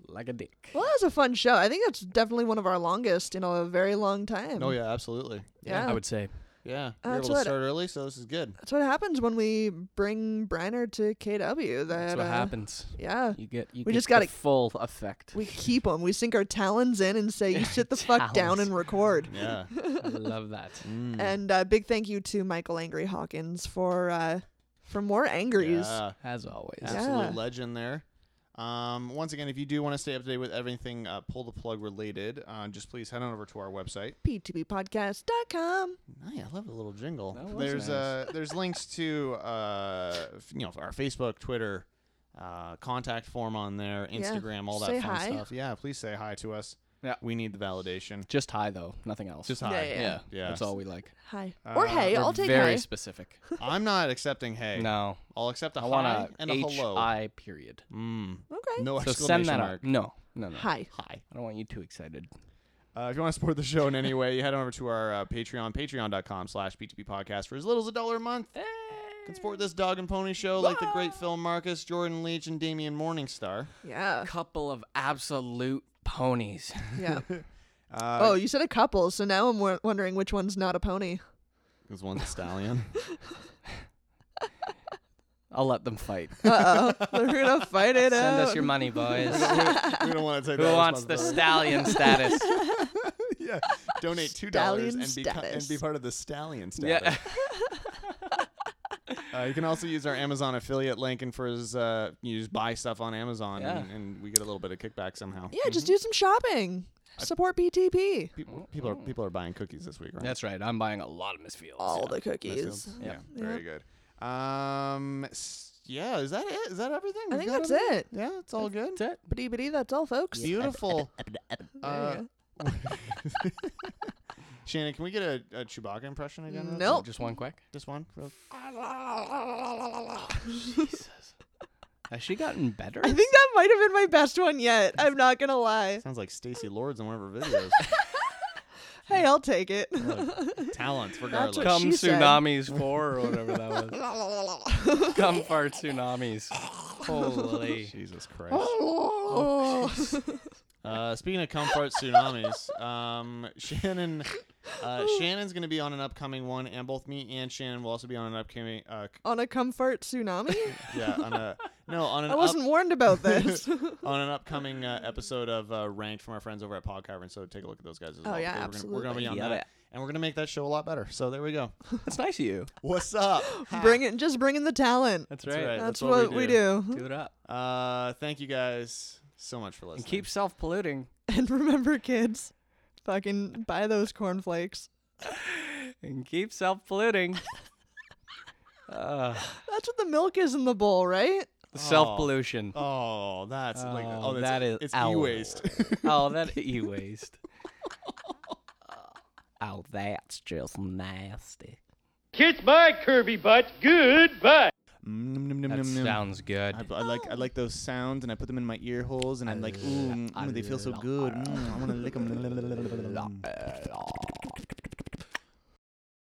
D: Like a dick.
A: Well, that was a fun show. I think that's definitely one of our longest in a very long time.
C: Oh yeah, absolutely.
A: Yeah.
D: I would say.
C: Yeah,
A: Uh,
C: we we're
A: that's
C: able to
A: what-
C: start early, so this is good.
A: That's what happens when we bring Briner to KW. That,
D: That's what
A: uh,
D: happens.
A: Yeah.
D: You get. You
A: we
D: get
A: just
D: the
A: gotta-
D: full effect.
A: We keep them. We sink our talons in and say, (laughs)
D: (laughs)
A: you sit the fuck down
D: Talons. Mm.
A: and
D: (laughs)
A: record.
C: Yeah.
D: I love
A: (laughs)
D: that.
C: Mm.
A: And uh, big thank you to Michael Angry Hawkins for uh, for more angries.
C: Yeah.
D: As always.
C: absolute
A: Yeah.
C: legend there. Um, once again, if you do want to stay up to date with everything uh, pull the plug related, uh, just please head on over to our website.
A: P2Ppodcast.com.
C: Hey, I love the little jingle.
D: That was
C: There's
D: nice.
C: uh, there's links to uh, f- you know our Facebook, Twitter, uh, contact form on there,
A: Yeah,
C: Instagram, all that
A: say
C: fun
A: hi.
C: stuff. Yeah, please say hi to us.
D: Yeah.
C: we need the validation.
D: Just high though, nothing else.
C: Just hi.
A: yeah,
D: Yeah.
A: yeah.
C: Yeah.
D: That's all we like.
A: Hi. or hey,
D: Uh, We're
A: I'll take
D: very
A: hi. (laughs)
D: specific.
C: I'm not accepting hey.
D: No.
C: I'll accept a
D: I want
C: hi
D: a
C: and a hello.
D: H-I period.
C: Mm.
A: okay.
C: No
D: So
C: exclamation
D: send that
C: mark.
D: out. No, no, no.
A: Hi.
C: Hi.
D: I don't want you too excited.
C: Uh, if you want to support the show in any way, you head on over to our uh, Patreon, patreon.com slash PTP podcast for as little as a dollar a month. You can support this dog and pony show like the great Phil Marcus, Jordan Leach, and Damian Morningstar.
A: Yeah.
D: Couple of absolute ponies. (laughs)
A: Yeah.
C: Uh,
A: oh, you said a couple, so now I'm w- wondering which one's not a pony.
C: Because one's a stallion.
D: I'll let
A: (laughs)
D: them fight.
A: They're going to fight it
D: Send
A: out.
D: us your
A: (laughs)
D: money, boys.
C: we don't want to take
D: Who
C: that
D: wants the
C: (laughs)
D: stallion status?
C: yeah. Donate $2 dollars
A: Stallion
C: and, beco- and
A: status.
C: be part of the stallion status.
D: (laughs) yeah.
C: Uh, you can also use our Amazon affiliate link and for his, uh, you just buy stuff on Amazon
D: Yeah.
C: and, and we get a little bit of kickback somehow.
A: Yeah, just do some shopping. Support PTP.
C: People, Mm-hmm. people are people are buying cookies this week, right?
D: That's right. I'm buying a lot of misfields.
A: All
D: yeah.
A: the cookies.
C: Yeah, very good. Um, s- yeah, is that it? Is that everything?
A: I
C: We've
A: think
C: got
A: that's
C: everything?
A: it.
C: Yeah, it's all good.
D: That's it.
A: Bitty bitty, that's all, folks.
C: (laughs) Beautiful.
A: There you
C: Uh,
A: go.
C: (laughs) Shannon, can we get a, a Chewbacca impression again? real
A: Nope.
D: Just one quick.
C: quick? Just one. real-
D: Has she gotten better?
A: I think that might have been my best one yet. I'm not gonna lie.
C: (laughs) Sounds like Stacy Lords in one of her
A: (laughs)
C: videos.
A: Hey, I'll take it. (laughs)
C: Talents,
A: That's
C: regardless.
A: what
D: Come
A: she said.
D: tsunamis four or whatever that was.
A: (laughs)
D: Come fart tsunamis. Holy.
C: Jesus
D: (laughs)
C: Christ.
D: Oh,
C: uh, speaking of comfort tsunamis, um, Shannon,
A: (laughs)
C: uh, Shannon's going to be on an upcoming one, and both me and Shannon will also be on an upcoming. Uh, c-
A: On a comfort tsunami?
C: (laughs) yeah, on a no, Oh, on an.
A: I
C: up-
A: wasn't warned
C: (laughs)
A: about this.
C: on an upcoming uh, episode of uh, Ranked from our friends over at Pod Cavern. So take a look at those guys as well.
A: yeah,
C: They- we're gonna- We're going to be on
D: absolutely.
C: that.
D: Yeah.
C: And we're going to make that show a lot better. So there we go.
D: That's nice of you.
C: What's up? Hi.
A: bring it just bring in the talent.
D: (laughs) That's,
C: That's right.
D: right.
A: That's, what, we, do. (laughs)
D: Do it up.
C: Uh, thank you guys so much for listening.
D: And keep self polluting.
A: And remember, kids, fucking buy those cornflakes.
D: And keep self
A: (laughs)
D: polluting.
A: That's what the milk is in the bowl, right?
D: self pollution.
C: Oh, that's like
D: Oh,
C: oh, that's,
D: that is
C: it's
D: ow.
C: e-waste.
D: (laughs) Oh,
C: (laughs)
D: that e waste. oh, that's just nasty.
C: Mm, nom, nom,
D: That
C: nom, nom.
D: sounds good.
C: I, I like I like those sounds, and I put them in my ear holes,
D: (laughs)
C: and I'm like, ooh, mm, mm, they feel so good. Mm, I want to lick them.